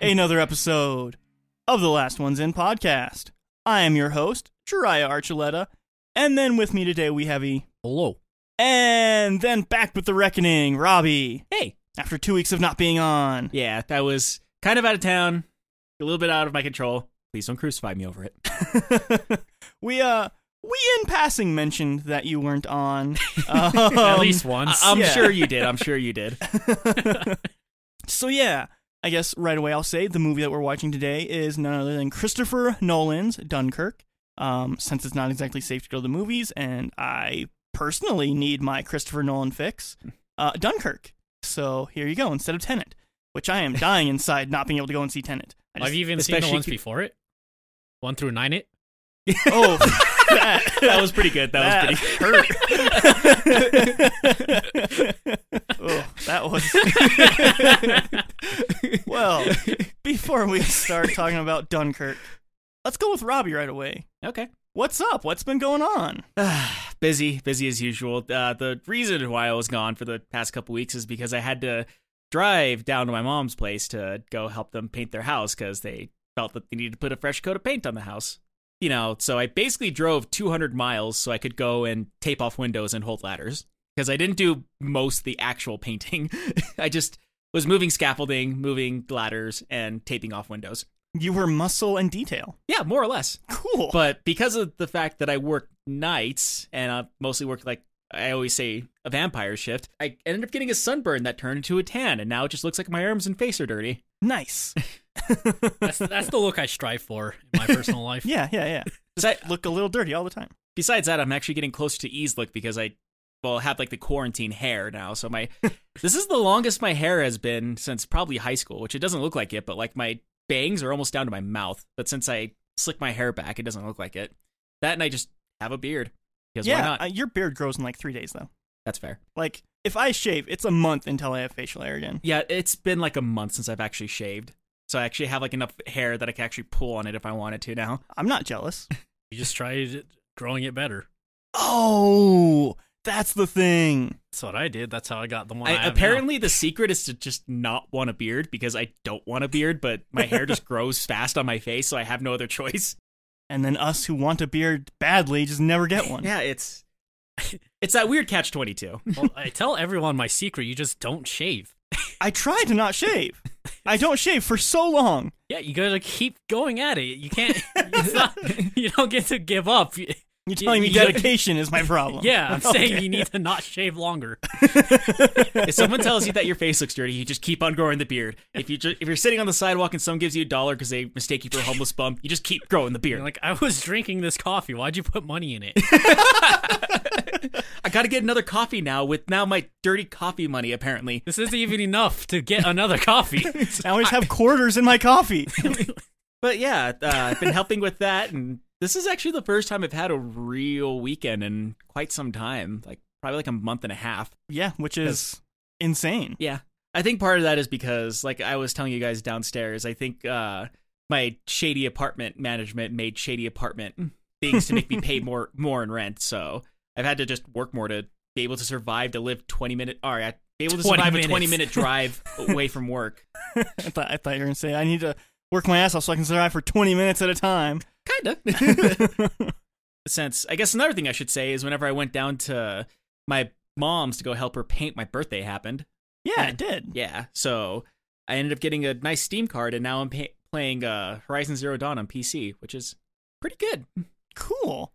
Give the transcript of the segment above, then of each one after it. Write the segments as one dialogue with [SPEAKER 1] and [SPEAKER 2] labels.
[SPEAKER 1] another episode of the Last Ones In podcast. I am your host, Jiraiya Archuleta, and then with me today we have E.
[SPEAKER 2] Hello.
[SPEAKER 1] And then back with the reckoning, Robbie.
[SPEAKER 2] Hey.
[SPEAKER 1] After two weeks of not being on.
[SPEAKER 2] Yeah, that was kind of out of town, a little bit out of my control. Please don't crucify me over it.
[SPEAKER 1] we uh we in passing mentioned that you weren't on.
[SPEAKER 3] At
[SPEAKER 1] Um,
[SPEAKER 3] least once.
[SPEAKER 2] I- am
[SPEAKER 1] Yeah.
[SPEAKER 2] sure you did. I'm sure you did.
[SPEAKER 1] So yeah, I guess right away I'll say the movie that we're watching today is none other than Christopher Nolan's Dunkirk. Um, since it's not exactly safe to go to the movies, and I personally need my Christopher Nolan fix, uh, Dunkirk. So here you go. Instead of Tenet, which I am dying inside not being able to go and see Tenet. I
[SPEAKER 3] I've
[SPEAKER 1] just-
[SPEAKER 3] even seen the
[SPEAKER 2] especially
[SPEAKER 3] ones
[SPEAKER 2] cu-
[SPEAKER 3] before it. One through nine it.
[SPEAKER 1] oh, that,
[SPEAKER 2] That was pretty good. That was pretty
[SPEAKER 1] hurt. oh, that was. well, before we start talking about Dunkirk, let's go with Robbie right away.
[SPEAKER 2] Okay.
[SPEAKER 1] What's up? What's been going on?
[SPEAKER 2] busy, busy as usual. Uh, the reason why I was gone for the past couple weeks is because I had to drive down to my mom's place to go help them paint their house because they felt that they needed to put a fresh coat of paint on the house. You know, so I basically drove 200 miles so I could go and tape off windows and hold ladders because I didn't do most of the actual painting. I just was moving scaffolding, moving ladders, and taping off windows.
[SPEAKER 1] You were muscle and detail.
[SPEAKER 2] Yeah, more or less
[SPEAKER 1] Cool.
[SPEAKER 2] but because of the fact that I work nights and I mostly work like I always say a vampire shift, I ended up getting a sunburn that turned into a tan, and now it just looks like my arms and face are dirty.
[SPEAKER 1] nice.
[SPEAKER 3] That's that's the look I strive for in my personal life.
[SPEAKER 1] Yeah, yeah, yeah.
[SPEAKER 2] Besi-
[SPEAKER 1] Look a little dirty all the time.
[SPEAKER 2] besides that, I'm actually getting closer to E's look because I, well, have like the quarantine hair now. So my, this is the longest my hair has been since probably high school, which it doesn't look like it, but like my bangs are almost down to my mouth. But since I slick my hair back, it doesn't look like it. That and I just have a beard because why
[SPEAKER 1] Yeah,
[SPEAKER 2] not?
[SPEAKER 1] uh, your beard grows in like three days though.
[SPEAKER 2] That's fair.
[SPEAKER 1] Like if I shave, it's a month until I have facial hair again.
[SPEAKER 2] Yeah, it's been like a month since I've actually shaved. So I actually have like enough hair that I can actually pull on it if I wanted to now.
[SPEAKER 1] I'm not jealous.
[SPEAKER 3] You just try it- growing it better.
[SPEAKER 1] Oh, that's the thing.
[SPEAKER 3] That's what I did. That's how I got the one. I
[SPEAKER 2] I,
[SPEAKER 3] have now.
[SPEAKER 2] apparently, the secret is to just not want a beard because I don't want a beard, but my hair just grows fast on my face, so I have no other choice.
[SPEAKER 1] And then us who want a beard badly just never get one.
[SPEAKER 2] Yeah, it's it's that weird catch twenty two.
[SPEAKER 3] Well, I tell everyone my secret. You just don't shave.
[SPEAKER 1] I try to not shave. I don't shave for so long.
[SPEAKER 3] Yeah, you gotta keep going at it. You can't. It's not, you don't get to give up.
[SPEAKER 1] You're telling me
[SPEAKER 3] you gotta-
[SPEAKER 1] dedication is my problem.
[SPEAKER 3] Yeah, I'm saying
[SPEAKER 1] Okay.
[SPEAKER 3] you need to not shave longer.
[SPEAKER 2] If someone tells you that your face looks dirty, you just keep on growing the beard. If you ju- if you're sitting on the sidewalk and someone gives you a dollar because they mistake you for a homeless bum, you just keep growing the beard.
[SPEAKER 3] You're like, I was drinking this coffee. Why'd you put money in it?
[SPEAKER 2] I got to get another coffee now with now my dirty coffee money apparently.
[SPEAKER 3] This isn't even enough to get another coffee.
[SPEAKER 1] I always have quarters in my coffee.
[SPEAKER 2] But yeah, uh, I've been helping with that, and this is actually the first time I've had a real weekend in quite some time, like probably like a month and a half.
[SPEAKER 1] yeah, which is insane.
[SPEAKER 2] Yeah, I think part of that is because, like I was telling you guys downstairs, I think uh, my shady apartment management made shady apartment things to make me pay more more in rent. So I've had to just work more to be able to survive to live twenty minute. All right. Be able to
[SPEAKER 3] 20
[SPEAKER 2] survive a
[SPEAKER 3] minutes.
[SPEAKER 2] 20 minute drive away from work.
[SPEAKER 1] I thought, I thought you were going to say, I need to work my ass off so I can survive for 20 minutes at a time.
[SPEAKER 2] Kinda. since I guess another thing I should say is whenever I went down to my mom's to go help her paint, my birthday happened.
[SPEAKER 1] yeah, it did.
[SPEAKER 2] Yeah, so I ended up getting a nice Steam card, and now I'm pa- playing uh, Horizon Zero Dawn on PC, which is pretty good.
[SPEAKER 1] Cool.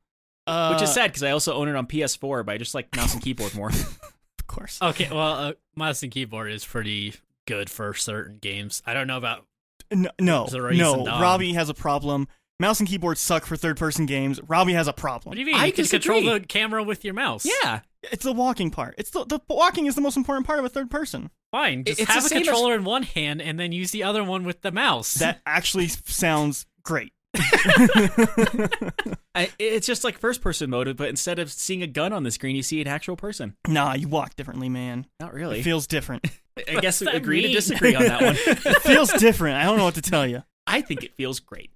[SPEAKER 1] Uh,
[SPEAKER 2] which is sad because I also own it on PS4, but I just like mouse and keyboard more.
[SPEAKER 1] Of course.
[SPEAKER 3] okay, well, uh, mouse and keyboard is pretty good for certain games. I don't know about.
[SPEAKER 1] No, no,
[SPEAKER 3] The race
[SPEAKER 1] no.
[SPEAKER 3] and dog.
[SPEAKER 1] Robbie has a problem. Mouse and keyboard suck for third-person games. Robbie has a problem.
[SPEAKER 3] What do you mean?
[SPEAKER 2] I
[SPEAKER 3] you can
[SPEAKER 2] disagree.
[SPEAKER 3] control the camera with your mouse.
[SPEAKER 2] yeah,
[SPEAKER 1] It's the walking part. It's the, the walking is the most important part of a third person.
[SPEAKER 3] Fine. Just
[SPEAKER 2] it's the
[SPEAKER 3] have a
[SPEAKER 2] same as-
[SPEAKER 3] controller in one hand and then use the other one with the mouse.
[SPEAKER 1] That actually sounds great.
[SPEAKER 2] I, it's just like first person mode, but instead of seeing a gun on the screen, you see an actual person.
[SPEAKER 1] Nah, you walk differently, man.
[SPEAKER 2] Not
[SPEAKER 1] It
[SPEAKER 2] really.
[SPEAKER 1] feels different.
[SPEAKER 2] I guess we
[SPEAKER 3] that
[SPEAKER 2] agree to
[SPEAKER 3] mean?
[SPEAKER 2] disagree on that one.
[SPEAKER 1] It feels different. I don't know what to tell you.
[SPEAKER 2] I think it feels great,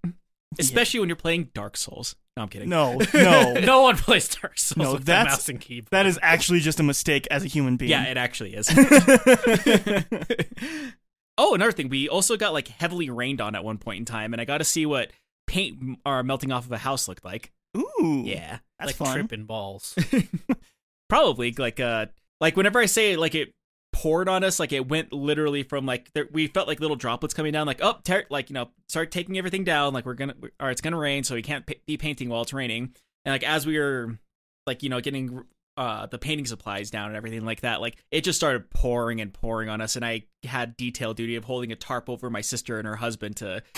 [SPEAKER 2] especially when you're playing Dark Souls. No, I'm kidding.
[SPEAKER 1] No, no.
[SPEAKER 3] no one plays Dark Souls
[SPEAKER 1] No,
[SPEAKER 3] with
[SPEAKER 1] that's-
[SPEAKER 3] the mouse and keyboard.
[SPEAKER 1] That is actually just a mistake as a human being.
[SPEAKER 2] Yeah, it actually is. oh, another thing, we also got like heavily rained on at one point in time, and I got to see what paint m- are melting off of a house looked like.
[SPEAKER 1] Ooh.
[SPEAKER 2] Yeah,
[SPEAKER 1] That's
[SPEAKER 4] like
[SPEAKER 1] fun.
[SPEAKER 4] tripping balls.
[SPEAKER 2] probably like uh, like whenever I say like it poured on us, like it went literally from like there, we felt like little droplets coming down, like oh, tear, like you know, start taking everything down, like we're gonna, we or it's gonna rain, so we can't pa- be painting while it's raining, and like as we were, like you know, getting. Uh, the painting supplies down and everything like that. Like it just started pouring and pouring on us, and I had detail duty of holding a tarp over my sister and her husband to,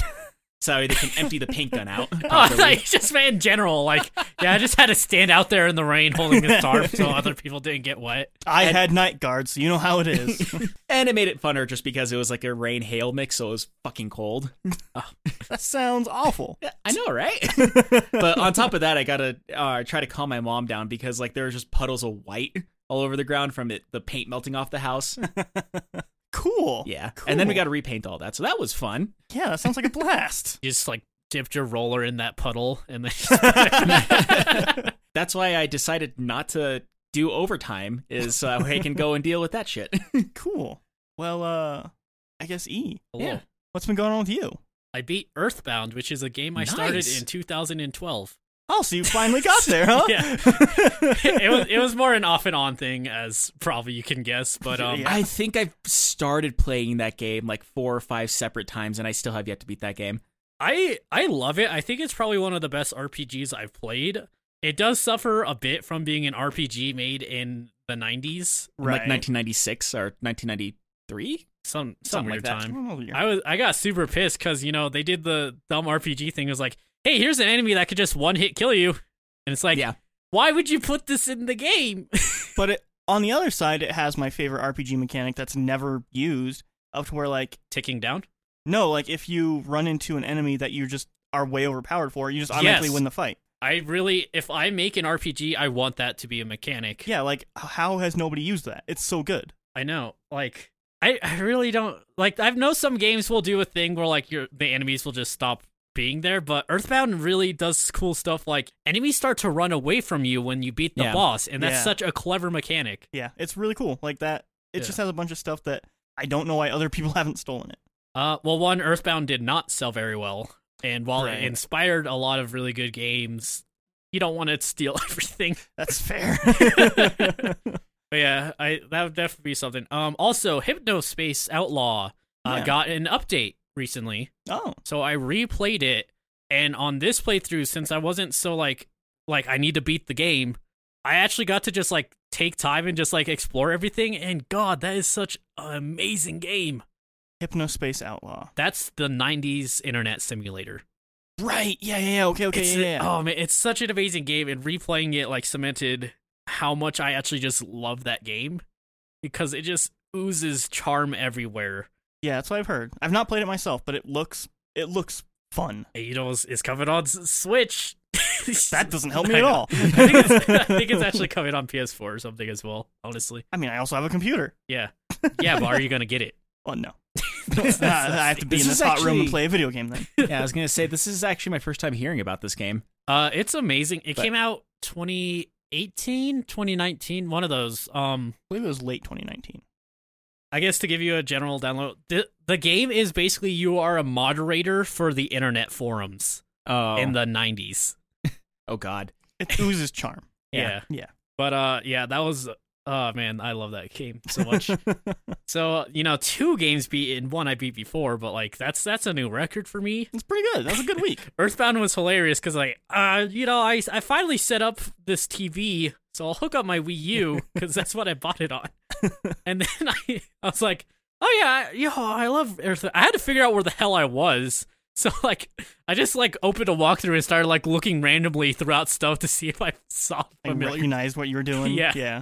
[SPEAKER 2] so they can empty the paint gun out.
[SPEAKER 4] oh, I
[SPEAKER 2] properly.
[SPEAKER 4] thought you just meant in general. Like, yeah, I just had to stand out there in the rain holding this tarp so other people didn't get wet.
[SPEAKER 1] I
[SPEAKER 2] And-
[SPEAKER 1] had night guard, so you know how it is.
[SPEAKER 2] And it made it funner just because it was like a rain hail mix, so it was fucking cold.
[SPEAKER 1] that sounds awful.
[SPEAKER 2] I know, right? but on top of that, I gotta uh, try to calm my mom down because like there was just puddles of white all over the ground from it, the paint melting off the house.
[SPEAKER 1] Cool.
[SPEAKER 2] Yeah,
[SPEAKER 1] Oh, Cool.
[SPEAKER 2] and then we got to repaint all that, so that was fun.
[SPEAKER 1] Yeah, that sounds like a blast.
[SPEAKER 4] You just like dipped your roller in that puddle and then
[SPEAKER 2] That's why I decided not to do overtime, is so I can go and deal with that shit.
[SPEAKER 1] cool. Well, uh, I guess E.
[SPEAKER 4] Hello.
[SPEAKER 2] Yeah.
[SPEAKER 1] What's been going on with you?
[SPEAKER 4] I beat Earthbound, which is a game I started
[SPEAKER 2] Nice.
[SPEAKER 4] in 2012.
[SPEAKER 1] Oh, so you finally got there, huh?
[SPEAKER 4] Yeah. it was it was more an off and on thing, as probably you can guess. But um,
[SPEAKER 1] Yeah.
[SPEAKER 2] I think I've started playing that game like four or five separate times, and I still have yet to beat that game.
[SPEAKER 4] I I love it. I think it's probably one of the best RPGs I've played. It does suffer a bit from being an RPG made in the 90s,
[SPEAKER 2] in, like 1996 or 1993.
[SPEAKER 4] some some
[SPEAKER 2] Something
[SPEAKER 4] weird
[SPEAKER 2] like that. Mm,
[SPEAKER 4] time.
[SPEAKER 1] Well, you're-
[SPEAKER 4] I was I got super pissed because you know they did the dumb RPG thing. It was like, hey, here's an enemy that could just one hit kill you, and it's like,
[SPEAKER 2] Yeah.
[SPEAKER 4] why would you put this in the game?
[SPEAKER 1] But it, on the other side, it has my favorite RPG mechanic that's never used, up to where like
[SPEAKER 4] Ticking down.
[SPEAKER 1] no, like if you run into an enemy that you just are way overpowered for, you just automatically
[SPEAKER 4] Yes.
[SPEAKER 1] win the fight.
[SPEAKER 4] I really, if I make an RPG, I want that to be a mechanic.
[SPEAKER 1] Yeah, like h- how has nobody used that? It's so good.
[SPEAKER 4] I know. Like I, I really don't like I've know some games will do a thing where like your the enemies will just stop being there, but Earthbound really does cool stuff like enemies start to run away from you when you beat the
[SPEAKER 2] Yeah.
[SPEAKER 4] boss, and that's
[SPEAKER 1] Yeah.
[SPEAKER 4] such a clever mechanic.
[SPEAKER 1] Yeah, it's really cool. Like that, it
[SPEAKER 4] Yeah.
[SPEAKER 1] just has a bunch of stuff that I don't know why other people haven't stolen it.
[SPEAKER 4] Uh well one Earthbound did not sell very well. And while
[SPEAKER 1] Right.
[SPEAKER 4] it inspired a lot of really good games, you don't want to steal everything.
[SPEAKER 1] That's fair.
[SPEAKER 4] But yeah, I that would definitely be something. Um also Hypnospace Outlaw uh,
[SPEAKER 1] Yeah.
[SPEAKER 4] got an update recently.
[SPEAKER 1] oh,
[SPEAKER 4] So I replayed it, and on this playthrough, since I wasn't so like like I need to beat the game, I actually got to just like take time and just like explore everything. And God, that is such an amazing game.
[SPEAKER 1] Hypnospace Outlaw.
[SPEAKER 4] That's the '90s internet simulator.
[SPEAKER 1] Right. Yeah. Yeah. yeah. Okay. Okay.
[SPEAKER 4] It's-
[SPEAKER 1] yeah. yeah, yeah.
[SPEAKER 4] Oh man, it's such an amazing game, and replaying it like cemented how much I actually just love that game because it just oozes charm everywhere.
[SPEAKER 1] yeah. That's what I've heard. I've not played it myself, but it looks it looks fun.
[SPEAKER 4] And, You know, it's, it's coming on S- Switch.
[SPEAKER 1] That doesn't help me
[SPEAKER 4] I
[SPEAKER 1] at
[SPEAKER 4] know.
[SPEAKER 1] all.
[SPEAKER 4] I think, it's, I think it's actually coming on PS4 or something as well. Honestly,
[SPEAKER 1] I mean, I also have a computer.
[SPEAKER 4] yeah, yeah. But are you gonna get it?
[SPEAKER 1] Oh no. Nah, I have to be
[SPEAKER 2] This
[SPEAKER 1] in this
[SPEAKER 2] is
[SPEAKER 1] hot room and
[SPEAKER 2] actually-
[SPEAKER 1] play a video game then.
[SPEAKER 2] yeah, I was gonna say this is actually my first time hearing about this game.
[SPEAKER 4] Uh, it's amazing. It
[SPEAKER 2] But-
[SPEAKER 4] came out 2018, 2019, one of those. Um,
[SPEAKER 1] I believe it was late 2019.
[SPEAKER 4] I guess to give you a general download, the, the game is basically you are a moderator for the internet forums
[SPEAKER 2] Oh,
[SPEAKER 4] in the 90s.
[SPEAKER 2] oh god,
[SPEAKER 1] It oozes charm.
[SPEAKER 4] Yeah.
[SPEAKER 1] Yeah.
[SPEAKER 4] But uh, yeah, that was. Oh man, I love that game so much. So uh, you know, two games beat and one I beat before, but like that's that's a new record for me.
[SPEAKER 1] It's pretty good. That was a good week.
[SPEAKER 4] Earthbound was hilarious because like uh, you know, I I finally set up this TV, so I'll hook up my Wii U because that's what I bought it on. And then I I was like, oh yeah, I- yo, I love Earthbound. I had to figure out where the hell I was. So like I just like opened a walkthrough and started like looking randomly throughout stuff to see if I saw
[SPEAKER 1] I
[SPEAKER 4] familiar
[SPEAKER 1] recognized what you were doing.
[SPEAKER 4] Yeah.
[SPEAKER 1] Yeah.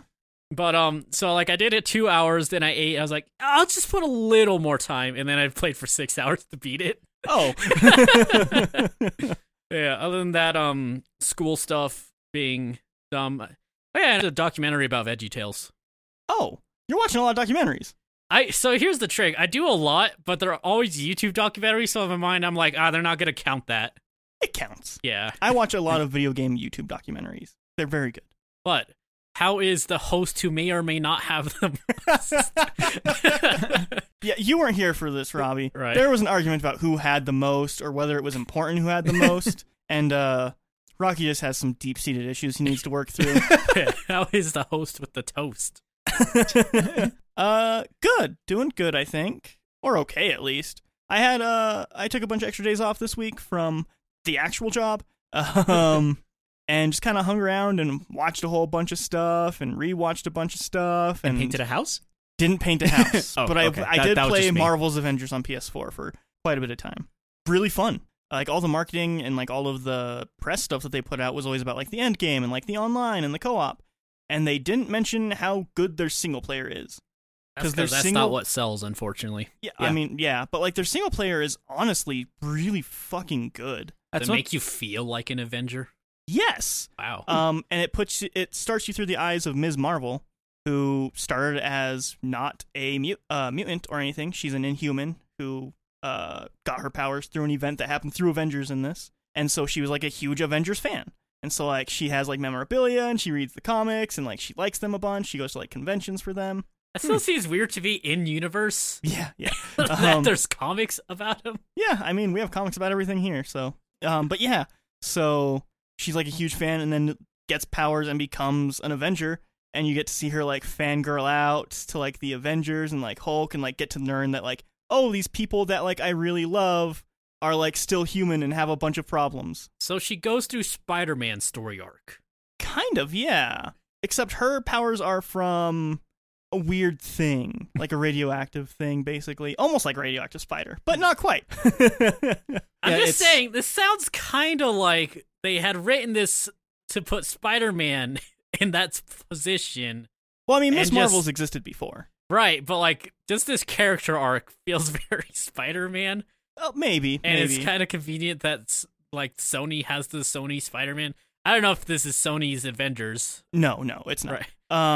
[SPEAKER 4] but um, so like I did it two hours, then I ate. I was like, I'll just put a little more time, and then I played for six hours to beat it.
[SPEAKER 1] Oh.
[SPEAKER 4] Yeah. Other than that, um, school stuff being dumb. Oh yeah, and a documentary about Veggie Tales.
[SPEAKER 1] oh. You're watching a lot of documentaries.
[SPEAKER 4] I so here's the trick. I do a lot, but they're always YouTube documentaries. So in my mind, I'm like, ah, they're not gonna count that.
[SPEAKER 1] It counts.
[SPEAKER 4] Yeah.
[SPEAKER 1] I watch a lot of video game YouTube documentaries. They're very good.
[SPEAKER 4] But how is the host who may or may not have them?
[SPEAKER 1] Yeah, you weren't here for this, Robbie.
[SPEAKER 4] Right.
[SPEAKER 1] There was an argument about who had the most or whether it was important who had the most. and uh, Rocky just has some deep seated issues he needs to work through.
[SPEAKER 4] how is the host with the toast?
[SPEAKER 1] uh, good. Doing good, I think. Or okay, at least. I had, uh, I took a bunch of extra days off this week from the actual job. Um, and just kind of hung around and watched a whole bunch of stuff and rewatched a bunch of stuff. And,
[SPEAKER 2] painted a house.
[SPEAKER 1] didn't paint a house,
[SPEAKER 2] Oh,
[SPEAKER 1] but
[SPEAKER 2] okay.
[SPEAKER 1] I I
[SPEAKER 2] That-
[SPEAKER 1] did
[SPEAKER 2] that was
[SPEAKER 1] play
[SPEAKER 2] just me.
[SPEAKER 1] Marvel's Avengers on PS4 for quite a bit of time. Really fun. Like all the marketing and like all of the press stuff that they put out was always about like the end game and like the online and the co-op, and they didn't mention how good their single player is.
[SPEAKER 4] Because
[SPEAKER 1] their
[SPEAKER 4] that's
[SPEAKER 1] single-
[SPEAKER 4] not what sells, unfortunately.
[SPEAKER 1] Yeah, I
[SPEAKER 2] Yeah.
[SPEAKER 1] mean, yeah, but like their single player is honestly really fucking good.
[SPEAKER 2] That's
[SPEAKER 4] they
[SPEAKER 2] what-
[SPEAKER 4] make you feel like an Avenger.
[SPEAKER 1] Yes.
[SPEAKER 4] Wow.
[SPEAKER 1] Um, and it puts you, it starts you through the eyes of Ms. Marvel, who started as not a mu- uh, mutant or anything. She's an Inhuman who uh, got her powers through an event that happened through Avengers in this, and so she was like a huge Avengers fan. And so like she has like memorabilia and she reads the comics and like she likes them a bunch. She goes to like conventions for them.
[SPEAKER 4] I still seems weird to be in universe.
[SPEAKER 1] Yeah, yeah. Um,
[SPEAKER 4] that there's comics about him.
[SPEAKER 1] Yeah, I mean, we have comics about everything here, so. Um, but yeah, so she's like a huge fan and then gets powers and becomes an Avenger. And you get to see her like fangirl out to like the Avengers and like Hulk and like get to learn that like, oh, these people that like I really love are like still human and have a bunch of problems.
[SPEAKER 4] So she goes through Spider Man's story arc.
[SPEAKER 1] Kind of, yeah. Except her powers are from a weird thing, like a radioactive thing, basically. Almost like radioactive spider, but not quite.
[SPEAKER 4] I'm
[SPEAKER 2] Yeah,
[SPEAKER 4] just
[SPEAKER 2] it's-
[SPEAKER 4] saying, this sounds kind of like they had written this to put Spider Man in that position.
[SPEAKER 1] Well, I mean, Miss
[SPEAKER 4] And just-
[SPEAKER 1] Marvel's existed before.
[SPEAKER 4] Right, but like, just this character arc feels very Spider Man.
[SPEAKER 1] Oh, maybe,
[SPEAKER 4] And
[SPEAKER 1] maybe.
[SPEAKER 4] it's kind of convenient that s- like Sony has the Sony Spider Man. I don't know if this is Sony's Avengers.
[SPEAKER 1] no, no, it's not.
[SPEAKER 4] Right.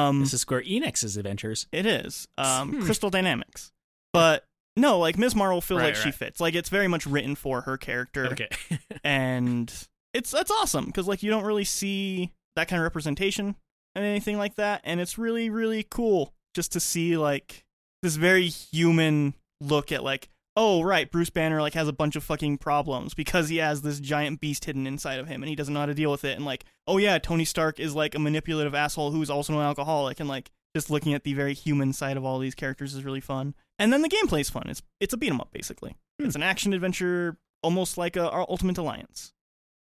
[SPEAKER 1] Um,
[SPEAKER 2] This is Square Enix's adventures.
[SPEAKER 1] it is. Um,
[SPEAKER 4] Hmm.
[SPEAKER 1] Crystal Dynamics, but no, like Ms. Marvel feels
[SPEAKER 4] Right,
[SPEAKER 1] like she
[SPEAKER 4] right.
[SPEAKER 1] fits. Like it's very much written for her character,
[SPEAKER 4] Okay.
[SPEAKER 1] and it's that's awesome because like you don't really see that kind of representation and anything like that, and it's really really cool just to see like this very human look at like oh right Bruce Banner like has a bunch of fucking problems because he has this giant beast hidden inside of him and he doesn't know how to deal with it and like oh yeah Tony Stark is like a manipulative asshole who's also an alcoholic and like just looking at the very human side of all these characters is really fun and then the gameplay's fun it's it's a beat 'em up basically it's an action adventure almost like a, our Ultimate Alliance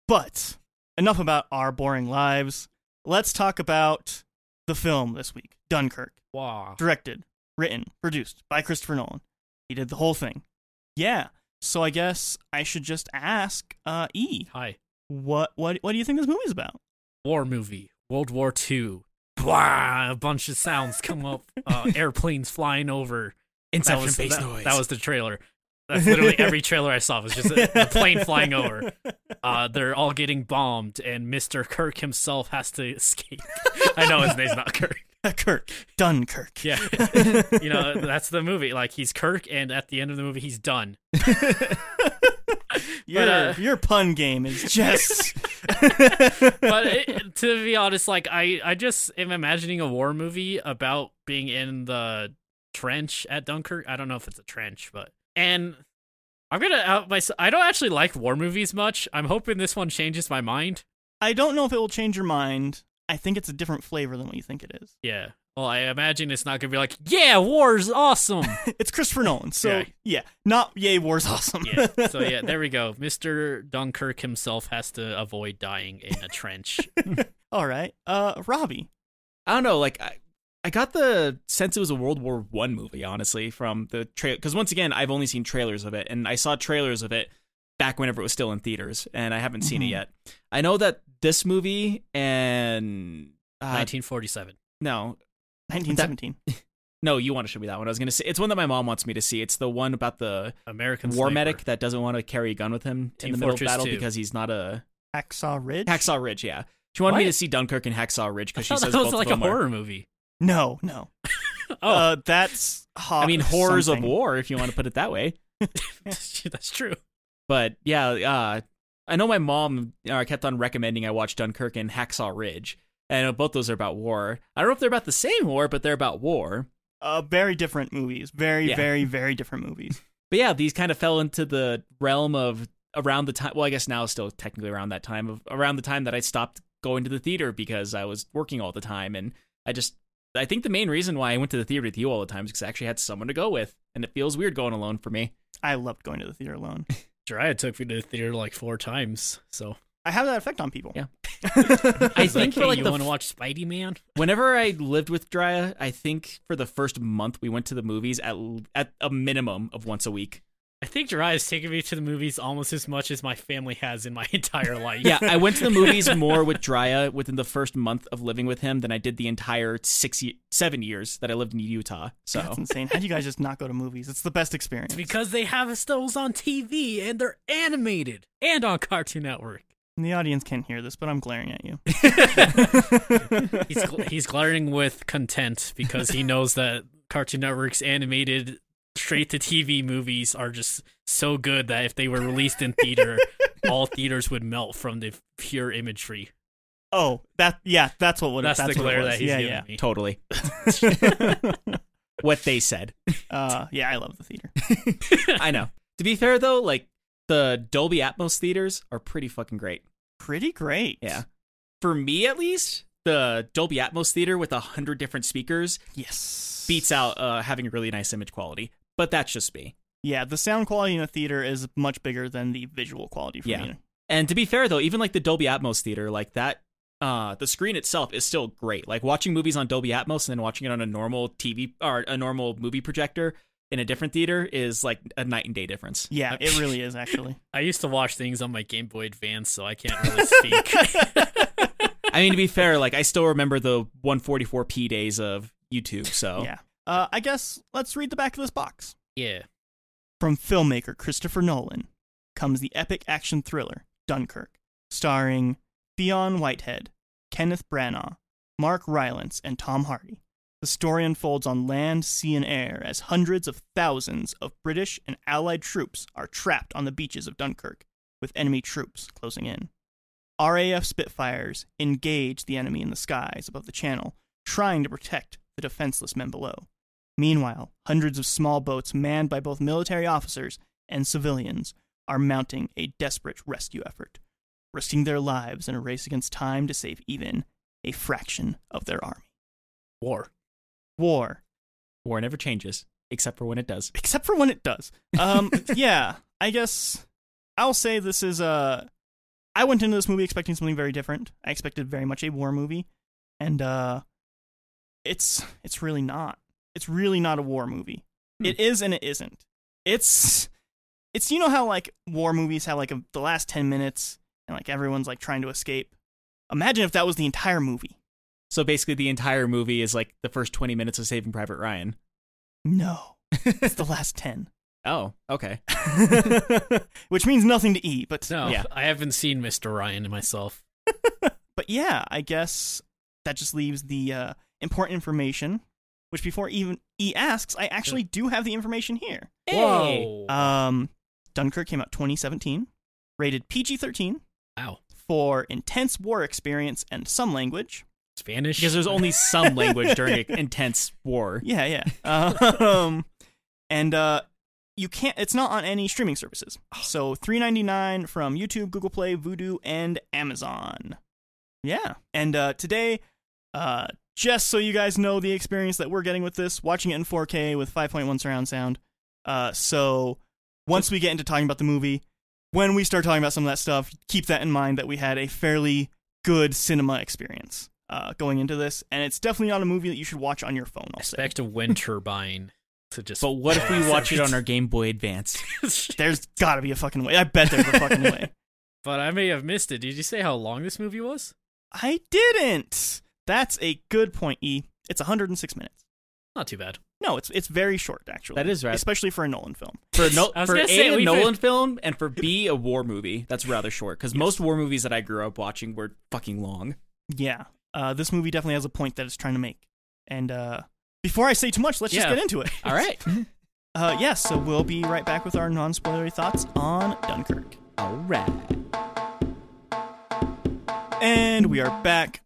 [SPEAKER 1] but enough about our boring lives let's talk about the film this week Dunkirk
[SPEAKER 4] wow.
[SPEAKER 1] directed, written, produced by Christopher Nolan. He did the whole thing. Yeah. So I guess I should just ask uh, E,
[SPEAKER 4] Hi.
[SPEAKER 1] what what what do you think this movie's about?
[SPEAKER 4] War movie. World War II. Blah, a bunch of sounds come up. Uh, airplanes flying over. That was, that, that was the trailer. That's literally every trailer I saw was just a, a plane flying over. Uh, they're all getting bombed, and Mr. Kirk himself has to escape. I know his name's not Kirk.
[SPEAKER 1] Kirk Dunkirk.
[SPEAKER 4] Yeah. you know, that's the movie. Like, he's Kirk, and at the end of the movie, he's done.
[SPEAKER 1] your
[SPEAKER 4] uh,
[SPEAKER 1] your pun game is just
[SPEAKER 4] but it, to be honest, like I, I just am imagining a war movie about being in the trench at Dunkirk. I don't know if it's a trench, but and I'm gonna out myself. I don't actually like war movies much. I'm hoping this one changes my mind.
[SPEAKER 1] I don't know if it will change your mind. I think it's a different flavor than what you think it is.
[SPEAKER 4] Yeah. Well, I imagine it's not gonna be like, yeah, war's awesome.
[SPEAKER 1] It's Christopher Nolan, so yeah,
[SPEAKER 4] Yeah.
[SPEAKER 1] not yay war's awesome.
[SPEAKER 4] yeah. So yeah, there we go. Mister Dunkirk himself has to avoid dying in a trench.
[SPEAKER 1] All right, uh, Robbie.
[SPEAKER 2] I don't know. Like I, I got the sense it was a World War One movie, honestly, from the trailer. Because once again, I've only seen trailers of it, and I saw trailers of it back whenever it was still in theaters, and I haven't seen
[SPEAKER 4] Mm-hmm.
[SPEAKER 1] Mhm.
[SPEAKER 2] it yet. I know that this movie and uh,
[SPEAKER 4] 1947.
[SPEAKER 2] no,
[SPEAKER 1] 1917.
[SPEAKER 2] no, you want to show me that one. I was gonna say it's one that my mom wants me to see. It's the one about the
[SPEAKER 4] American
[SPEAKER 2] war
[SPEAKER 4] Sniper.
[SPEAKER 2] medic that doesn't want to carry a gun with him
[SPEAKER 4] Team
[SPEAKER 2] in the middle
[SPEAKER 4] Fortress
[SPEAKER 2] of battle
[SPEAKER 4] 2.
[SPEAKER 2] because he's not a
[SPEAKER 1] Hacksaw Ridge.
[SPEAKER 2] Hacksaw Ridge. Yeah, she wanted me
[SPEAKER 4] What?
[SPEAKER 2] to see Dunkirk and Hacksaw Ridge
[SPEAKER 4] I
[SPEAKER 2] because she
[SPEAKER 4] thought
[SPEAKER 2] says
[SPEAKER 4] that
[SPEAKER 2] both
[SPEAKER 4] was
[SPEAKER 2] of
[SPEAKER 4] like a
[SPEAKER 2] them are-
[SPEAKER 4] horror movie.
[SPEAKER 1] No, no.
[SPEAKER 4] Oh,
[SPEAKER 1] Uh, that's
[SPEAKER 2] I mean, horrors
[SPEAKER 1] something.
[SPEAKER 2] of war, if you want to put it that way.
[SPEAKER 4] that's true.
[SPEAKER 2] But yeah, uh, I know my mom uh, kept on recommending I watch Dunkirk and Hacksaw Ridge, I know both those are about war. I don't know if they're about the same war, but they're about war.
[SPEAKER 1] Uh, very different movies. Very,
[SPEAKER 2] Yeah.
[SPEAKER 1] very, very different movies.
[SPEAKER 2] But yeah, these kind of fell into the realm of around the time. Well, I guess now it's still technically around that time of around the time that I stopped going to the theater because I was working all the time, and I just I think the main reason why I went to the theater with you all the time is because I actually had someone to go with, and it feels weird going alone for me.
[SPEAKER 1] I loved going to the theater alone.
[SPEAKER 3] Jiraiya took me to the theater like four times. So
[SPEAKER 1] I have that effect on people.
[SPEAKER 2] Yeah.
[SPEAKER 3] I
[SPEAKER 2] I think for like
[SPEAKER 3] you
[SPEAKER 2] the
[SPEAKER 3] want to watch Spidey Man?
[SPEAKER 2] Whenever I lived with Drya, I think for the first month we went to the movies at at a minimum of once a week.
[SPEAKER 3] I think Jiraiya's taken me to the movies almost as much as my family has in my entire life.
[SPEAKER 2] Yeah, I went to the movies more with Drya within the first month of living with him than I did the entire six ye- seven years that I lived in Utah. So
[SPEAKER 1] That's insane. How do you guys just not go to movies? It's the best experience.
[SPEAKER 3] It's because they have us those on TV and they're animated and on Cartoon Network.
[SPEAKER 1] And the audience can't hear this, but I'm glaring at you.
[SPEAKER 3] He's gl- he's glaring with content because he knows that Cartoon Network's animated straight to TV movies are just so good that if they were released in theater, all theaters would melt from the pure imagery.
[SPEAKER 1] Oh, that yeah, that's what.
[SPEAKER 3] That's,
[SPEAKER 1] that's
[SPEAKER 3] the
[SPEAKER 1] what it
[SPEAKER 3] glare
[SPEAKER 1] was.
[SPEAKER 3] that he's
[SPEAKER 1] yeah,
[SPEAKER 3] giving
[SPEAKER 1] yeah.
[SPEAKER 3] me.
[SPEAKER 2] totally what they said.
[SPEAKER 1] Uh, yeah, I love the theater.
[SPEAKER 2] I know. To be fair though, like the Dolby Atmos theaters are pretty fucking great.
[SPEAKER 1] Pretty great.
[SPEAKER 2] Yeah, for me at least, the Dolby Atmos theater with a hundred different speakers
[SPEAKER 1] Yes.
[SPEAKER 2] beats out uh, having really nice image quality. But that's just me.
[SPEAKER 1] Yeah, the sound quality in a theater is much bigger than the visual quality for
[SPEAKER 2] Yeah.
[SPEAKER 1] me.
[SPEAKER 2] And to be fair though, even like the Dolby Atmos theater, like that, uh, the screen itself is still great. Like watching movies on Dolby Atmos and then watching it on a normal TV or a normal movie projector in a different theater is like a night and day difference.
[SPEAKER 1] Yeah, it really is actually.
[SPEAKER 3] I used to watch things on my Game Boy Advance, so I can't really speak.
[SPEAKER 2] I mean, to be fair, like I still remember the 144p days of YouTube. So
[SPEAKER 1] Yeah. Uh, I guess let's read the back of this box.
[SPEAKER 3] yeah.
[SPEAKER 1] From filmmaker Christopher Nolan comes the epic action thriller Dunkirk, starring Fionn Whitehead, Kenneth Branagh, Mark Rylance, and Tom Hardy. The story unfolds on land, sea, and air as hundreds of thousands of British and Allied troops are trapped on the beaches of Dunkirk, with enemy troops closing in. RAF Spitfires engage the enemy in the skies above the channel, trying to protect the defenseless men below. Meanwhile, hundreds of small boats manned by both military officers and civilians are mounting a desperate rescue effort, risking their lives in a race against time to save even a fraction of their army.
[SPEAKER 3] War.
[SPEAKER 1] War,
[SPEAKER 2] war never changes except for when it does.
[SPEAKER 1] except for when it does. Um, yeah, I guess I'll say this is Uh, I went into this movie expecting something very different. I expected very much a war movie, and uh, it's it's really not. It's really not a war movie. It is and it isn't. It's it's you know how like war movies have like a, the last ten minutes and like everyone's like trying to escape. Imagine if that was the entire movie.
[SPEAKER 2] So basically, the entire movie is like the first 20 minutes of Saving Private Ryan.
[SPEAKER 1] No, it's the last ten,
[SPEAKER 2] Oh, okay.
[SPEAKER 1] which means nothing to eat. But
[SPEAKER 3] No,
[SPEAKER 2] Yeah.
[SPEAKER 3] I haven't seen Mr. Ryan myself.
[SPEAKER 1] but yeah, I guess that just leaves the uh, important information, which before even E asks, I actually do have the information here.
[SPEAKER 3] Whoa.
[SPEAKER 2] Uh,
[SPEAKER 1] Um, Dunkirk came out 2017, rated PG 13
[SPEAKER 3] wow.
[SPEAKER 1] for intense war experience and some language.
[SPEAKER 3] Spanish?
[SPEAKER 2] Because there's only some language during an intense war.
[SPEAKER 1] Yeah, yeah. um, and uh, you can't. It's not on any streaming services. So 3.99 from YouTube, Google Play, Vudu, and Amazon. Yeah. And uh, today, uh, just so you guys know the experience that we're getting with this, watching it in 4K with 5.1 surround sound. Uh, so once we get into talking about the movie, when we start talking about some of that stuff, keep that in mind that we had a fairly good cinema experience uh, going into this, and it's definitely not a movie that you should watch on your phone. I'll say.
[SPEAKER 3] expect a wind turbine to just.
[SPEAKER 2] But what if we watch it on our Game Boy Advance?
[SPEAKER 1] There's got to be a fucking way. I bet there's a fucking way.
[SPEAKER 3] But I may have missed it. Did you say how long this movie was?
[SPEAKER 1] I didn't. That's a good point, E. It's 106 minutes.
[SPEAKER 3] Not too bad.
[SPEAKER 1] No, it's it's very short actually.
[SPEAKER 2] That is right.
[SPEAKER 1] especially for a Nolan film.
[SPEAKER 2] For, no,
[SPEAKER 3] I was
[SPEAKER 2] for A,
[SPEAKER 3] gonna say,
[SPEAKER 2] a
[SPEAKER 3] we've
[SPEAKER 2] Nolan
[SPEAKER 3] been-
[SPEAKER 2] film, and for B, a war movie. That's rather short, because most war movies that I grew up watching were fucking long.
[SPEAKER 1] Yeah, uh, this movie definitely has a point that it's trying to make. And uh, before I say too much, let's just
[SPEAKER 3] Yeah.
[SPEAKER 1] get into it.
[SPEAKER 2] All right.
[SPEAKER 1] Uh, yes, so we'll be right back with our non-spoilery thoughts on Dunkirk.
[SPEAKER 2] All right.
[SPEAKER 1] And we are back.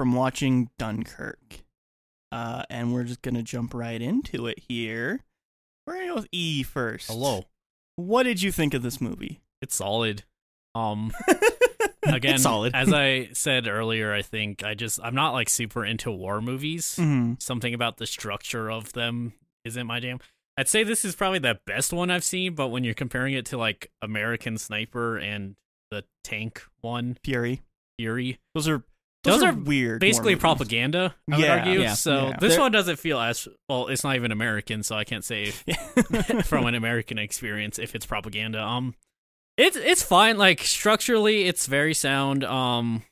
[SPEAKER 1] from watching Dunkirk. Uh, and we're just going to jump right into it here. We're going to go with E first.
[SPEAKER 4] Hello.
[SPEAKER 1] What did you think of this movie?
[SPEAKER 4] It's solid. Um again
[SPEAKER 1] It's solid.
[SPEAKER 4] as I said earlier, I think I just I'm not like super into war movies.
[SPEAKER 1] Mm-hmm.
[SPEAKER 4] Something about the structure of them isn't my jam. I'd say this is probably the best one I've seen, but when you're comparing it to like American Sniper and the tank one,
[SPEAKER 1] Fury.
[SPEAKER 4] Fury,
[SPEAKER 1] Those are
[SPEAKER 4] Those are
[SPEAKER 1] weird. war
[SPEAKER 4] basically
[SPEAKER 1] movies.
[SPEAKER 4] propaganda.
[SPEAKER 1] Yeah,
[SPEAKER 4] I would argue.
[SPEAKER 2] yeah,
[SPEAKER 4] so
[SPEAKER 1] yeah.
[SPEAKER 4] this
[SPEAKER 1] They're-
[SPEAKER 4] one doesn't feel as well. It's not even American, so I can't say from an American experience if it's propaganda. Um, it's it's fine. Like structurally, it's very sound. Um,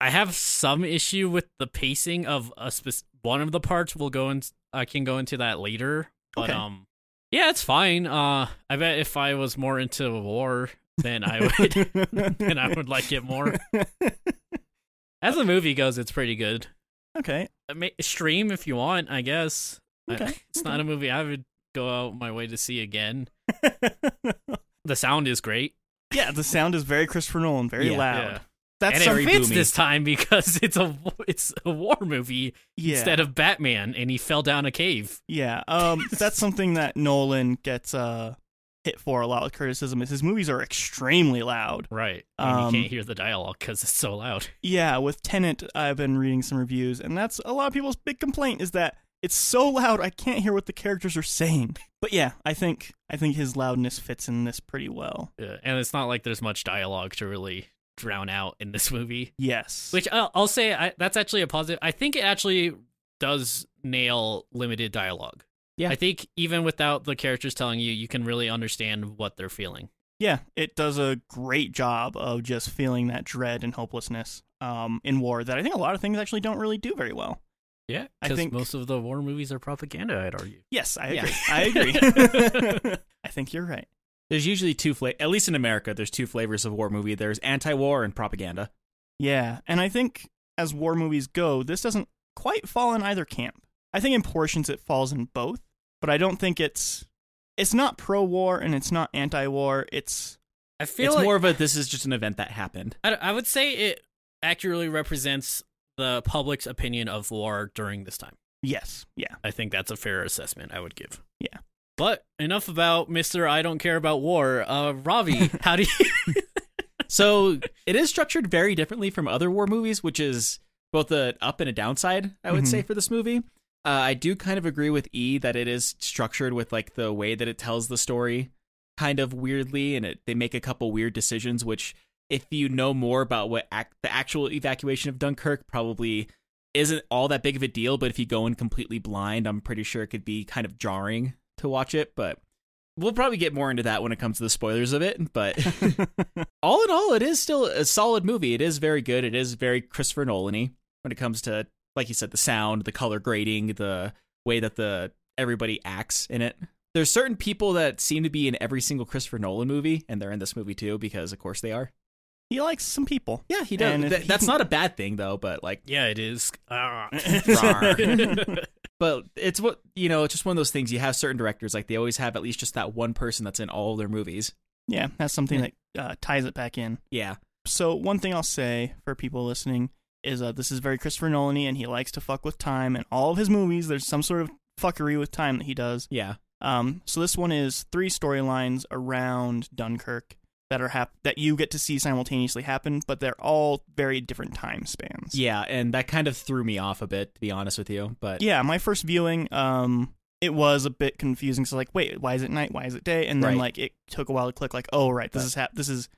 [SPEAKER 4] I have some issue with the pacing of a spec- one of the parts. We'll go in. I can go into that later. But
[SPEAKER 1] Okay.
[SPEAKER 4] um, yeah, it's fine. Uh, I bet if I was more into war, then I would
[SPEAKER 1] and
[SPEAKER 4] then I would like it more. As the movie goes, it's pretty good.
[SPEAKER 1] Okay.
[SPEAKER 4] I may- stream if you want, I guess. I-
[SPEAKER 1] Okay,
[SPEAKER 4] it's not a movie I would go out my way to see again. The sound is great.
[SPEAKER 1] yeah, the sound is very Christopher Nolan, very
[SPEAKER 2] Yeah,
[SPEAKER 1] loud.
[SPEAKER 4] yeah.
[SPEAKER 1] That's
[SPEAKER 4] and
[SPEAKER 1] some-
[SPEAKER 4] it fits
[SPEAKER 2] boomy.
[SPEAKER 4] this time because it's a it's a war movie
[SPEAKER 1] yeah,
[SPEAKER 4] instead of Batman, and he fell down a cave.
[SPEAKER 1] yeah. Um, that's something that Nolan gets uh hit for a lot with criticism. Is his movies are extremely loud.
[SPEAKER 4] Right, and
[SPEAKER 1] Um,
[SPEAKER 4] you can't hear the dialogue because it's so loud.
[SPEAKER 1] Yeah, with Tenant, I've been reading some reviews, and that's a lot of people's big complaint is that it's so loud I can't hear what the characters are saying. But yeah, I think I think his loudness fits in this pretty well.
[SPEAKER 4] Yeah, Uh, and it's not like there's much dialogue to really drown out in this movie.
[SPEAKER 1] Yes.
[SPEAKER 4] Which I'll, I'll say I, that's actually a positive. I think it actually does nail limited dialogue.
[SPEAKER 2] Yeah.
[SPEAKER 4] I think even without the characters telling you, you can really understand what they're feeling.
[SPEAKER 1] Yeah, it does a great job of just feeling that dread and hopelessness um, in war that I think a lot of things actually don't really do very well.
[SPEAKER 4] Yeah,
[SPEAKER 1] I
[SPEAKER 4] because
[SPEAKER 1] think-
[SPEAKER 4] most of the war movies are propaganda. I'd argue.
[SPEAKER 1] Yes, I
[SPEAKER 2] Yeah.
[SPEAKER 1] agree. I agree. I think you're right.
[SPEAKER 2] There's usually two fla- at least in America, there's two flavors of war movie. There's anti-war and propaganda.
[SPEAKER 1] Yeah, and I think as war movies go, this doesn't quite fall in either camp. I think in portions it falls in both, but I don't think it's it's not pro-war and it's not anti-war. It's
[SPEAKER 4] I
[SPEAKER 2] it's more of a this is just an event that happened.
[SPEAKER 4] I, I would say it accurately represents the public's opinion of war during this time.
[SPEAKER 1] yes, yeah.
[SPEAKER 4] I think that's a fair assessment. I would give.
[SPEAKER 1] Yeah.
[SPEAKER 4] But enough about Mister. I don't care about war. Uh, Ravi, how do you?
[SPEAKER 2] So it is structured very differently from other war movies, which is both a up and a downside, I would
[SPEAKER 1] Mhm.
[SPEAKER 2] say, for this movie. Uh, I do kind of agree with E that it is structured with like the way that it tells the story, kind of weirdly, and it, they make a couple weird decisions. Which, if you know more about what ac- the actual evacuation of Dunkirk, probably isn't all that big of a deal. But if you go in completely blind, I'm pretty sure it could be kind of jarring to watch it. But we'll probably get more into that when it comes to the spoilers of it. But all in all, it is still a solid movie. It is very good. It is very Christopher Nolan-y when it comes to, like you said, the sound, the color grading, the way that the everybody acts in it. There's certain people that seem to be in every single Christopher Nolan movie, and they're in this movie too because, of course, they are.
[SPEAKER 1] He likes some people.
[SPEAKER 2] Yeah, he
[SPEAKER 1] does.
[SPEAKER 2] does.
[SPEAKER 1] Th-
[SPEAKER 2] that's not a bad thing though, but like,
[SPEAKER 4] yeah, it is. Ah.
[SPEAKER 2] but it's what you know. It's just one of those things. You have certain directors like they always have at least just that one person that's in all of their movies.
[SPEAKER 1] Yeah, that's something that uh, ties it back in.
[SPEAKER 2] Yeah,
[SPEAKER 1] So one thing I'll say for people listening is uh, this is very Christopher Nolan and he likes to fuck with time and all of his movies there's some sort of fuckery with time that he does.
[SPEAKER 2] yeah.
[SPEAKER 1] Um, so this one is three storylines around Dunkirk that are hap- that you get to see simultaneously happen, but they're all very different time spans.
[SPEAKER 2] Yeah, and that kind of threw me off a bit, to be honest with you. But
[SPEAKER 1] Yeah, my first viewing, um, it was a bit confusing. So like, wait, why is it night? Why is it day? And then
[SPEAKER 2] Right.
[SPEAKER 1] like it took a while to click. Like, oh right, this
[SPEAKER 2] Right.
[SPEAKER 1] is hap- this is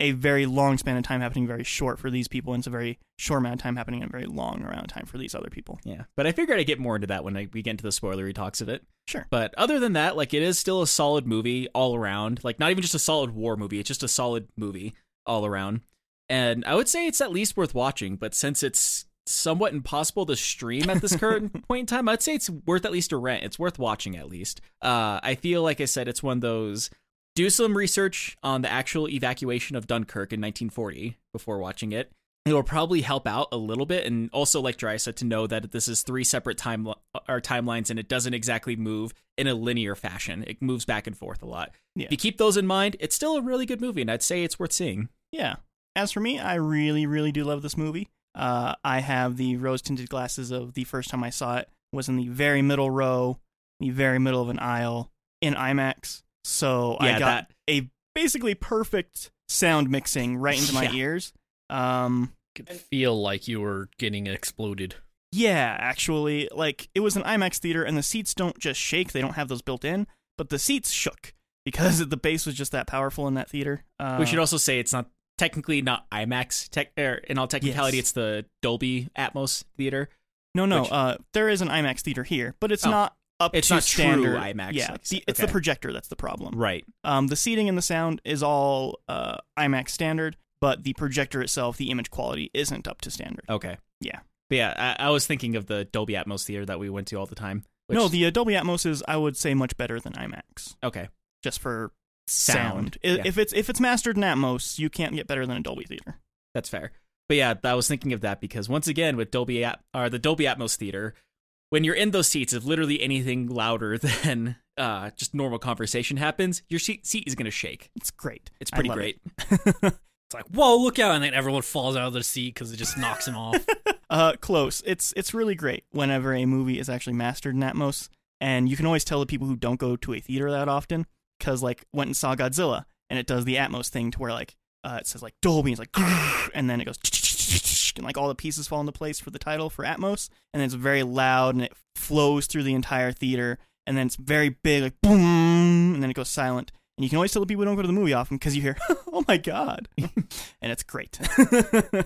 [SPEAKER 1] a very long span of time happening very short for these people, and it's a very short amount of time happening and a very long amount of time for these other people.
[SPEAKER 2] yeah, but I figured I'd get more into that when I, we get into the spoilery talks of it.
[SPEAKER 1] Sure.
[SPEAKER 2] But other than that, like it is still a solid movie all around. Like not even just a solid war movie; it's just a solid movie all around. And I would say it's at least worth watching. But since it's somewhat impossible to stream at this current point in time, I'd say it's worth at least a rent. It's worth watching at least. Uh, I feel like I said it's one of those do some research on the actual evacuation of Dunkirk in 1940 before watching it. It'll probably help out a little bit, and also, like Dry said, to know that this is three separate time or timelines, and it doesn't exactly move in a linear fashion. It moves back and forth a lot.
[SPEAKER 1] Yeah.
[SPEAKER 2] If you keep those in mind, it's still a really good movie, and I'd say it's worth seeing.
[SPEAKER 1] Yeah. As for me, I really, really do love this movie. Uh, I have the rose tinted glasses of the first time I saw it was in the very middle row, the very middle of an aisle in IMAX. So I
[SPEAKER 2] Yeah,
[SPEAKER 1] got
[SPEAKER 2] that-
[SPEAKER 1] a basically perfect sound mixing right into my
[SPEAKER 2] Yeah.
[SPEAKER 1] ears. Um,
[SPEAKER 4] could feel like you were getting exploded.
[SPEAKER 1] yeah, actually, like it was an IMAX theater, and the seats don't just shake; they don't have those built in, but the seats shook because the bass was just that powerful in that theater. Uh,
[SPEAKER 2] we should also say it's not technically not IMAX. Tech, er, in all technicality,
[SPEAKER 1] Yes.
[SPEAKER 2] it's the Dolby Atmos theater.
[SPEAKER 1] no, no,
[SPEAKER 2] which-
[SPEAKER 1] uh, there is an IMAX theater here, but it's
[SPEAKER 2] Oh.
[SPEAKER 1] not up
[SPEAKER 2] It's
[SPEAKER 1] to
[SPEAKER 2] not true
[SPEAKER 1] standard
[SPEAKER 2] IMAX,
[SPEAKER 1] Yeah,
[SPEAKER 2] like
[SPEAKER 1] the-
[SPEAKER 2] you said.
[SPEAKER 1] it's the
[SPEAKER 2] Okay.
[SPEAKER 1] projector that's the problem.
[SPEAKER 2] Right.
[SPEAKER 1] Um, the seating and the sound is all uh, IMAX standard, but the projector itself, the image quality, isn't up to standard.
[SPEAKER 2] Okay.
[SPEAKER 1] Yeah.
[SPEAKER 2] But yeah, I, I was thinking of the Dolby Atmos theater that we went to all the time. Which,
[SPEAKER 1] no, the Adobe Atmos is, I would say, much better than IMAX,
[SPEAKER 2] okay.
[SPEAKER 1] just for
[SPEAKER 2] Sound.
[SPEAKER 1] sound. I-
[SPEAKER 2] Yeah.
[SPEAKER 1] If it's if it's mastered in Atmos, you can't get better than Adobe Theater.
[SPEAKER 2] That's fair. But yeah, I was thinking of that because once again with Dolby At- or the Dolby Atmos theater, when you're in those seats, if literally anything louder than uh, just normal conversation happens, your seat, seat is going to shake.
[SPEAKER 1] It's great.
[SPEAKER 2] It's
[SPEAKER 1] I
[SPEAKER 2] pretty
[SPEAKER 1] love
[SPEAKER 2] great.
[SPEAKER 4] It's like, whoa, look out! And then everyone falls out of their seat because it just knocks them off.
[SPEAKER 1] Uh, close. It's it's really great whenever a movie is actually mastered in Atmos, and you can always tell the people who don't go to a theater that often because like went and saw Godzilla, and it does the Atmos thing to where like uh, it says like Dolby, and it's like, "Grrr," and then it goes, and like all the pieces fall into place for the title for Atmos, and it's very loud and it flows through the entire theater, and then it's very big like boom, and then it goes silent. And you can always tell the people who don't go to the movie often because you hear, "Oh my god," and it's great.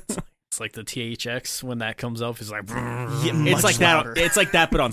[SPEAKER 4] It's like the THX when that comes up. It's like,
[SPEAKER 1] Much
[SPEAKER 2] it's like
[SPEAKER 1] louder.
[SPEAKER 2] that. It's like that, but on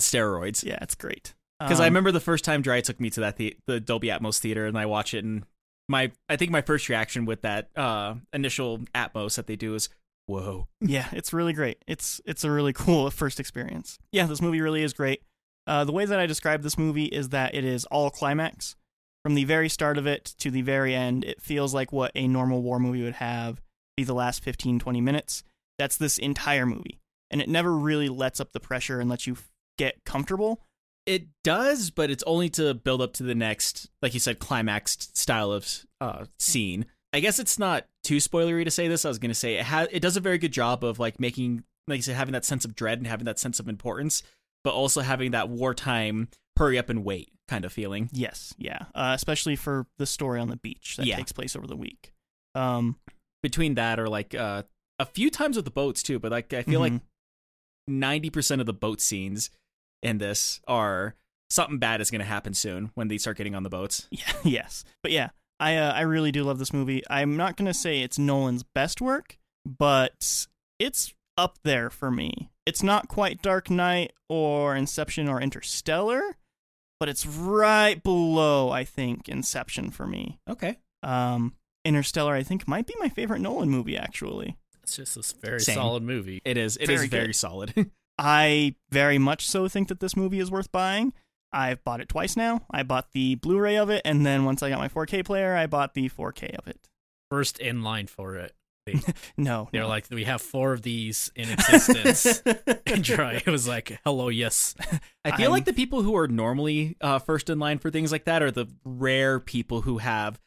[SPEAKER 2] steroids.
[SPEAKER 1] yeah, it's great.
[SPEAKER 2] Because I
[SPEAKER 1] Um,
[SPEAKER 2] remember the first time Dry took me to that the, the Dolby Atmos theater, and I watch it, and my I think my first reaction with that uh, initial Atmos that they do is, "Whoa!"
[SPEAKER 1] yeah, it's really great. It's it's a really cool first experience. Yeah, this movie really is great. Uh, the way that I describe this movie is that it is all climax from the very start of it to the very end. It feels like what a normal war movie would have be the last 15 20 minutes. That's this entire movie. And it never really lets up the pressure and lets you f- get comfortable.
[SPEAKER 2] It does, but it's only to build up to the next, like you said, climaxed style of uh, scene. I guess it's not too spoilery to say this. I was gonna say it ha- it does a very good job of like making, like you said, having that sense of dread and having that sense of importance, but also having that wartime hurry up and wait kind of feeling.
[SPEAKER 1] Yes, yeah. Uh, especially for the story on the beach that
[SPEAKER 2] Yeah.
[SPEAKER 1] takes place over the week. Um,
[SPEAKER 2] between that or like uh, a few times with the boats too. But like I feel like
[SPEAKER 1] mhm.
[SPEAKER 2] ninety percent of the boat scenes in this are something bad is going to happen soon when they start getting on the boats.
[SPEAKER 1] Yeah, yes, but yeah, I uh, I really do love this movie. I'm not gonna say it's Nolan's best work, but it's up there for me. It's not quite Dark Knight or Inception or Interstellar, but it's right below I think Inception for me.
[SPEAKER 2] Okay,
[SPEAKER 1] Um, Interstellar I think might be my favorite Nolan movie actually.
[SPEAKER 4] it's just this very
[SPEAKER 2] Same.
[SPEAKER 4] solid movie.
[SPEAKER 2] it is. It is
[SPEAKER 1] Very good.
[SPEAKER 2] very solid.
[SPEAKER 1] I very much so think that this movie is worth buying. I've bought it twice now. I bought the Blu-ray of it, and then once I got my 4K player, I bought the 4K of it.
[SPEAKER 4] First in line for it.
[SPEAKER 1] No,
[SPEAKER 4] They're
[SPEAKER 1] no.
[SPEAKER 4] like, we have four of these in existence. and Dry was like, hello, yes.
[SPEAKER 2] I feel
[SPEAKER 1] I'm-
[SPEAKER 2] like the people who are normally uh, first in line for things like that are the rare people who have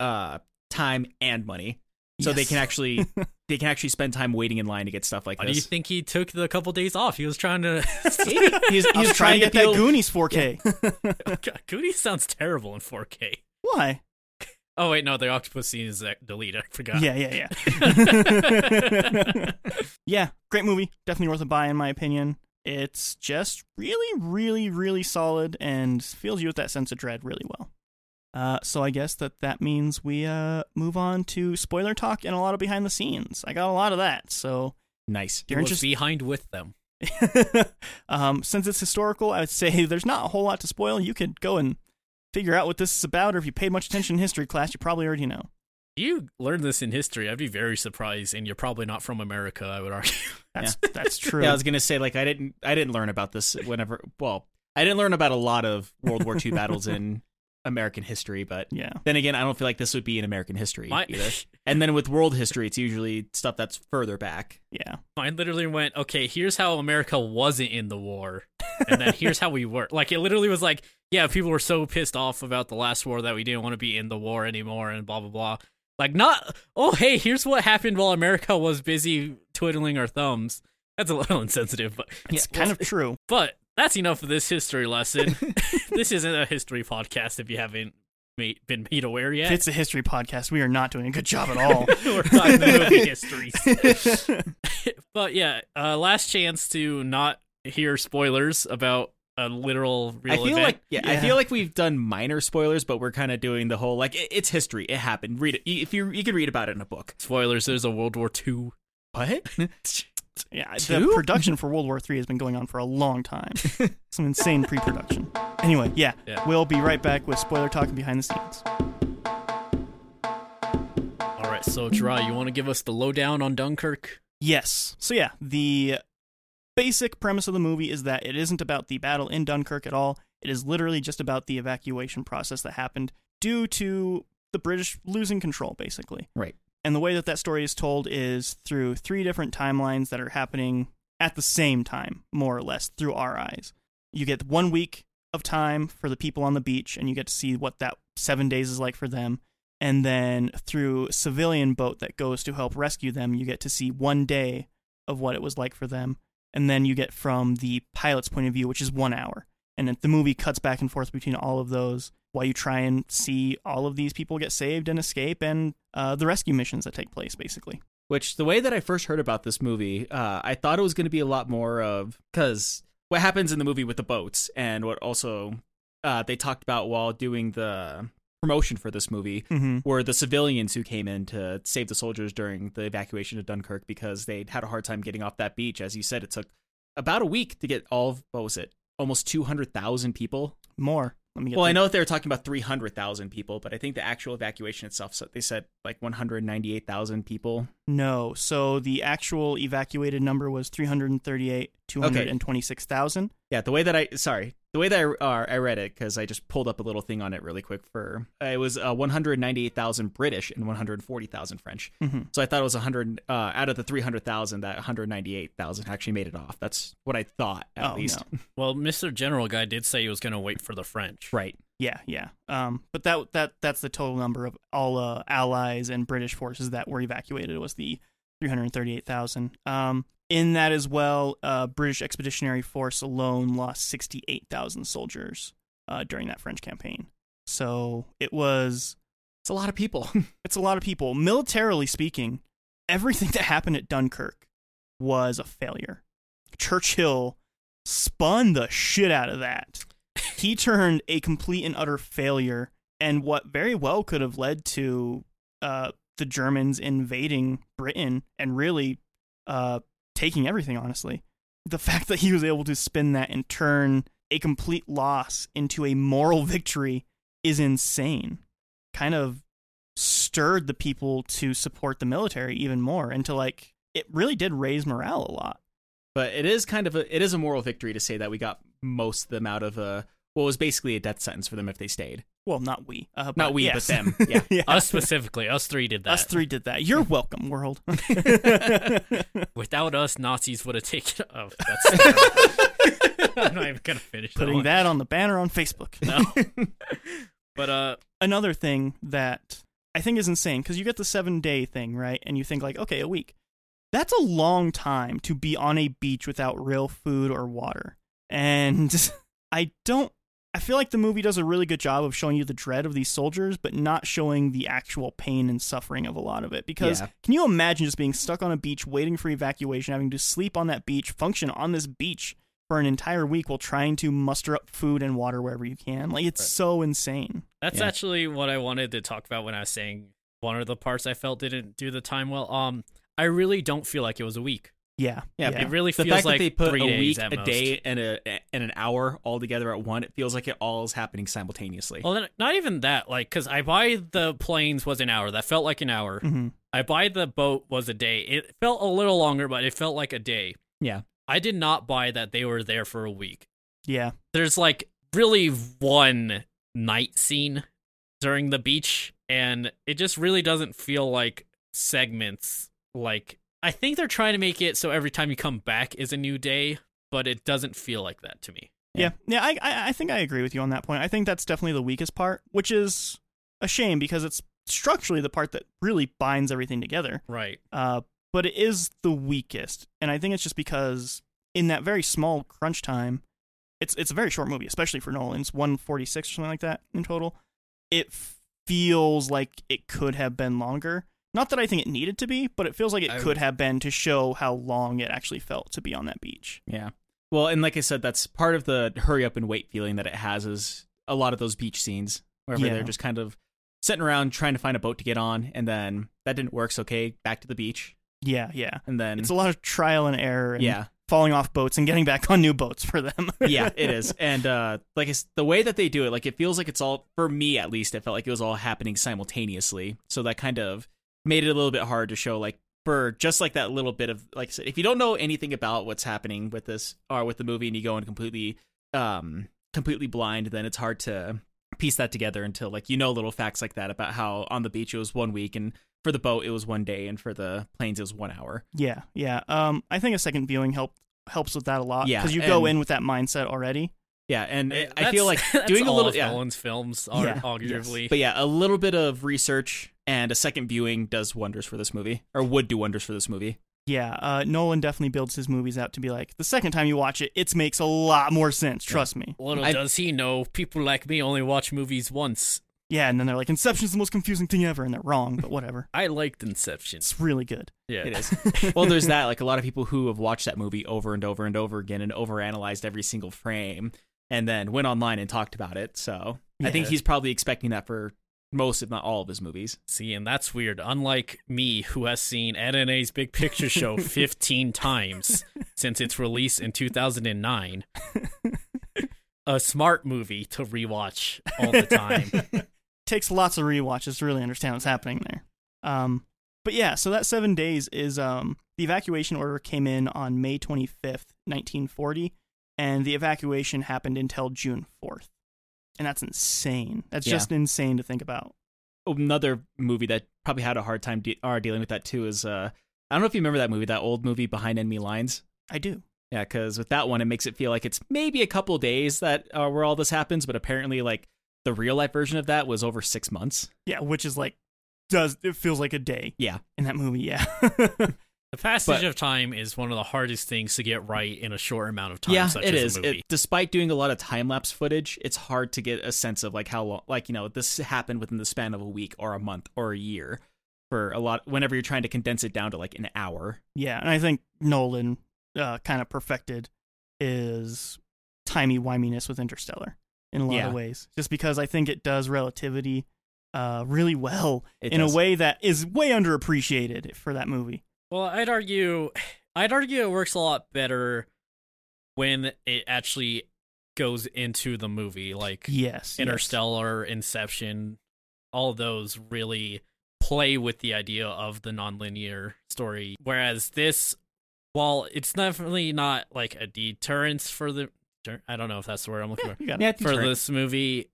[SPEAKER 2] uh, time and money, so they
[SPEAKER 1] Yes.
[SPEAKER 2] can actually they can actually spend time waiting in line to get stuff like
[SPEAKER 4] Why do you
[SPEAKER 2] this.
[SPEAKER 4] think he took the couple days off? He was trying to.
[SPEAKER 2] he's
[SPEAKER 1] I was
[SPEAKER 2] he's
[SPEAKER 1] trying to get that
[SPEAKER 2] appeal-
[SPEAKER 1] Goonies 4K.
[SPEAKER 4] God, Goonies sounds terrible in 4K.
[SPEAKER 1] Why?
[SPEAKER 4] Oh wait, no, the octopus scene is uh, deleted. I forgot.
[SPEAKER 1] Yeah, yeah, yeah. yeah, great movie. Definitely worth a buy, in my opinion. It's just really, really, really solid and fills you with that sense of dread really well. Uh, so I guess that that means we uh, move on to spoiler talk and a lot of behind the scenes. I got a lot of that, so
[SPEAKER 2] Nice.
[SPEAKER 1] you're
[SPEAKER 4] You're
[SPEAKER 1] interested.
[SPEAKER 4] behind with them.
[SPEAKER 1] um, since it's historical, I would say there's not a whole lot to spoil. You could go and figure out what this is about, or if you paid much attention in history class, you probably already know.
[SPEAKER 4] You learned this in history. I'd be very surprised, and you're probably not from America. I would argue.
[SPEAKER 1] That's that's true.
[SPEAKER 2] Yeah, I was gonna say like I didn't I didn't learn about this whenever. Well, I didn't learn about a lot of World War II battles in American history, but
[SPEAKER 1] yeah.
[SPEAKER 2] then again, I don't feel like this would be in American history
[SPEAKER 4] My-
[SPEAKER 2] either. And then with world history, it's usually stuff that's further back.
[SPEAKER 1] Yeah.
[SPEAKER 4] Mine literally went, okay, here's how America wasn't in the war, and then here's how we were. Like, it literally was like, yeah, people were so pissed off about the last war that we didn't want to be in the war anymore, and blah, blah, blah. Like not oh hey, here's what happened while America was busy twiddling our thumbs. That's a little insensitive, but
[SPEAKER 1] It's kind of true.
[SPEAKER 4] but that's enough of this history lesson. this isn't a history podcast if you haven't made, been made aware
[SPEAKER 1] If
[SPEAKER 4] yet.
[SPEAKER 1] it's a history podcast, we are not doing a good job at all.
[SPEAKER 4] We're talking movie history. but yeah, uh, last chance to not hear spoilers about a literal real
[SPEAKER 2] I feel
[SPEAKER 4] event.
[SPEAKER 2] like yeah, I
[SPEAKER 1] Yeah.
[SPEAKER 2] feel like we've done minor spoilers, but we're kind of doing the whole like it, it's history. It happened. Read it if you you can read about it in a book.
[SPEAKER 4] spoilers. There's a World War II.
[SPEAKER 2] What?
[SPEAKER 1] yeah,
[SPEAKER 2] Two?
[SPEAKER 1] the production for World War III has been going on for a long time. Some insane pre-production. Anyway, yeah,
[SPEAKER 4] Yeah.
[SPEAKER 1] we'll be right back with spoiler talk and behind the scenes.
[SPEAKER 4] All right, so Dry, you want to give us the lowdown on Dunkirk?
[SPEAKER 1] Yes. So yeah, the basic premise of the movie is that it isn't about the battle in Dunkirk at all. It is literally just about the evacuation process that happened due to the British losing control, basically.
[SPEAKER 2] Right.
[SPEAKER 1] And the way that that story is told is through three different timelines that are happening at the same time, more or less, through our eyes. You get one week of time for the people on the beach, and you get to see what that seven days is like for them and then through civilian boat that goes to help rescue them you get to see one day of what it was like for them and then you get from the pilot's point of view which is one hour and it- the movie cuts back and forth between all of those while you try and see all of these people get saved and escape and uh, the rescue missions that take place basically
[SPEAKER 2] Which the way that I first heard about this movie, uh, I thought it was going to be a lot more of because what happens in the movie with the boats and what also uh, they talked about while doing the promotion for this movie
[SPEAKER 1] mm-hmm.
[SPEAKER 2] were the civilians who came in to save the soldiers during the evacuation of Dunkirk because they had a hard time getting off that beach. As you said, it took about a week to get all of, what was it, almost 200,000 people?
[SPEAKER 1] more let me get
[SPEAKER 2] Well,
[SPEAKER 1] the-
[SPEAKER 2] I know that they were talking about 300,000 people, but I think the actual evacuation itself, so they said like 198,000 people.
[SPEAKER 1] no so the actual evacuated number was 338 226,000
[SPEAKER 2] Yeah, the way that I, sorry, the way that I, uh, I read it, because I just pulled up a little thing on it really quick for, it was uh, 198,000 British and 140,000 French.
[SPEAKER 1] Mhm.
[SPEAKER 2] So I thought it was 100 uh, out of the 300,000 that 198,000 actually made it off. That's what I thought at
[SPEAKER 1] Oh,
[SPEAKER 2] least.
[SPEAKER 1] no.
[SPEAKER 4] Well, Mr. General guy did say he was going to wait for the French.
[SPEAKER 2] Right.
[SPEAKER 1] Yeah, yeah. Um, but that that that's the total number of all uh, allies and British forces that were evacuated was the 338,000. Um, in that as well, uh, British Expeditionary Force alone lost 68,000 soldiers uh, during that French campaign. So it was
[SPEAKER 2] It's a lot of people.
[SPEAKER 1] it's a lot of people. Militarily speaking, everything that happened at Dunkirk was a failure. Churchill spun the shit out of that. He turned a complete and utter failure, and what very well could have led to uh, the Germans invading Britain and really uh, taking everything, honestly. The fact that he was able to spin that and turn a complete loss into a moral victory is insane. Kind of stirred the people to support the military even more and to like it really did raise morale a lot
[SPEAKER 2] but it is kind of a, it is a moral victory to say that we got most of them out of a, what was basically a death sentence for them if they stayed.
[SPEAKER 1] well not we uh, but
[SPEAKER 2] Not we,
[SPEAKER 1] yes.
[SPEAKER 2] but them. Yeah.
[SPEAKER 1] yeah.
[SPEAKER 4] Us specifically, us three did that.
[SPEAKER 1] us three did that you're welcome world
[SPEAKER 4] Without us, Nazis would have taken. Oh, that's. I'm not even gonna finish
[SPEAKER 1] putting
[SPEAKER 4] one.
[SPEAKER 1] that on the banner on facebook
[SPEAKER 4] No. but uh,
[SPEAKER 1] another thing that I think is insane because you get the seven day thing, right? And you think, like, okay, a week. That's a long time to be on a beach without real food or water. And I don't, I feel like the movie does a really good job of showing you the dread of these soldiers, but not showing the actual pain and suffering of a lot of it. Because
[SPEAKER 2] Yeah.
[SPEAKER 1] can you imagine just being stuck on a beach waiting for evacuation, having to sleep on that beach, function on this beach for an entire week while trying to muster up food and water wherever you can? Like, it's
[SPEAKER 2] Right.
[SPEAKER 1] so insane.
[SPEAKER 4] that's
[SPEAKER 2] Yeah.
[SPEAKER 4] actually what I wanted to talk about when I was saying one of the parts I felt didn't do the time well. Um, I really don't feel like it was a week.
[SPEAKER 1] Yeah.
[SPEAKER 2] Yeah,
[SPEAKER 4] It really
[SPEAKER 2] the
[SPEAKER 4] feels
[SPEAKER 2] fact
[SPEAKER 4] like
[SPEAKER 2] that they put
[SPEAKER 4] three
[SPEAKER 2] a
[SPEAKER 4] days
[SPEAKER 2] week,
[SPEAKER 4] at
[SPEAKER 2] a
[SPEAKER 4] most.
[SPEAKER 2] day, and a and an hour all together at one, it feels like it all is happening simultaneously.
[SPEAKER 4] Well, then, not even that. Like, because I buy the planes was an hour. That felt like an hour.
[SPEAKER 1] hmm
[SPEAKER 4] I buy the boat was a day. It felt a little longer, but it felt like a day.
[SPEAKER 2] Yeah.
[SPEAKER 4] I did not buy that they were there for a week.
[SPEAKER 1] Yeah.
[SPEAKER 4] There's like really one night scene during the beach, and it just really doesn't feel like segments. Like, I think they're trying to make it so every time you come back is a new day, but it doesn't feel like that to me.
[SPEAKER 1] Yeah. Yeah. I, I, I think I agree with you on that point. I think that's definitely the weakest part, which is a shame because it's structurally the part that really binds everything together.
[SPEAKER 4] Right.
[SPEAKER 1] Uh, but it is the weakest, and I think it's just because in that very small crunch time, it's it's a very short movie, especially for Nolan. It's one forty six or something like that in total. It feels like it could have been longer. Not that I think it needed to be, but it feels like it
[SPEAKER 2] I-
[SPEAKER 1] could have been to show how long it actually felt to be on that beach.
[SPEAKER 2] Yeah. Well, and like I said, that's part of the hurry up and wait feeling that it has is a lot of those beach scenes wherever
[SPEAKER 1] Yeah.
[SPEAKER 2] they're just kind of sitting around trying to find a boat to get on, and then that didn't work, so okay, back to the beach,
[SPEAKER 1] Yeah, yeah.
[SPEAKER 2] and then
[SPEAKER 1] It's a lot of trial and error and
[SPEAKER 2] Mm. yeah,
[SPEAKER 1] falling off boats and getting back on new boats for them.
[SPEAKER 2] yeah, it is, and uh, like it's the way that they do it, like it feels like it's all for me at least, it felt like it was all happening simultaneously, so that kind of made it a little bit hard to show like for just like that little bit of like I said, if you don't know anything about what's happening with this or with the movie and you go in completely um completely blind, then it's hard to piece that together until like you know little facts like that about how on the beach it was one week and for the boat it was one day and for the planes it was one hour.
[SPEAKER 1] yeah, yeah. Um, I think a second viewing helped helps with that a lot
[SPEAKER 2] Yeah,
[SPEAKER 1] because you go
[SPEAKER 2] and-
[SPEAKER 1] in with that mindset already.
[SPEAKER 2] Yeah, and it, I
[SPEAKER 4] Uh, That's-
[SPEAKER 2] feel like
[SPEAKER 4] that's
[SPEAKER 2] doing a
[SPEAKER 4] all
[SPEAKER 2] little
[SPEAKER 4] of
[SPEAKER 2] yeah.
[SPEAKER 4] Nolan's films are
[SPEAKER 1] Yeah.
[SPEAKER 4] arguably.
[SPEAKER 2] But yeah, a little bit of research and a second viewing does wonders for this movie, or would do wonders for this movie.
[SPEAKER 1] Yeah, uh, Nolan definitely builds his movies out to be like the second time you watch it, it makes a lot more sense. Trust me.
[SPEAKER 4] Little
[SPEAKER 2] I-
[SPEAKER 4] does he know, people like me only watch movies once.
[SPEAKER 1] Yeah, and then they're like, Inception's the most confusing thing ever, and they're wrong, but whatever.
[SPEAKER 4] I liked Inception.
[SPEAKER 1] it's really good.
[SPEAKER 4] Yeah.
[SPEAKER 2] It is. well, there's that. Like a lot of people who have watched that movie over and over and over again and overanalyzed every single frame, and then went online and talked about it. So I think
[SPEAKER 1] Yeah.
[SPEAKER 2] he's probably expecting that for most, if not all, of his movies.
[SPEAKER 4] See, and that's weird. Unlike me, who has seen NNA's Big Picture Show 15 times since its release in 2009, a smart movie to rewatch all the time.
[SPEAKER 1] takes lots of rewatches to really understand what's happening there. Um, but yeah, so that seven days is um, the evacuation order came in on May 25th, 1940, and the evacuation happened until June 4th. And that's insane. That's
[SPEAKER 2] Yeah.
[SPEAKER 1] just insane to think about.
[SPEAKER 2] Another movie that probably had a hard time de- are dealing with that too is uh, I don't know if you remember that movie, that old movie Behind Enemy Lines.
[SPEAKER 1] I do.
[SPEAKER 2] Yeah, because with that one, it makes it feel like it's maybe a couple days that uh, where all this happens, but apparently, like the real life version of that was over six months.
[SPEAKER 1] Yeah, which is like does it feels like a day
[SPEAKER 2] Yeah,
[SPEAKER 1] in that movie? Yeah,
[SPEAKER 4] The passage
[SPEAKER 2] But-
[SPEAKER 4] of time is one of the hardest things to get right in a short amount of time,
[SPEAKER 2] yeah,
[SPEAKER 4] such
[SPEAKER 2] it
[SPEAKER 4] as
[SPEAKER 2] is.
[SPEAKER 4] a
[SPEAKER 2] It-
[SPEAKER 4] movie.
[SPEAKER 2] despite doing a lot of time lapse footage, it's hard to get a sense of like how long, like you know, this happened within the span of a week or a month or a year. For a lot, whenever you're trying to condense it down to like an hour.
[SPEAKER 1] yeah. And I think Nolan uh, kind of perfected his timey wiminess with Interstellar in a lot
[SPEAKER 2] Yeah.
[SPEAKER 1] of ways, just because I think it does relativity uh, really well
[SPEAKER 2] It
[SPEAKER 1] in
[SPEAKER 2] does-
[SPEAKER 1] a way that is way underappreciated for that movie.
[SPEAKER 4] Well, I'd argue, I'd argue it works a lot better when it actually goes into the movie, like
[SPEAKER 1] Yes, yes.
[SPEAKER 4] Interstellar, Inception, all those really play with the idea of the nonlinear story. Whereas this, while it's definitely not like a deterrence for the, I don't know if that's the word I'm looking for
[SPEAKER 1] You got it.
[SPEAKER 2] Yeah,
[SPEAKER 4] for
[SPEAKER 2] for
[SPEAKER 4] this movie.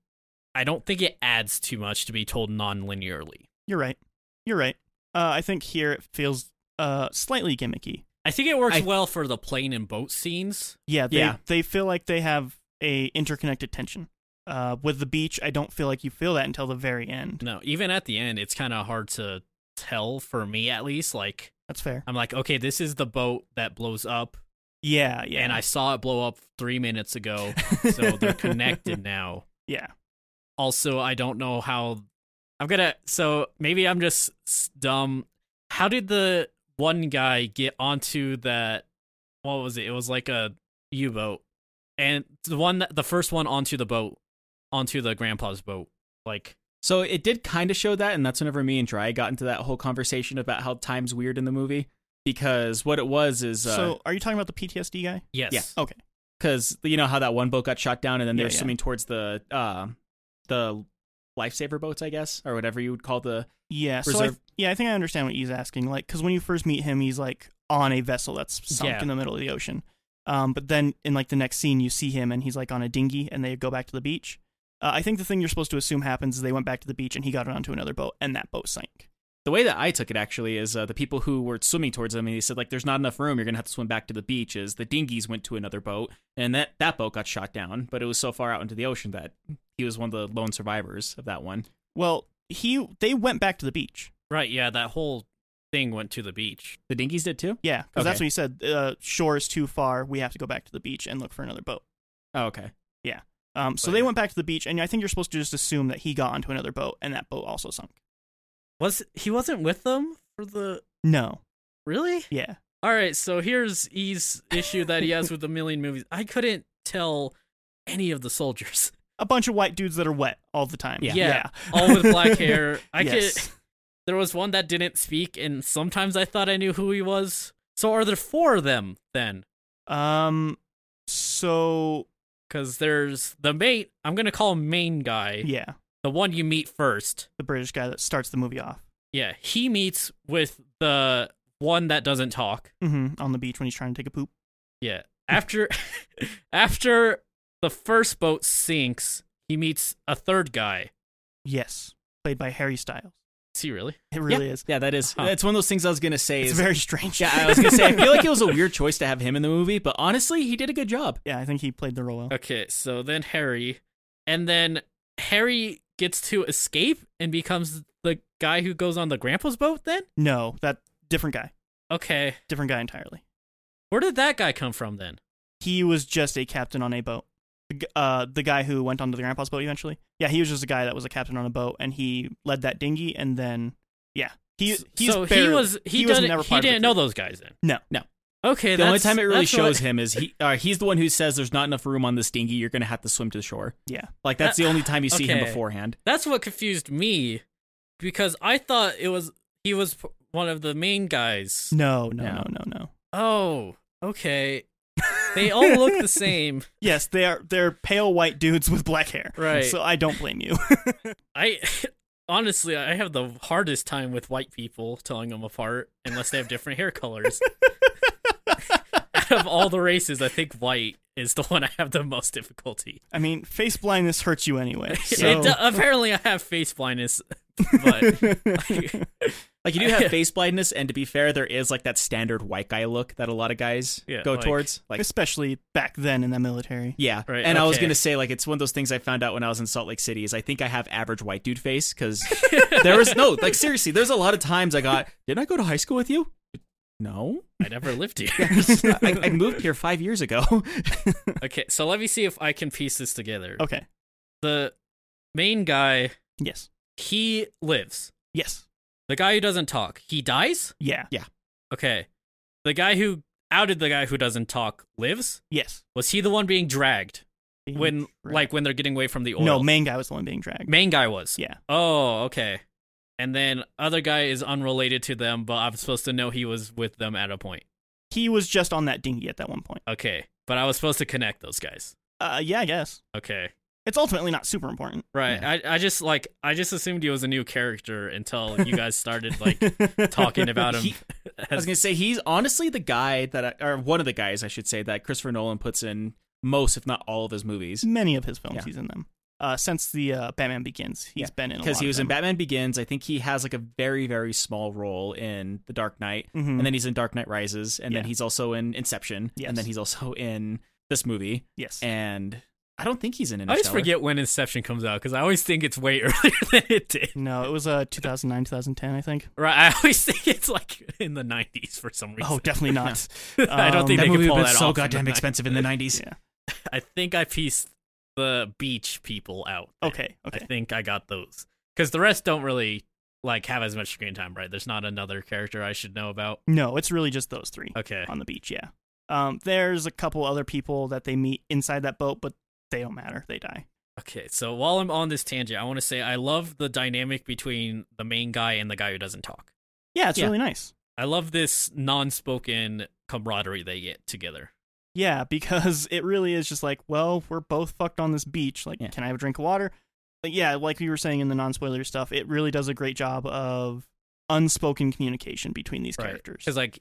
[SPEAKER 4] I don't think it adds too much to be told non-linearly.
[SPEAKER 1] You're right. You're right. Uh, I think here it feels uh, slightly gimmicky.
[SPEAKER 4] I think it works
[SPEAKER 2] I-
[SPEAKER 4] well for the plane and boat scenes.
[SPEAKER 1] Yeah, they,
[SPEAKER 2] Yeah.
[SPEAKER 1] they feel like they have a interconnected tension. Uh, with the beach, I don't feel like you feel that until the very end.
[SPEAKER 4] No, even at the end, it's kind of hard to tell for me at least. Like,
[SPEAKER 1] That's fair.
[SPEAKER 4] I'm like, okay, this is the boat that blows up,
[SPEAKER 1] Yeah, yeah.
[SPEAKER 4] and I saw it blow up three minutes ago, so they're connected now.
[SPEAKER 1] yeah,
[SPEAKER 4] Also, I don't know how I'm gonna. So maybe I'm just s- dumb. How did the one guy get onto that? What was it? It was like a U-boat, and the one, that, the first one onto the boat, onto the grandpa's boat, like.
[SPEAKER 2] So it did kind of show that, and that's whenever me and Dry got into that whole conversation about how time's weird in the movie. Because what it was is uh,
[SPEAKER 1] So, are you talking about the PTSD guy?
[SPEAKER 4] Yes.
[SPEAKER 2] Yeah.
[SPEAKER 1] Okay.
[SPEAKER 2] because you know how that one boat got shot down and then they
[SPEAKER 1] Yeah,
[SPEAKER 2] were
[SPEAKER 1] yeah.
[SPEAKER 2] swimming towards the uh, the lifesaver boats i guess or whatever you would call the
[SPEAKER 1] Yeah. So, I,
[SPEAKER 2] Reserve-
[SPEAKER 1] yeah, I think I understand what he's asking. Like, because when you first meet him, he's like on a vessel that's sunk
[SPEAKER 4] Yeah.
[SPEAKER 1] in the middle of the ocean. Um, but then in like the next scene, you see him and he's like on a dinghy, and they go back to the beach. Uh, I think the thing you're supposed to assume happens is they went back to the beach and he got onto another boat, and that boat sank.
[SPEAKER 2] the way that i took it actually is uh, the people who were swimming towards them and they said like there's not enough room you're gonna have to swim back to the beach is the dinghies went to another boat and that that boat got shot down but it was so far out into the ocean that he was one of the lone survivors of that one
[SPEAKER 1] Well, he they went back to the beach.
[SPEAKER 5] Right, yeah, that whole thing went to the beach.
[SPEAKER 2] The dinkies did too.
[SPEAKER 1] Yeah, because that's
[SPEAKER 2] Okay.
[SPEAKER 1] what he said. Uh, shore is too far. We have to go back to the beach and look for another boat.
[SPEAKER 2] Oh, okay.
[SPEAKER 1] Um, so
[SPEAKER 5] But
[SPEAKER 1] they
[SPEAKER 5] yeah.
[SPEAKER 1] went back to the beach, and I think you're supposed to just assume that he got onto another boat and that boat also sunk.
[SPEAKER 5] Was he wasn't with them for the
[SPEAKER 1] No,
[SPEAKER 5] Really?
[SPEAKER 1] yeah,
[SPEAKER 4] All right, so here's E's issue that he has with a million movies. I couldn't tell any of the soldiers,
[SPEAKER 1] a bunch of white dudes that are wet all the time.
[SPEAKER 2] Yeah.
[SPEAKER 4] Yeah. all with black hair. I could.
[SPEAKER 1] yes.
[SPEAKER 4] There was one that didn't speak, and sometimes I thought I knew who he was. So are there four of them then?
[SPEAKER 1] Um. So
[SPEAKER 4] Because there's the mate. I'm gonna call him main guy,
[SPEAKER 1] yeah,
[SPEAKER 4] the one you meet first.
[SPEAKER 1] the British guy that starts the movie off
[SPEAKER 4] Yeah, he meets with the one that doesn't talk.
[SPEAKER 1] hmm on the beach when he's trying to take a poop.
[SPEAKER 4] Yeah. After after the first boat sinks, he meets a third guy.
[SPEAKER 1] Yes, played by Harry Styles.
[SPEAKER 4] Is he really?
[SPEAKER 1] It really is.
[SPEAKER 2] Yeah, that is.
[SPEAKER 4] Huh.
[SPEAKER 2] That's one of those things I was gonna say.
[SPEAKER 1] It's
[SPEAKER 2] is,
[SPEAKER 1] very strange.
[SPEAKER 2] yeah, I was gonna say. I feel like it was a weird choice to have him in the movie, but honestly, he did a good job.
[SPEAKER 1] yeah, I think he played the role well.
[SPEAKER 4] Okay, so then Harry and then Harry gets to escape and becomes the guy who goes on the grandpa's boat then?
[SPEAKER 1] No, that different guy,
[SPEAKER 4] Okay.
[SPEAKER 1] different guy entirely.
[SPEAKER 4] Where did that guy come from then?
[SPEAKER 1] He was just a captain on a boat. The g- Uh, the guy who went onto the grandpa's boat eventually. Yeah, he was just a guy that was a captain on a boat, and he led that dinghy, and then yeah, he he's
[SPEAKER 4] so he
[SPEAKER 1] barely-
[SPEAKER 4] was he,
[SPEAKER 1] he was
[SPEAKER 4] didn't
[SPEAKER 1] never
[SPEAKER 4] he
[SPEAKER 1] part of the
[SPEAKER 4] didn't know those guys then.
[SPEAKER 1] No.
[SPEAKER 2] No. the
[SPEAKER 4] Okay, that's,
[SPEAKER 2] only time it really
[SPEAKER 4] that's what-
[SPEAKER 2] shows him is he uh, he's the one who says there's not enough room on this dinghy. You're gonna have to swim to the shore.
[SPEAKER 1] Yeah.
[SPEAKER 2] like that's the only time you see him
[SPEAKER 4] Okay.
[SPEAKER 2] beforehand.
[SPEAKER 4] That's what confused me because I thought it was he was p- one of the main guys.
[SPEAKER 1] no, no,
[SPEAKER 2] No.
[SPEAKER 1] no, no, no.
[SPEAKER 4] Oh, okay. They all look the same.
[SPEAKER 1] Yes, they are they're pale white dudes with black hair.
[SPEAKER 4] Right.
[SPEAKER 1] So I don't blame you.
[SPEAKER 4] I honestly I have the hardest time with white people telling them apart unless they have different hair colors. Out of all the races, I think white is the one I have the most difficulty.
[SPEAKER 1] I mean, face blindness hurts you anyway. So
[SPEAKER 4] It do- apparently, I have face blindness, but
[SPEAKER 2] Like you do have face blindness, and to be fair, there is like that standard white guy look that a lot of guys
[SPEAKER 4] Yeah,
[SPEAKER 2] go
[SPEAKER 4] like-
[SPEAKER 2] towards. Like
[SPEAKER 1] especially back then in the military.
[SPEAKER 2] yeah,
[SPEAKER 4] Right,
[SPEAKER 2] and I was
[SPEAKER 4] okay.
[SPEAKER 2] gonna say like it's one of those things I found out when I was in Salt Lake City is I think I have average white dude face because there was no like seriously there's a lot of times I got didn't I go to high school with you? No,
[SPEAKER 4] I never lived here.
[SPEAKER 2] I, I moved here five years ago.
[SPEAKER 4] Okay, so let me see if I can piece this together.
[SPEAKER 1] Okay.
[SPEAKER 4] The main guy,
[SPEAKER 1] Yes.
[SPEAKER 4] he lives.
[SPEAKER 1] Yes.
[SPEAKER 4] The guy who doesn't talk, he dies?
[SPEAKER 1] Yeah.
[SPEAKER 4] Okay. The guy who outed the guy who doesn't talk lives?
[SPEAKER 1] Yes.
[SPEAKER 4] Was he the one being dragged
[SPEAKER 1] Being
[SPEAKER 4] when
[SPEAKER 1] dragged.
[SPEAKER 4] like when they're getting away from the oil?
[SPEAKER 1] no, main guy was the one being dragged.
[SPEAKER 4] main guy was.
[SPEAKER 1] Yeah.
[SPEAKER 4] Oh, okay. And then other guy is unrelated to them, but I'm supposed to know he was with them at a point.
[SPEAKER 1] He was just on that dinghy at that one point.
[SPEAKER 4] Okay. But I was supposed to connect those guys.
[SPEAKER 1] Uh, yeah, I guess.
[SPEAKER 4] Okay.
[SPEAKER 1] It's ultimately not super important.
[SPEAKER 4] Right. I, I just like I just assumed he was a new character until you guys started like talking about him.
[SPEAKER 2] He- I was gonna say he's honestly the guy that, I, or one of the guys I should say that Christopher Nolan puts in most, if not all, of his movies.
[SPEAKER 1] Many of his films,
[SPEAKER 2] Yeah.
[SPEAKER 1] he's in them. Uh, since the uh, Batman Begins, he's
[SPEAKER 2] Yeah,
[SPEAKER 1] been in
[SPEAKER 2] because
[SPEAKER 1] because
[SPEAKER 2] he was in Batman Begins. I think he has like a very very small role in The Dark Knight,
[SPEAKER 1] Mhm.
[SPEAKER 2] and then he's in Dark Knight Rises, and then
[SPEAKER 1] Yeah.
[SPEAKER 2] he's also in Inception,
[SPEAKER 1] Yes.
[SPEAKER 2] and then he's also in this movie,
[SPEAKER 1] Yes.
[SPEAKER 2] and I don't think he's in
[SPEAKER 4] I
[SPEAKER 2] Interstellar.
[SPEAKER 4] always forget when Inception comes out because I always think it's way earlier than it did.
[SPEAKER 1] no, it was uh, 2009, 2010, I think.
[SPEAKER 4] Right? I always think it's like in the '90s for some reason.
[SPEAKER 1] Oh, definitely not.
[SPEAKER 4] I don't
[SPEAKER 1] um,
[SPEAKER 4] think
[SPEAKER 2] that
[SPEAKER 4] they
[SPEAKER 2] movie
[SPEAKER 4] could pull
[SPEAKER 2] was
[SPEAKER 4] that
[SPEAKER 2] so
[SPEAKER 4] off. in the
[SPEAKER 2] goddamn
[SPEAKER 4] 90s.
[SPEAKER 2] expensive in the nineties.
[SPEAKER 1] yeah.
[SPEAKER 4] I think I pieced the beach people out. there.
[SPEAKER 1] Okay.
[SPEAKER 4] I
[SPEAKER 1] Okay.
[SPEAKER 4] think I got those because the rest don't really like have as much screen time, right? There's not another character I should know about.
[SPEAKER 1] No, it's really just those three.
[SPEAKER 4] Okay.
[SPEAKER 1] on the beach. Yeah. Um, there's a couple other people that they meet inside that boat, but they don't matter. They die.
[SPEAKER 4] Okay. So while I'm on this tangent, I want to say I love the dynamic between the main guy and the guy who doesn't talk.
[SPEAKER 1] Yeah, it's
[SPEAKER 2] Yeah.
[SPEAKER 1] really nice.
[SPEAKER 4] I love this non-spoken camaraderie they get together.
[SPEAKER 1] Yeah, because it really is just like, well, we're both fucked on this beach. Like,
[SPEAKER 2] Yeah.
[SPEAKER 1] can I have a drink of water? But yeah, like we were saying in the non-spoiler stuff, it really does a great job of unspoken communication between these characters.
[SPEAKER 4] Because like,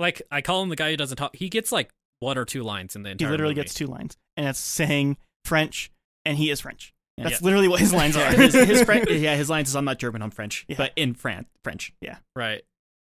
[SPEAKER 4] like I call him the guy who doesn't talk. He gets like one or two lines in the
[SPEAKER 1] He
[SPEAKER 4] entire.
[SPEAKER 1] literally
[SPEAKER 4] movie.
[SPEAKER 1] gets two lines, and it's saying French, and he is French.
[SPEAKER 2] Yeah.
[SPEAKER 1] That's literally what his lines are.
[SPEAKER 2] his, his Fran- yeah, his lines is I'm not German, I'm French,
[SPEAKER 1] Yeah.
[SPEAKER 2] but in Fran- French.
[SPEAKER 4] right.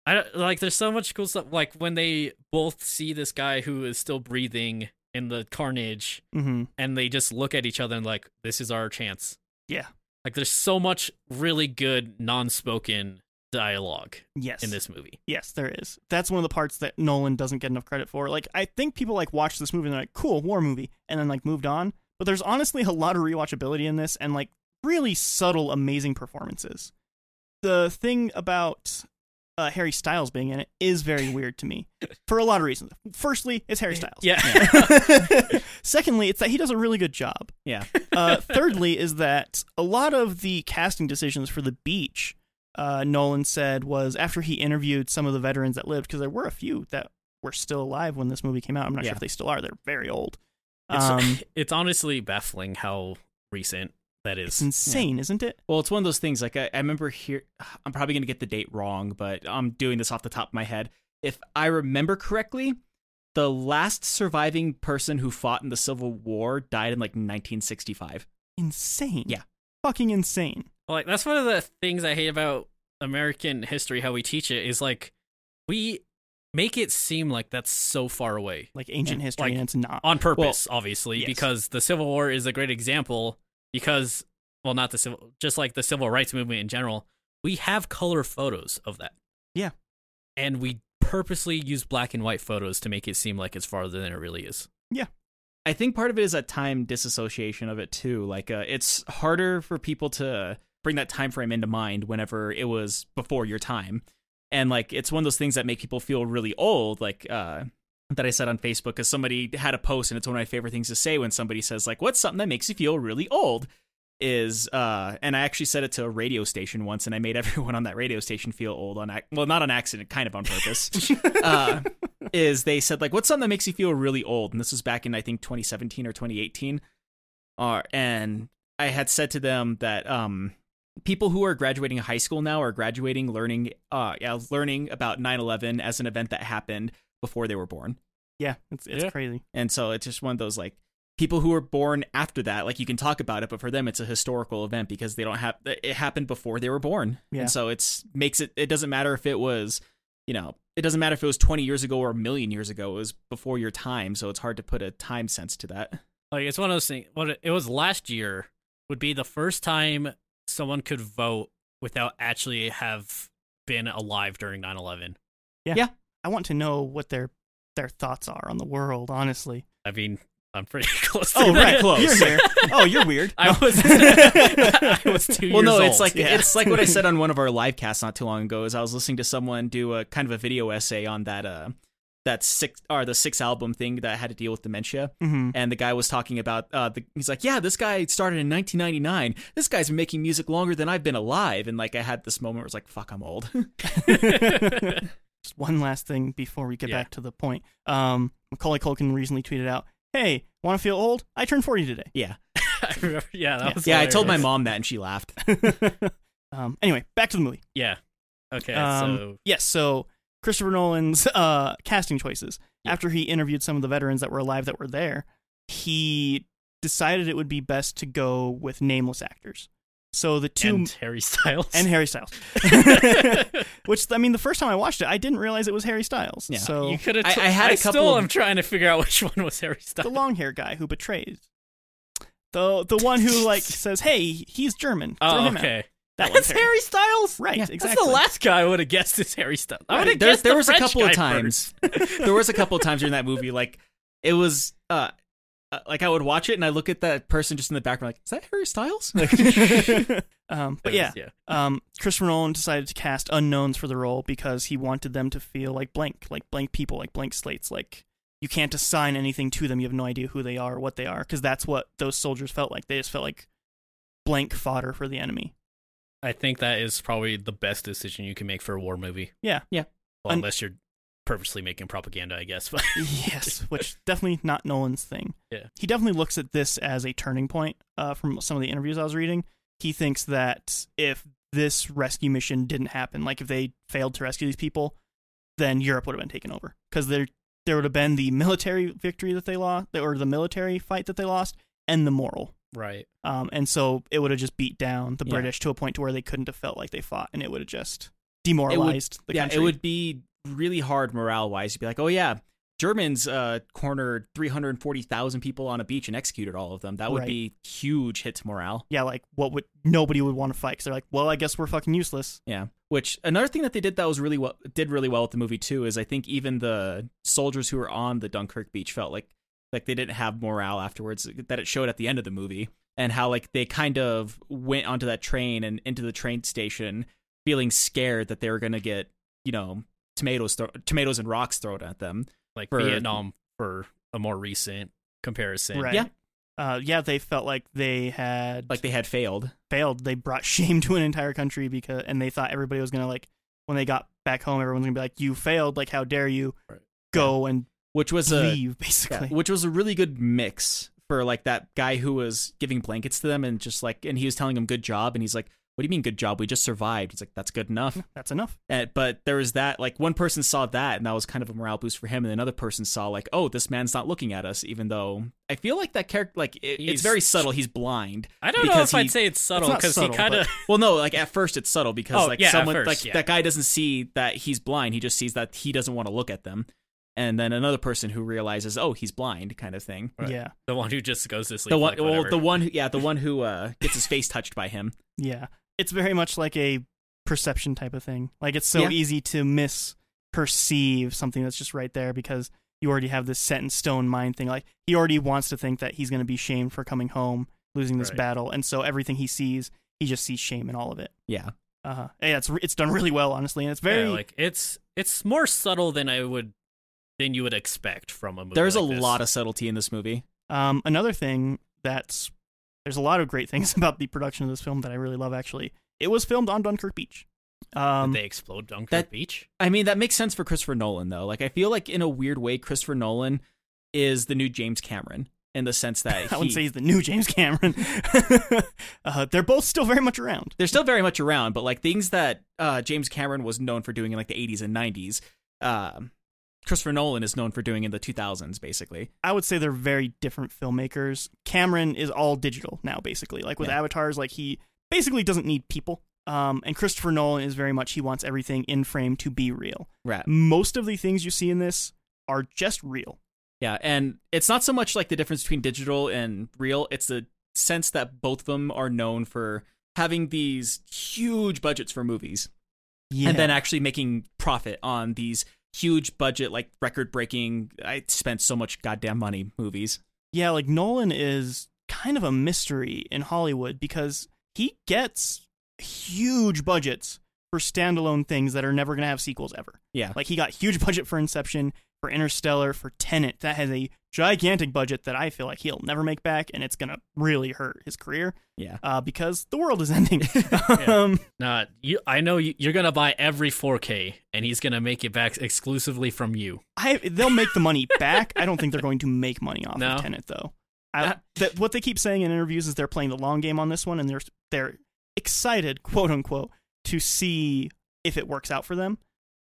[SPEAKER 4] I don't- like. There's so much cool stuff. Like when they both see this guy who is still breathing in the carnage,
[SPEAKER 1] hmm
[SPEAKER 4] and they just look at each other and like, "This is our chance."
[SPEAKER 1] Yeah.
[SPEAKER 4] Like there's so much really good non-spoken dialogue
[SPEAKER 1] Yes.
[SPEAKER 4] in this movie.
[SPEAKER 1] Yes, there is. That's one of the parts that Nolan doesn't get enough credit for. Like, I think people like watched this movie and they're like, "Cool, war movie," and then like moved on. But there's honestly a lot of rewatchability in this, and like really subtle, amazing performances. The thing about uh, Harry Styles being in it is very weird to me for a lot of reasons. Firstly, it's Harry Styles.
[SPEAKER 4] Yeah.
[SPEAKER 1] Secondly, it's that he does a really good job.
[SPEAKER 2] Yeah.
[SPEAKER 1] Uh, thirdly, is that a lot of the casting decisions for the beach, uh, Nolan said, was after he interviewed some of the veterans that lived, because there were a few that were still alive when this movie came out. I'm not
[SPEAKER 2] Yeah.
[SPEAKER 1] sure if they still are. They're very old.
[SPEAKER 4] It's,
[SPEAKER 1] Um,
[SPEAKER 4] it's honestly baffling how recent that
[SPEAKER 1] it's
[SPEAKER 4] is.
[SPEAKER 1] insane, isn't it?
[SPEAKER 2] Well, it's one of those things. Like I, I remember here, I'm probably gonna get the date wrong, but I'm doing this off the top of my head. If I remember correctly, the last surviving person who fought in the Civil War died in like 1965.
[SPEAKER 1] Insane.
[SPEAKER 2] Yeah.
[SPEAKER 1] Fucking insane.
[SPEAKER 4] Like that's one of the things I hate about American history how we teach it is like we make it seem like that's so far away
[SPEAKER 1] Like ancient history,
[SPEAKER 4] like-
[SPEAKER 1] and it's not.
[SPEAKER 4] on purpose obviously
[SPEAKER 1] yes.
[SPEAKER 4] because the Civil War is a great example because well not the civil just like the civil rights movement in general we have color photos of that.
[SPEAKER 1] Yeah.
[SPEAKER 4] And we purposely use black and white photos to make it seem like it's farther than it really is.
[SPEAKER 2] I think part of it is a time disassociation of it too. Like uh, it's harder for people to bring that time frame into mind whenever it was before your time, and like it's one of those things that make people feel really old. Like uh, that I said on Facebook because somebody had a post, and it's one of my favorite things to say when somebody says like, "What's something that makes you feel really old?" Is uh, and I actually said it to a radio station once, and I made everyone on that radio station feel old on ac- well, not on accident, kind of on purpose. uh, is they said like what's something that makes you feel really old and this was back in i think 2017 or 2018 uh, and i had said to them that um, people who are graduating high school now are graduating learning uh, yeah, learning about 9-11 as an event that happened before they were born
[SPEAKER 1] Yeah, it's it's
[SPEAKER 4] Yeah.
[SPEAKER 1] crazy.
[SPEAKER 2] and so it's just one of those like people who were born after that like you can talk about it but for them it's a historical event because they don't have it happened before they were born
[SPEAKER 1] Yeah.
[SPEAKER 2] and so it's makes it it doesn't matter if it was you know it doesn't matter if it was 20 years ago or a million years ago it was before your time so it's hard to put a time sense to that
[SPEAKER 4] Like it's one of those things. What it- it was last year would be the first time someone could vote without actually have been alive during 9/11.
[SPEAKER 1] I want to know what their their thoughts are on the world. Honestly.
[SPEAKER 4] I mean, I'm pretty close. To
[SPEAKER 2] Oh,
[SPEAKER 4] that.
[SPEAKER 2] right, close.
[SPEAKER 1] You're here. Oh, you're weird.
[SPEAKER 4] I was. I was two
[SPEAKER 2] well
[SPEAKER 4] years
[SPEAKER 2] no
[SPEAKER 4] old.
[SPEAKER 2] it's like
[SPEAKER 1] yeah.
[SPEAKER 2] it's like what i said on one of our live casts not too long ago is i was listening to someone do a kind of a video essay on that uh that six or the six album thing that had to deal with dementia
[SPEAKER 1] Mm-hmm.
[SPEAKER 2] and the guy was talking about uh, the, he's like yeah this guy started in 1999 this guy's been making music longer than i've been alive and like i had this moment where i was like fuck i'm old
[SPEAKER 1] just one last thing before we get
[SPEAKER 4] Yeah.
[SPEAKER 1] back to the point. Um, Macaulay Culkin recently tweeted out, "Hey, want to feel old? I turned 40 today."
[SPEAKER 2] yeah
[SPEAKER 4] I remember, yeah, that was
[SPEAKER 2] yeah i told my
[SPEAKER 4] hilarious.
[SPEAKER 2] mom that and she laughed
[SPEAKER 1] Um, anyway, back to the movie.
[SPEAKER 4] Yeah. Okay.
[SPEAKER 1] Um,
[SPEAKER 4] so
[SPEAKER 1] Yes, so Christopher Nolan's uh, casting choices.
[SPEAKER 4] Yeah.
[SPEAKER 1] After he interviewed some of the veterans that were alive that were there, he decided it would be best to go with nameless actors. So the two
[SPEAKER 4] and Harry Styles.
[SPEAKER 1] and Harry Styles. Which I mean, the first time I watched it, I didn't realize it was Harry Styles.
[SPEAKER 2] Yeah.
[SPEAKER 1] So
[SPEAKER 4] you could have.
[SPEAKER 2] I-
[SPEAKER 4] t-
[SPEAKER 2] I had a couple
[SPEAKER 4] Still,
[SPEAKER 2] of-
[SPEAKER 4] am trying to figure out which one was Harry
[SPEAKER 1] the
[SPEAKER 4] Styles.
[SPEAKER 1] long hair guy who betrays. The the one who like says, "Hey, he's German." Throw
[SPEAKER 4] Oh,
[SPEAKER 1] him out."
[SPEAKER 4] okay.
[SPEAKER 1] That one's Harry.
[SPEAKER 4] Styles.
[SPEAKER 1] Right,
[SPEAKER 4] Yeah, That's
[SPEAKER 1] exactly.
[SPEAKER 4] the last guy I would have guessed is Harry Styles. I would have
[SPEAKER 2] there,
[SPEAKER 4] guessed
[SPEAKER 2] there
[SPEAKER 4] the
[SPEAKER 2] was
[SPEAKER 4] French
[SPEAKER 2] a couple of
[SPEAKER 4] guy
[SPEAKER 2] times there was a couple of times during that movie like it was uh uh, like I would watch it and I look at that person just in the background like is that Harry Styles? Like,
[SPEAKER 1] Um, but
[SPEAKER 4] first.
[SPEAKER 1] yeah,
[SPEAKER 4] yeah.
[SPEAKER 1] um, Christopher Nolan decided to cast unknowns for the role because he wanted them to feel like blank, like blank people, like blank slates. Like you can't assign anything to them. You have no idea who they are, what they are, because that's what those soldiers felt like. They just felt like blank fodder for the enemy.
[SPEAKER 4] I think that is probably the best decision you can make for a war movie.
[SPEAKER 1] Yeah.
[SPEAKER 2] Yeah.
[SPEAKER 4] Well,
[SPEAKER 1] Un-
[SPEAKER 4] unless you're purposely making propaganda, I guess. But
[SPEAKER 1] yes, which definitely not Nolan's thing.
[SPEAKER 4] Yeah.
[SPEAKER 1] he definitely looks at this as a turning point. Uh, from some of the interviews I was reading, he thinks that if this rescue mission didn't happen, like if they failed to rescue these people, then Europe would have been taken over because there there would have been the military victory that they lost, or the military fight that they lost, and the moral.
[SPEAKER 4] right.
[SPEAKER 1] Um, and so it would have just beat down the
[SPEAKER 2] Yeah.
[SPEAKER 1] British to a point to where they couldn't have felt like they fought, and it would have just demoralized the
[SPEAKER 2] yeah,
[SPEAKER 1] country.
[SPEAKER 2] it would be really hard morale wise. You'd be like, oh yeah, Germans uh, cornered 340,000 people on a beach and executed all of them. That would
[SPEAKER 1] Right.
[SPEAKER 2] be huge hit to morale.
[SPEAKER 1] Yeah, like what would nobody would want to fight because they're like, well, I guess we're fucking useless.
[SPEAKER 2] Yeah. Which another thing that they did that was really well did really well with the movie too is I think even the soldiers who were on the Dunkirk beach felt like like they didn't have morale afterwards that it showed at the end of the movie and how like they kind of went onto that train and into the train station feeling scared that they were going to get, you know, tomatoes thro- tomatoes and rocks thrown at them.
[SPEAKER 4] like
[SPEAKER 2] For-
[SPEAKER 4] Vietnam for a more recent comparison.
[SPEAKER 1] Right.
[SPEAKER 2] Yeah.
[SPEAKER 1] Uh, yeah, they felt like they had
[SPEAKER 2] Like they had failed.
[SPEAKER 1] failed. They brought shame to an entire country because, and they thought everybody was gonna like when they got back home, everyone's gonna be like, "You failed! Like, how dare you
[SPEAKER 4] Right.
[SPEAKER 1] go and
[SPEAKER 2] Which was a
[SPEAKER 1] leave?" Basically,
[SPEAKER 2] Yeah, which was a really good mix for like that guy who was giving blankets to them and just like, and he was telling him good job, and he's like, "What do you mean good job? We just survived." He's like, "That's good enough."
[SPEAKER 1] that's enough.
[SPEAKER 2] And, but there was that like one person saw that, and that was kind of a morale boost for him, and another person saw like, "Oh, this man's not looking at us," even though I feel like that character like it, it's
[SPEAKER 4] He's-
[SPEAKER 2] very subtle. He's blind.
[SPEAKER 3] I don't know
[SPEAKER 2] Because
[SPEAKER 3] if
[SPEAKER 2] he-
[SPEAKER 3] I'd say it's subtle
[SPEAKER 1] not
[SPEAKER 3] because he
[SPEAKER 1] subtle,
[SPEAKER 3] kind of
[SPEAKER 2] Well, no, like at first it's subtle because
[SPEAKER 4] Oh,
[SPEAKER 2] like
[SPEAKER 4] yeah, at
[SPEAKER 2] someone
[SPEAKER 4] first,
[SPEAKER 2] like
[SPEAKER 4] yeah.
[SPEAKER 2] that guy doesn't see that he's blind. He just sees that he doesn't want to look at them. And then another person who realizes, oh, he's blind, kind of thing.
[SPEAKER 4] Right.
[SPEAKER 1] Yeah,
[SPEAKER 4] The one who just goes to sleep.
[SPEAKER 2] the one,
[SPEAKER 4] like,
[SPEAKER 2] well,
[SPEAKER 4] whatever.
[SPEAKER 2] the one, who, yeah, the one who uh, gets his face touched by him.
[SPEAKER 1] yeah. It's very much like a perception type of thing. Like it's so
[SPEAKER 2] Yeah.
[SPEAKER 1] easy to misperceive something that's just right there because you already have this set in stone mind thing. Like he already wants to think that he's gonna be shamed for coming home, losing this
[SPEAKER 4] Right.
[SPEAKER 1] battle, and so everything he sees, he just sees shame in all of it.
[SPEAKER 2] Yeah,
[SPEAKER 1] Uh huh. Yeah, it's it's done really well, honestly, and it's very
[SPEAKER 4] yeah, like it's it's more subtle than I would than you would expect from a movie.
[SPEAKER 2] there's
[SPEAKER 4] like
[SPEAKER 2] a
[SPEAKER 4] this.
[SPEAKER 2] lot of subtlety in this movie.
[SPEAKER 1] Um, another thing that's there's a lot of great things about the production of this film that I really love. Actually, it was filmed on Dunkirk Beach. Um,
[SPEAKER 4] Did they explode Dunkirk
[SPEAKER 2] that-
[SPEAKER 4] Beach.
[SPEAKER 2] I mean, that makes sense for Christopher Nolan, though. Like, I feel like in a weird way, Christopher Nolan is the new James Cameron in the sense that
[SPEAKER 1] I
[SPEAKER 2] he,
[SPEAKER 1] wouldn't say he's the new James Cameron. uh, they're both still very much around.
[SPEAKER 2] they're still very much around, but like things that uh, James Cameron was known for doing in like the 80s and 90s, um, Christopher Nolan is known for doing in the 2000s, basically.
[SPEAKER 1] I would say they're very different filmmakers. Cameron is all digital now, basically. Like with
[SPEAKER 2] Yeah.
[SPEAKER 1] avatars, like he basically doesn't need people. Um, and Christopher Nolan is very much he wants everything in frame to be real.
[SPEAKER 2] Right.
[SPEAKER 1] Most of the things you see in this are just real.
[SPEAKER 2] Yeah, and it's not so much like the difference between digital and real, it's the sense that both of them are known for having these huge budgets for movies
[SPEAKER 1] Yeah.
[SPEAKER 2] and then actually making profit on these huge budget like record breaking I spent so much goddamn money movies.
[SPEAKER 1] yeah, like Nolan is kind of a mystery in Hollywood because he gets huge budgets for standalone things that are never going to have sequels ever.
[SPEAKER 2] Yeah.
[SPEAKER 1] Like he got huge budget for Inception, for Interstellar, for Tenet. That has a gigantic budget that I feel like he'll never make back and it's going to really hurt his career
[SPEAKER 2] Yeah.
[SPEAKER 1] uh, because the world is ending. um,
[SPEAKER 4] Nah, you. I know you, you're gonna buy every 4K, and he's gonna make it back exclusively from you.
[SPEAKER 1] I, they'll make the money back. I don't think they're going to make money off
[SPEAKER 4] No.
[SPEAKER 1] of Tenet though. I, that, what they keep saying in interviews is they're playing the long game on this one, and they're they're excited, quote unquote, to see if it works out for them.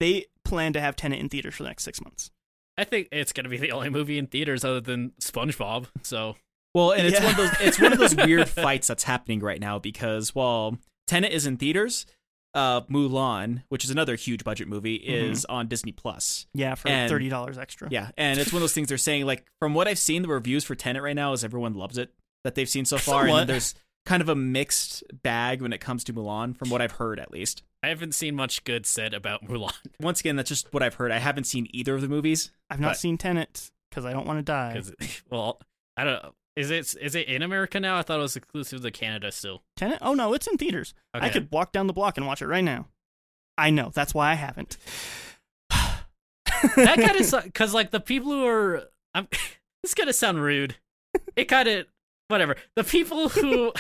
[SPEAKER 1] They plan to have Tenet in theaters for the next six months.
[SPEAKER 4] I think it's gonna be the only movie in theaters other than SpongeBob. So
[SPEAKER 2] Well, and it's
[SPEAKER 1] Yeah.
[SPEAKER 2] one of those it's one of those weird fights that's happening right now because while Tenet is in theaters, uh Mulan, which is another huge budget movie,
[SPEAKER 1] Mm-hmm.
[SPEAKER 2] is on Disney Plus.
[SPEAKER 1] Yeah, for
[SPEAKER 2] And-
[SPEAKER 1] thirty dollars extra.
[SPEAKER 2] Yeah, and it's one of those things they're saying like from what I've seen the reviews for Tenet right now is everyone loves it that they've seen so far and
[SPEAKER 1] Somewhat.
[SPEAKER 2] then there's kind of a mixed bag when it comes to Mulan from what I've heard at least.
[SPEAKER 4] I haven't seen much good said about Mulan.
[SPEAKER 2] Once again, that's just what I've heard. I haven't seen either of the movies.
[SPEAKER 1] I've not
[SPEAKER 4] But-
[SPEAKER 1] seen Tenet because I don't want to die.
[SPEAKER 4] 'cause- well, I don't. know. Is it is it in America now? I thought it was exclusive to Canada still.
[SPEAKER 1] Tenet? Oh no, it's in theaters. I
[SPEAKER 4] Okay.
[SPEAKER 1] could walk down the block and watch it right now. I know. That's why I haven't.
[SPEAKER 4] that kind of because like the people who are I'm it's gonna sound rude. It kind of whatever. The people who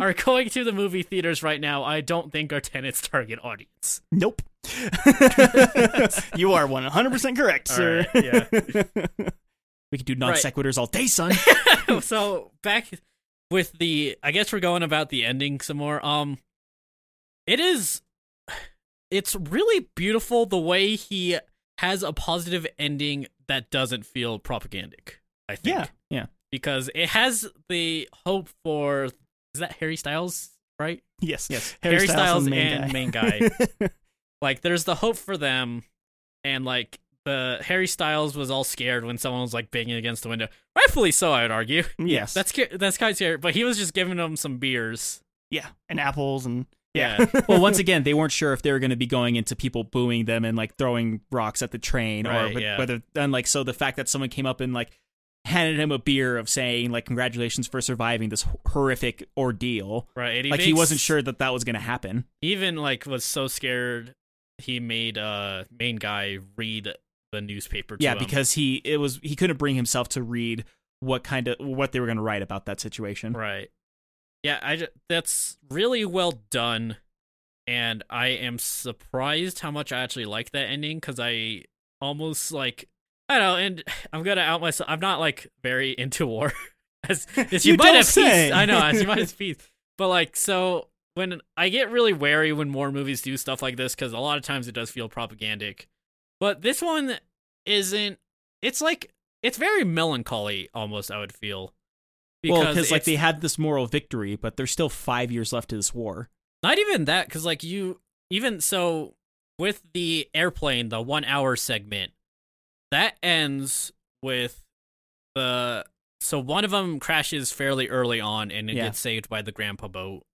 [SPEAKER 4] are going to the movie theaters right now, I don't think are Tenet's target audience.
[SPEAKER 1] Nope. you are one hundred percent correct,
[SPEAKER 4] All
[SPEAKER 1] sir.
[SPEAKER 4] right,
[SPEAKER 1] yeah.
[SPEAKER 2] We could do non sequiturs all day, son.
[SPEAKER 4] so back with the, I guess we're going about the ending some more. Um, it is, it's really beautiful the way he has a positive ending that doesn't feel propagandic. I think.
[SPEAKER 1] Yeah,
[SPEAKER 2] yeah.
[SPEAKER 4] Because it has the hope for is that Harry Styles, right?
[SPEAKER 1] Yes.
[SPEAKER 2] Yes.
[SPEAKER 1] Harry,
[SPEAKER 4] Styles,
[SPEAKER 1] Styles, and, main
[SPEAKER 4] and
[SPEAKER 1] guy.
[SPEAKER 4] main guy. like there's the hope for them and like the Harry Styles was all scared when someone was like banging against the window. Rightfully so, I would argue.
[SPEAKER 1] Yes.
[SPEAKER 4] That's ca- that's kind of scary, but he was just giving them some beers.
[SPEAKER 1] yeah, and apples and
[SPEAKER 4] Yeah.
[SPEAKER 2] well, once again, they weren't sure if they were going to be going into people booing them and like throwing rocks at the train
[SPEAKER 4] Right,
[SPEAKER 2] or wh-
[SPEAKER 4] yeah.
[SPEAKER 2] whether and like so the fact that someone came up and like handed him a beer of saying like congratulations for surviving this h- horrific ordeal.
[SPEAKER 4] right. and
[SPEAKER 2] like he
[SPEAKER 4] makes-
[SPEAKER 2] wasn't sure that that was going to happen.
[SPEAKER 4] he even like was so scared he made uh main guy read the newspaper to um,
[SPEAKER 2] yeah,
[SPEAKER 4] him.
[SPEAKER 2] because he it was he couldn't bring himself to read what kind of what they were going to write about that situation.
[SPEAKER 4] Right. Yeah, I ju- that's really well done, and I am surprised how much I actually like that ending because I almost like I don't know, and I'm gonna out myself. I'm not like very into war, as, as you,
[SPEAKER 2] You
[SPEAKER 4] might
[SPEAKER 2] don't
[SPEAKER 4] have
[SPEAKER 2] say.
[SPEAKER 4] peace. I know as you might have peace, but like so when I get really wary when war movies do stuff like this because a lot of times it does feel propagandic, but this one isn't. It's like it's very melancholy almost. I would feel.
[SPEAKER 2] well, because like
[SPEAKER 4] it's-
[SPEAKER 2] they had this moral victory, but there's still five years left to this war.
[SPEAKER 4] Not even that, because like you, even so, with the airplane, the one hour segment that ends with the so one of them crashes fairly early on and it
[SPEAKER 2] Yeah.
[SPEAKER 4] gets saved by the grandpa boat.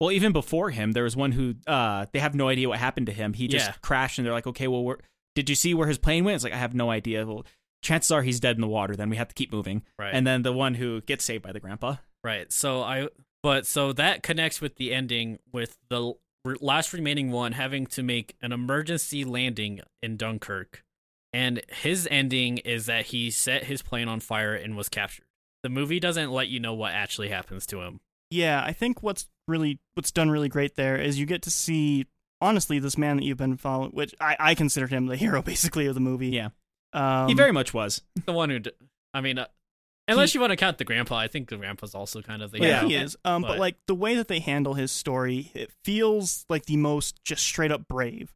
[SPEAKER 2] Well, even before him, there was one who uh, they have no idea what happened to him. He just
[SPEAKER 4] Yeah.
[SPEAKER 2] crashed, and they're like, "Okay, well, where, did you see where his plane went?" It's like, "I have no idea." Well, chances are he's dead in the water. Then we have to keep moving.
[SPEAKER 4] Right.
[SPEAKER 2] And then the one who gets saved by the grandpa.
[SPEAKER 4] Right. So I, but so that connects with the ending with the l- re- last remaining one having to make an emergency landing in Dunkirk. And his ending is that he set his plane on fire and was captured. The movie doesn't let you know what actually happens to him.
[SPEAKER 1] Yeah, I think what's really what's done really great there is you get to see honestly this man that you've been following, which I, I considered him the hero basically of the movie.
[SPEAKER 2] Yeah.
[SPEAKER 1] um,
[SPEAKER 2] he very much was.
[SPEAKER 4] the one who, d- I mean, uh, unless you want to count the grandpa, I think the grandpa's also kind of the
[SPEAKER 1] yeah,
[SPEAKER 4] hero.
[SPEAKER 1] he is. Um, but,
[SPEAKER 4] But-
[SPEAKER 1] like the way that they handle his story, it feels like the most just straight up brave.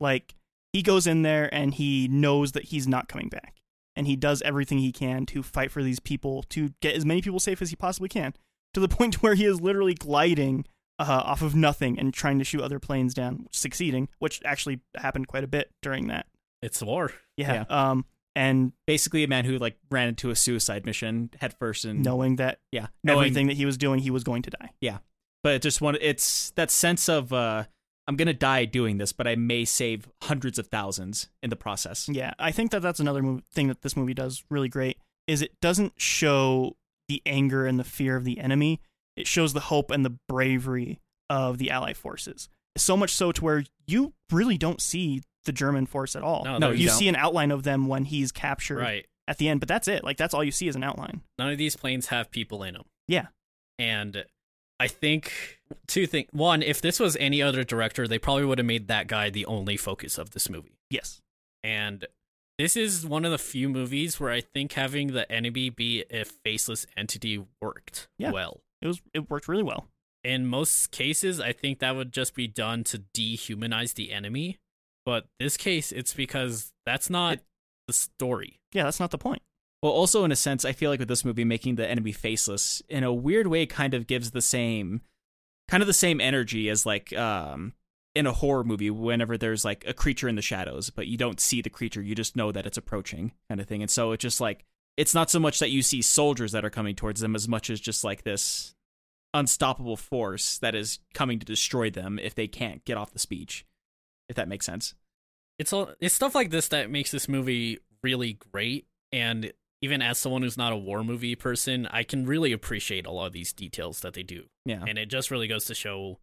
[SPEAKER 1] Like he goes in there and he knows that he's not coming back, and he does everything he can to fight for these people to get as many people safe as he possibly can. To the point where he is literally gliding uh, off of nothing and trying to shoot other planes down, succeeding, which actually happened quite a bit during that.
[SPEAKER 4] It's war.
[SPEAKER 1] Yeah. Um, and
[SPEAKER 2] Basically, a man who like ran into a suicide mission headfirst, and
[SPEAKER 1] knowing that
[SPEAKER 2] yeah, knowing
[SPEAKER 1] everything that he was doing, he was going to die.
[SPEAKER 2] but it just one it's that sense of uh i'm gonna die doing this but i may save hundreds of thousands in the process
[SPEAKER 1] Yeah, I think that that's another mov- thing that this movie does really great is it doesn't show the anger and the fear of the enemy. It shows the hope and the bravery of the Allied forces. So much so to where you really don't see the German force at all.
[SPEAKER 2] No,
[SPEAKER 4] No, they're-
[SPEAKER 2] you
[SPEAKER 1] you
[SPEAKER 2] don't.
[SPEAKER 1] see an outline of them when he's captured
[SPEAKER 4] right.
[SPEAKER 1] at the end, but that's it. Like that's all you see is an outline.
[SPEAKER 4] None of these planes have people in them.
[SPEAKER 1] Yeah.
[SPEAKER 4] And I think two things. One, if this was any other director, they probably would have made that guy the only focus of this movie.
[SPEAKER 1] Yes.
[SPEAKER 4] And this is one of the few movies where I think having the enemy be a faceless entity worked
[SPEAKER 1] Yeah.
[SPEAKER 4] well.
[SPEAKER 1] It was it worked really well.
[SPEAKER 4] in most cases, I think that would just be done to dehumanize the enemy. But this case, it's because that's not the story.
[SPEAKER 1] Yeah, that's not the point.
[SPEAKER 2] well also in a sense i feel like with this movie making the enemy faceless in a weird way kind of gives the same kind of the same energy as like um in a horror movie whenever there's like a creature in the shadows but you don't see the creature you just know that it's approaching kind of thing and so it's just like it's not so much that you see soldiers that are coming towards them as much as just like this unstoppable force that is coming to destroy them if they can't get off the speech if that makes sense
[SPEAKER 4] It's all it's stuff like this that makes this movie really great. And even as someone who's not a war movie person, I can really appreciate a lot of these details that they do.
[SPEAKER 2] yeah
[SPEAKER 4] And it just really goes to show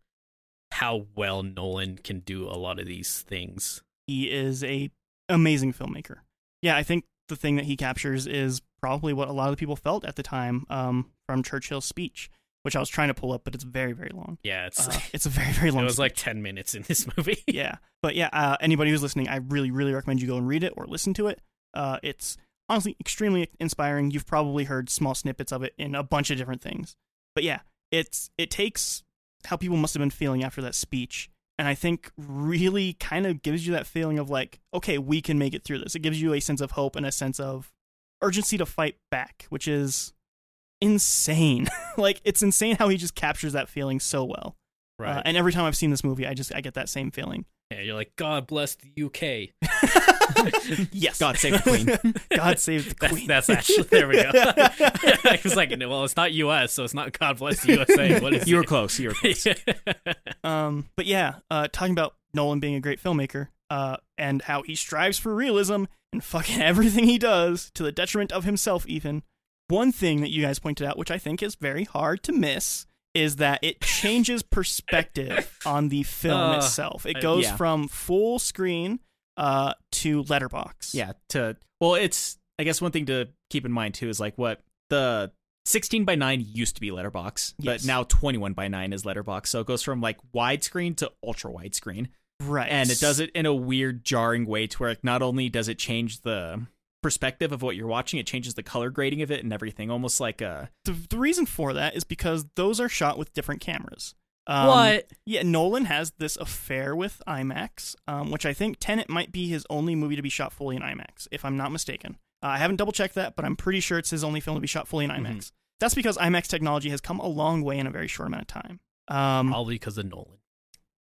[SPEAKER 4] how well Nolan can do a lot of these things.
[SPEAKER 1] he is a amazing filmmaker. Yeah, I think the thing that he captures is probably what a lot of the people felt at the time um, from Churchill's speech, which I was trying to pull up, but it's very very long.
[SPEAKER 4] Yeah, it's
[SPEAKER 1] Uh, it's a very very
[SPEAKER 4] it
[SPEAKER 1] long.
[SPEAKER 4] was like
[SPEAKER 1] speech.
[SPEAKER 4] ten minutes in this movie.
[SPEAKER 1] yeah, but yeah, uh, anybody who's listening, I really really recommend you go and read it or listen to it. Uh, it's honestly extremely inspiring. You've probably heard small snippets of it in a bunch of different things, but yeah, it's it takes how people must have been feeling after that speech and I think really kind of gives you that feeling of like, okay, we can make it through this. It gives you a sense of hope and a sense of urgency to fight back, which is insane. like it's insane how he just captures that feeling so well. Uh,
[SPEAKER 4] Right.
[SPEAKER 1] and every time I've seen this movie, I just I get that same feeling.
[SPEAKER 4] Yeah, you're like, God bless the UK.
[SPEAKER 1] yes.
[SPEAKER 2] God save the queen.
[SPEAKER 1] God save the queen.
[SPEAKER 4] That's actually there we go. I was like, no, well, it's not U.S., so it's not God bless the USA. What is
[SPEAKER 2] You were close. You were close.
[SPEAKER 4] it?
[SPEAKER 1] Um, but yeah, uh, talking about Nolan being a great filmmaker uh, and how he strives for realism and fucking everything he does to the detriment of himself, even. One thing that you guys pointed out, which I think is very hard to miss, is that it changes perspective on the film
[SPEAKER 4] Uh,
[SPEAKER 1] itself. It
[SPEAKER 4] I-
[SPEAKER 1] goes
[SPEAKER 2] yeah.
[SPEAKER 1] from full screen uh, to letterbox.
[SPEAKER 2] Yeah. To well, it's I guess one thing to keep in mind too is like what the 16 by 9 used to be letterbox,
[SPEAKER 1] Yes.
[SPEAKER 2] but now 21 by 9 is letterbox. So it goes from like widescreen to ultra widescreen,
[SPEAKER 1] Right.
[SPEAKER 2] and it does it in a weird, jarring way to where like, not only does it change the perspective of what you're watching, it changes the color grading of it and everything, almost like a
[SPEAKER 1] The, the reason for that is because those are shot with different cameras. Um,
[SPEAKER 3] what?
[SPEAKER 1] Yeah, Nolan has this affair with IMAX, um, which I think Tenet might be his only movie to be shot fully in IMAX, if I'm not mistaken. Uh, I haven't double checked that, but I'm pretty sure it's his only film to be shot fully in IMAX.
[SPEAKER 2] Mm-hmm.
[SPEAKER 1] That's because IMAX technology has come a long way in a very short amount of time. Um,
[SPEAKER 4] Probably because of Nolan.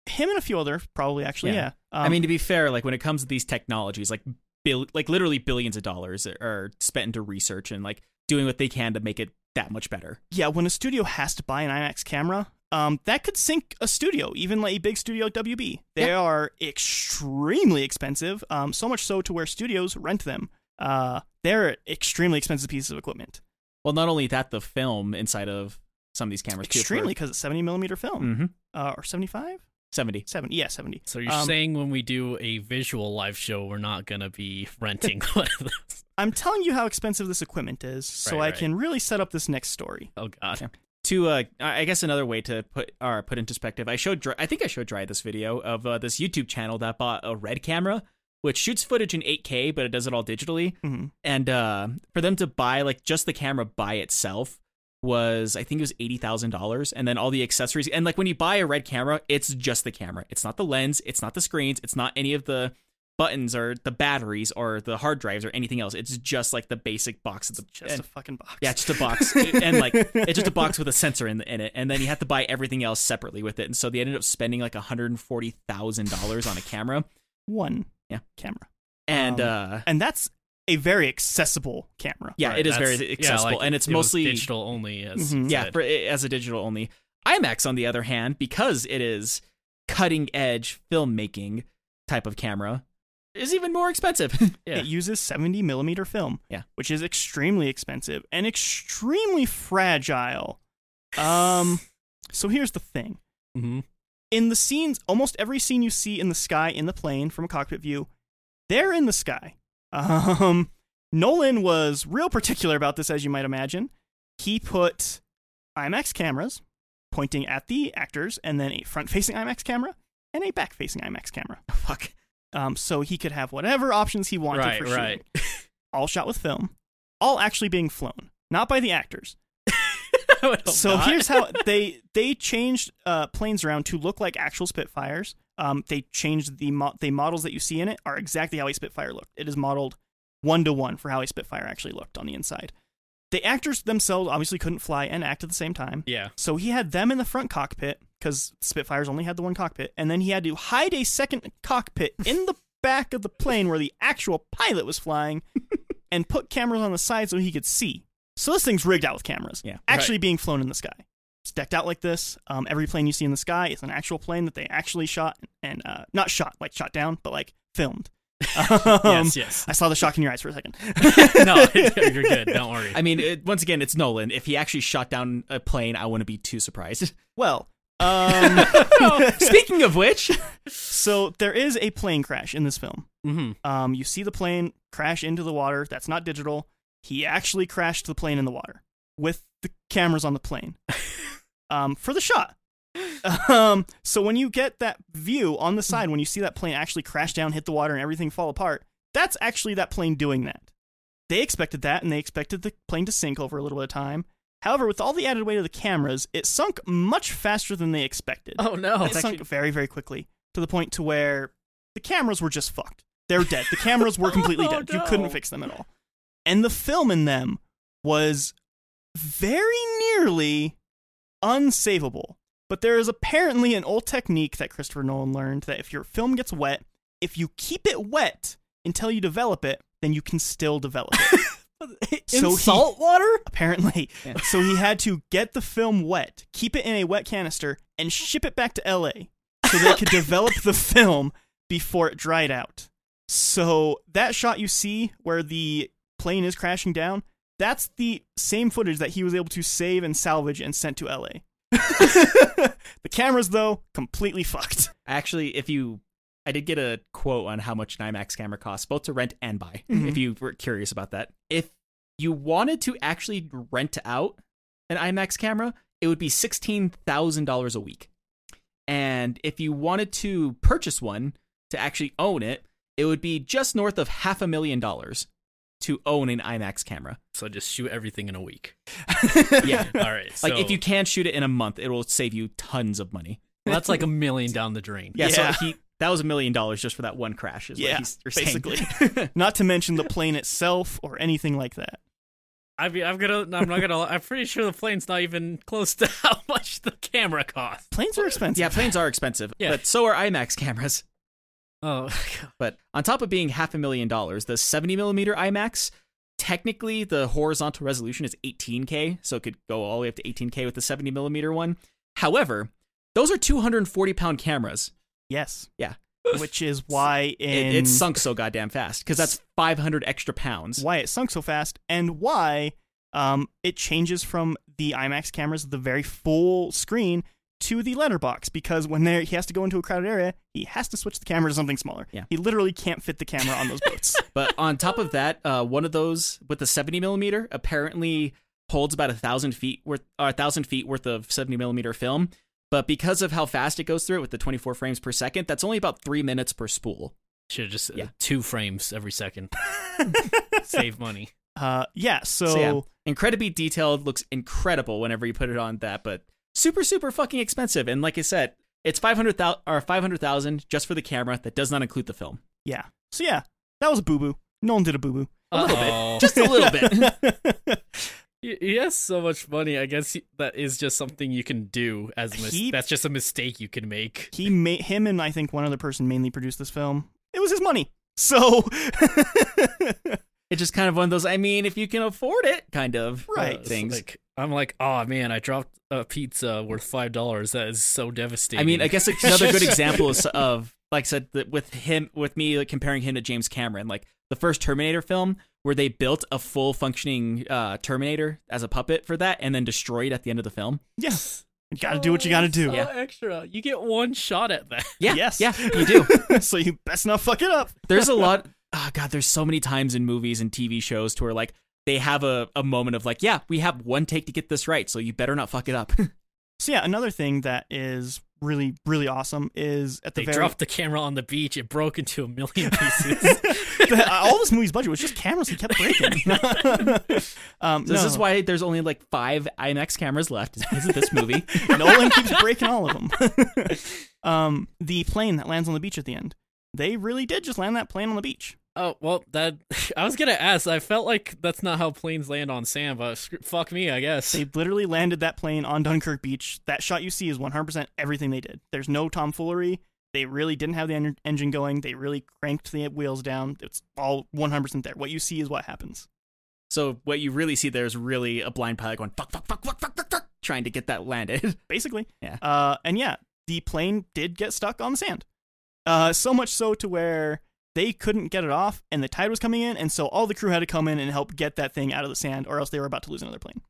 [SPEAKER 1] him and a few other, probably actually, yeah.
[SPEAKER 2] Yeah.
[SPEAKER 1] Um,
[SPEAKER 2] I mean, to be fair, like when it comes to these technologies, like bill- like literally billions of dollars are spent into research and like doing what they can to make it that much better.
[SPEAKER 1] yeah, when a studio has to buy an IMAX camera, um, that could sink a studio, even like a big studio like WB. They are extremely expensive, um, so much so to where studios rent them. Uh, they're extremely expensive pieces of equipment.
[SPEAKER 2] Well, not only that, the film inside of some of these cameras
[SPEAKER 1] extremely because it's 70 millimeter film
[SPEAKER 2] hmm
[SPEAKER 1] uh, or 75
[SPEAKER 2] seventy.
[SPEAKER 1] 70 yeah 70
[SPEAKER 4] Mm. So you're
[SPEAKER 1] Um,
[SPEAKER 4] saying when we do a visual live show, we're not gonna be renting one of those?
[SPEAKER 1] i'm telling you how expensive this equipment is so
[SPEAKER 4] Right,
[SPEAKER 1] i
[SPEAKER 4] right.
[SPEAKER 1] can really set up this next story
[SPEAKER 4] Oh God.
[SPEAKER 2] Yeah. To uh, I I guess another way to put or put into perspective, I showed Dry, I think I showed Dry this video of uh, this YouTube channel that bought a red camera, which shoots footage in 8K, but it does it all digitally.
[SPEAKER 1] Mhm.
[SPEAKER 2] And uh, for them to buy like just the camera by itself was I think it was eighty thousand dollars, and then all the accessories. And like when you buy a red camera, it's just the camera. It's not the lens. It's not the screens. It's not any of the buttons or the batteries or the hard drives or anything else. It's just like the basic box of the
[SPEAKER 1] just
[SPEAKER 2] and-
[SPEAKER 1] a fucking box
[SPEAKER 2] yeah, just a box, and like it's just a box with a sensor in, in it, and then you have to buy everything else separately with it. And so they ended up spending like one hundred and forty thousand dollars on a camera,
[SPEAKER 1] one
[SPEAKER 2] Yeah.
[SPEAKER 1] camera
[SPEAKER 2] and uh,
[SPEAKER 1] and that's a very accessible camera
[SPEAKER 2] yeah,
[SPEAKER 4] Um, Right,
[SPEAKER 2] it is
[SPEAKER 4] that's-
[SPEAKER 2] very
[SPEAKER 4] yeah,
[SPEAKER 2] accessible,
[SPEAKER 4] like,
[SPEAKER 2] and it's
[SPEAKER 4] it was
[SPEAKER 2] mostly Mm-hmm.
[SPEAKER 4] digital only. As
[SPEAKER 1] Mhm.
[SPEAKER 2] yeah
[SPEAKER 4] said.
[SPEAKER 2] for, eh, as a digital only. IMAX, on the other hand, because it is cutting edge filmmaking type of camera, is even more expensive.
[SPEAKER 4] Yeah.
[SPEAKER 1] It uses 70 millimeter film,
[SPEAKER 2] Yeah.
[SPEAKER 1] which is extremely expensive and extremely fragile. Um, so here's the thing.
[SPEAKER 4] Mhm.
[SPEAKER 1] In the scenes, almost every scene you see in the sky in the plane from a cockpit view, they're in the sky. Um, Nolan was real particular about this, as you might imagine. He put IMAX cameras pointing at the actors, and then a front-facing IMAX camera and a back-facing IMAX camera
[SPEAKER 2] Fuck.
[SPEAKER 1] um, so he could have whatever options he wanted
[SPEAKER 4] Right,
[SPEAKER 1] for
[SPEAKER 4] right.
[SPEAKER 1] shooting. All shot with film, all actually being flown, not by the actors.
[SPEAKER 4] I
[SPEAKER 2] Oh,
[SPEAKER 4] would hope
[SPEAKER 1] so
[SPEAKER 4] not.
[SPEAKER 1] here's how they they changed uh, planes around to look like actual Spitfires. Um, they changed the mo- the models that you see in it are exactly how a Spitfire looked. It is modeled one to one for how a Spitfire actually looked on the inside. The actors themselves obviously couldn't fly and act at the same time.
[SPEAKER 4] Yeah.
[SPEAKER 1] So he had them in the front cockpit because Spitfires only had the one cockpit, and then he had to hide a second cockpit in the back of the plane where the actual pilot was flying, and put cameras on the side so he could see. So this thing's rigged out with cameras,
[SPEAKER 2] Yeah.
[SPEAKER 1] actually being flown in the sky. It's decked out like this. Um, every plane you see in the sky is an actual plane that they actually shot and uh, not shot like shot down, but like filmed. Um,
[SPEAKER 4] yes. Yes.
[SPEAKER 1] I saw the shock in your eyes for a second.
[SPEAKER 4] no, you're good. Don't worry.
[SPEAKER 2] I mean, it, once again, it's Nolan. If he actually shot down a plane, I wouldn't be too surprised.
[SPEAKER 1] Well, um,
[SPEAKER 2] Speaking of which,
[SPEAKER 1] so there is a plane crash in this film.
[SPEAKER 4] mm-hmm.
[SPEAKER 1] Um, you see the plane crash into the water. That's not digital. He actually crashed the plane in the water with the cameras on the plane um, for the shot. Um, so when you get that view on the side, when you see that plane actually crash down, hit the water, and everything fall apart, that's actually that plane doing that. They expected that, and they expected the plane to sink over a little bit of time. However, with all the added weight of the cameras, it sunk much faster than they expected
[SPEAKER 3] Oh no.
[SPEAKER 1] it sunk very very quickly to the point to where the cameras were just fucked they're dead the cameras were completely
[SPEAKER 3] Oh,
[SPEAKER 1] dead you
[SPEAKER 3] no.
[SPEAKER 1] couldn't fix them at all and the film in them was very nearly unsavable but there is apparently an old technique that christopher nolan learned that if your film gets wet if you keep it wet until you develop it, then you can still develop it.
[SPEAKER 2] in
[SPEAKER 1] So he-
[SPEAKER 2] salt water?
[SPEAKER 1] apparently.
[SPEAKER 2] Yeah.
[SPEAKER 1] So he had to get the film wet, keep it in a wet canister, and ship it back to LA so they could develop the film before it dried out. So that shot you see where the plane is crashing down, that's the same footage that he was able to save and salvage and sent to LA. the cameras though completely fucked.
[SPEAKER 2] Actually, if you, I did get a quote on how much an IMAX camera costs, both to rent and buy.
[SPEAKER 1] Mhm.
[SPEAKER 2] If you were curious about that, if you wanted to actually rent out an IMAX camera, it would be sixteen thousand dollars a week. And if you wanted to purchase one to actually own it, it would be just north of half a million dollars to own an IMAX camera.
[SPEAKER 4] So just shoot everything in a week.
[SPEAKER 2] Yeah.
[SPEAKER 4] All right. So
[SPEAKER 2] Like if you can shoot it in a month, it will save you tons of money.
[SPEAKER 4] well, that's like a million down the drain.
[SPEAKER 2] Yeah,
[SPEAKER 1] Yeah.
[SPEAKER 2] so he that was a million dollars just for that one crash. Is
[SPEAKER 1] Yeah,
[SPEAKER 2] what he's, you're saying.
[SPEAKER 1] basically. Not to mention the plane itself or anything like that.
[SPEAKER 3] I mean, I'm gonna. I'm not gonna. I'm pretty sure the plane's not even close to how much the camera costs.
[SPEAKER 1] Planes are expensive.
[SPEAKER 2] yeah, planes are expensive,
[SPEAKER 3] Yeah.
[SPEAKER 2] but so are IMAX cameras.
[SPEAKER 3] Oh,
[SPEAKER 2] But on top of being half a million dollars, the 70 millimeter IMAX, technically the horizontal resolution is 18K, so it could go all the way up to 18K with the 70 millimeter one. However, those are 240 pound cameras.
[SPEAKER 1] Yes.
[SPEAKER 2] Yeah.
[SPEAKER 1] Which is why in
[SPEAKER 2] It, it sunk so goddamn fast because that's 500 extra pounds.
[SPEAKER 1] why it sunk so fast and why um, it changes from the IMAX cameras, the very full screen, to the letterbox because when there he has to go into a crowded area, he has to switch the camera to something smaller.
[SPEAKER 2] Yeah.
[SPEAKER 1] He literally can't fit the camera on those boats.
[SPEAKER 2] But on top of that, uh, one of those with the 70 millimeter apparently holds about a thousand feet worth, or a thousand feet worth of 70 millimeter film. But because of how fast it goes through it with the 24 frames per second, that's only about three minutes per spool.
[SPEAKER 4] Should just uh,
[SPEAKER 2] Yeah.
[SPEAKER 4] two frames every second. Save money.
[SPEAKER 1] uh, yeah, so,
[SPEAKER 2] So, yeah, incredibly detailed, looks incredible whenever you put it on that, but super, super fucking expensive. And like I said, it's 500,000 or 500,000 just for the camera. That does not include the film.
[SPEAKER 1] yeah. So yeah, that was a boo boo. Nolan did a boo boo.
[SPEAKER 4] A little bit.
[SPEAKER 2] Just a little bit.
[SPEAKER 4] He has so much money. I guess he- that is just something you can do as a mis-
[SPEAKER 1] He-
[SPEAKER 4] that's just a mistake you can make.
[SPEAKER 1] He made him and I think one other person mainly produced this film. It was his money. So
[SPEAKER 2] It's just kind of one of those, I mean, if you can afford it kind of uh,
[SPEAKER 1] Right.
[SPEAKER 4] It's
[SPEAKER 2] things.
[SPEAKER 4] Like, I'm like, oh man, I dropped a pizza worth five dollars. That is so devastating.
[SPEAKER 2] I mean, I guess another good example is of like I said that with him with me like, comparing him to James Cameron, like the first Terminator film where they built a full functioning uh, Terminator as a puppet for that and then destroyed at the end of the film.
[SPEAKER 1] yeah. You gotta do what you gotta do.
[SPEAKER 3] Oh, so
[SPEAKER 2] Yeah.
[SPEAKER 3] extra. You get one shot at that.
[SPEAKER 2] Yeah,
[SPEAKER 1] Yes.
[SPEAKER 2] yeah, you do.
[SPEAKER 1] so you best not fuck it up.
[SPEAKER 2] There's a lot. Oh God, there's so many times in movies and TV shows to where like they have a, a moment of like, yeah, we have one take to get this right, so you better not fuck it up.
[SPEAKER 1] So yeah, another thing that is really really awesome is at the
[SPEAKER 3] They
[SPEAKER 1] very
[SPEAKER 3] dropped the camera on the beach. It broke into a million pieces.
[SPEAKER 1] the- all this movie's budget was just cameras he kept breaking. um,
[SPEAKER 2] So This is why there's only like five IMAX cameras left. Is it this movie?
[SPEAKER 1] Nolan keeps breaking all of them. um, the plane that lands on the beach at the end. They really did just land that plane on the beach.
[SPEAKER 3] oh well, that I was gonna ask. I felt like that's not how planes land on sand, but sc- fuck me, I guess.
[SPEAKER 1] They literally landed that plane on Dunkirk Beach. That shot you see is 100% everything they did. There's no tomfoolery. They really didn't have the en- engine going. They really cranked the wheels down. It's all 100% there. What you see is what happens.
[SPEAKER 2] So what you really see there is really a blind pilot going fuck fuck fuck fuck fuck fuck, fuck trying to get that landed.
[SPEAKER 1] basically.
[SPEAKER 2] Yeah.
[SPEAKER 1] Uh, and yeah, the plane did get stuck on the sand. Uh, so much so to where they couldn't get it off, and the tide was coming in, and so all the crew had to come in and help get that thing out of the sand, or else they were about to lose another plane.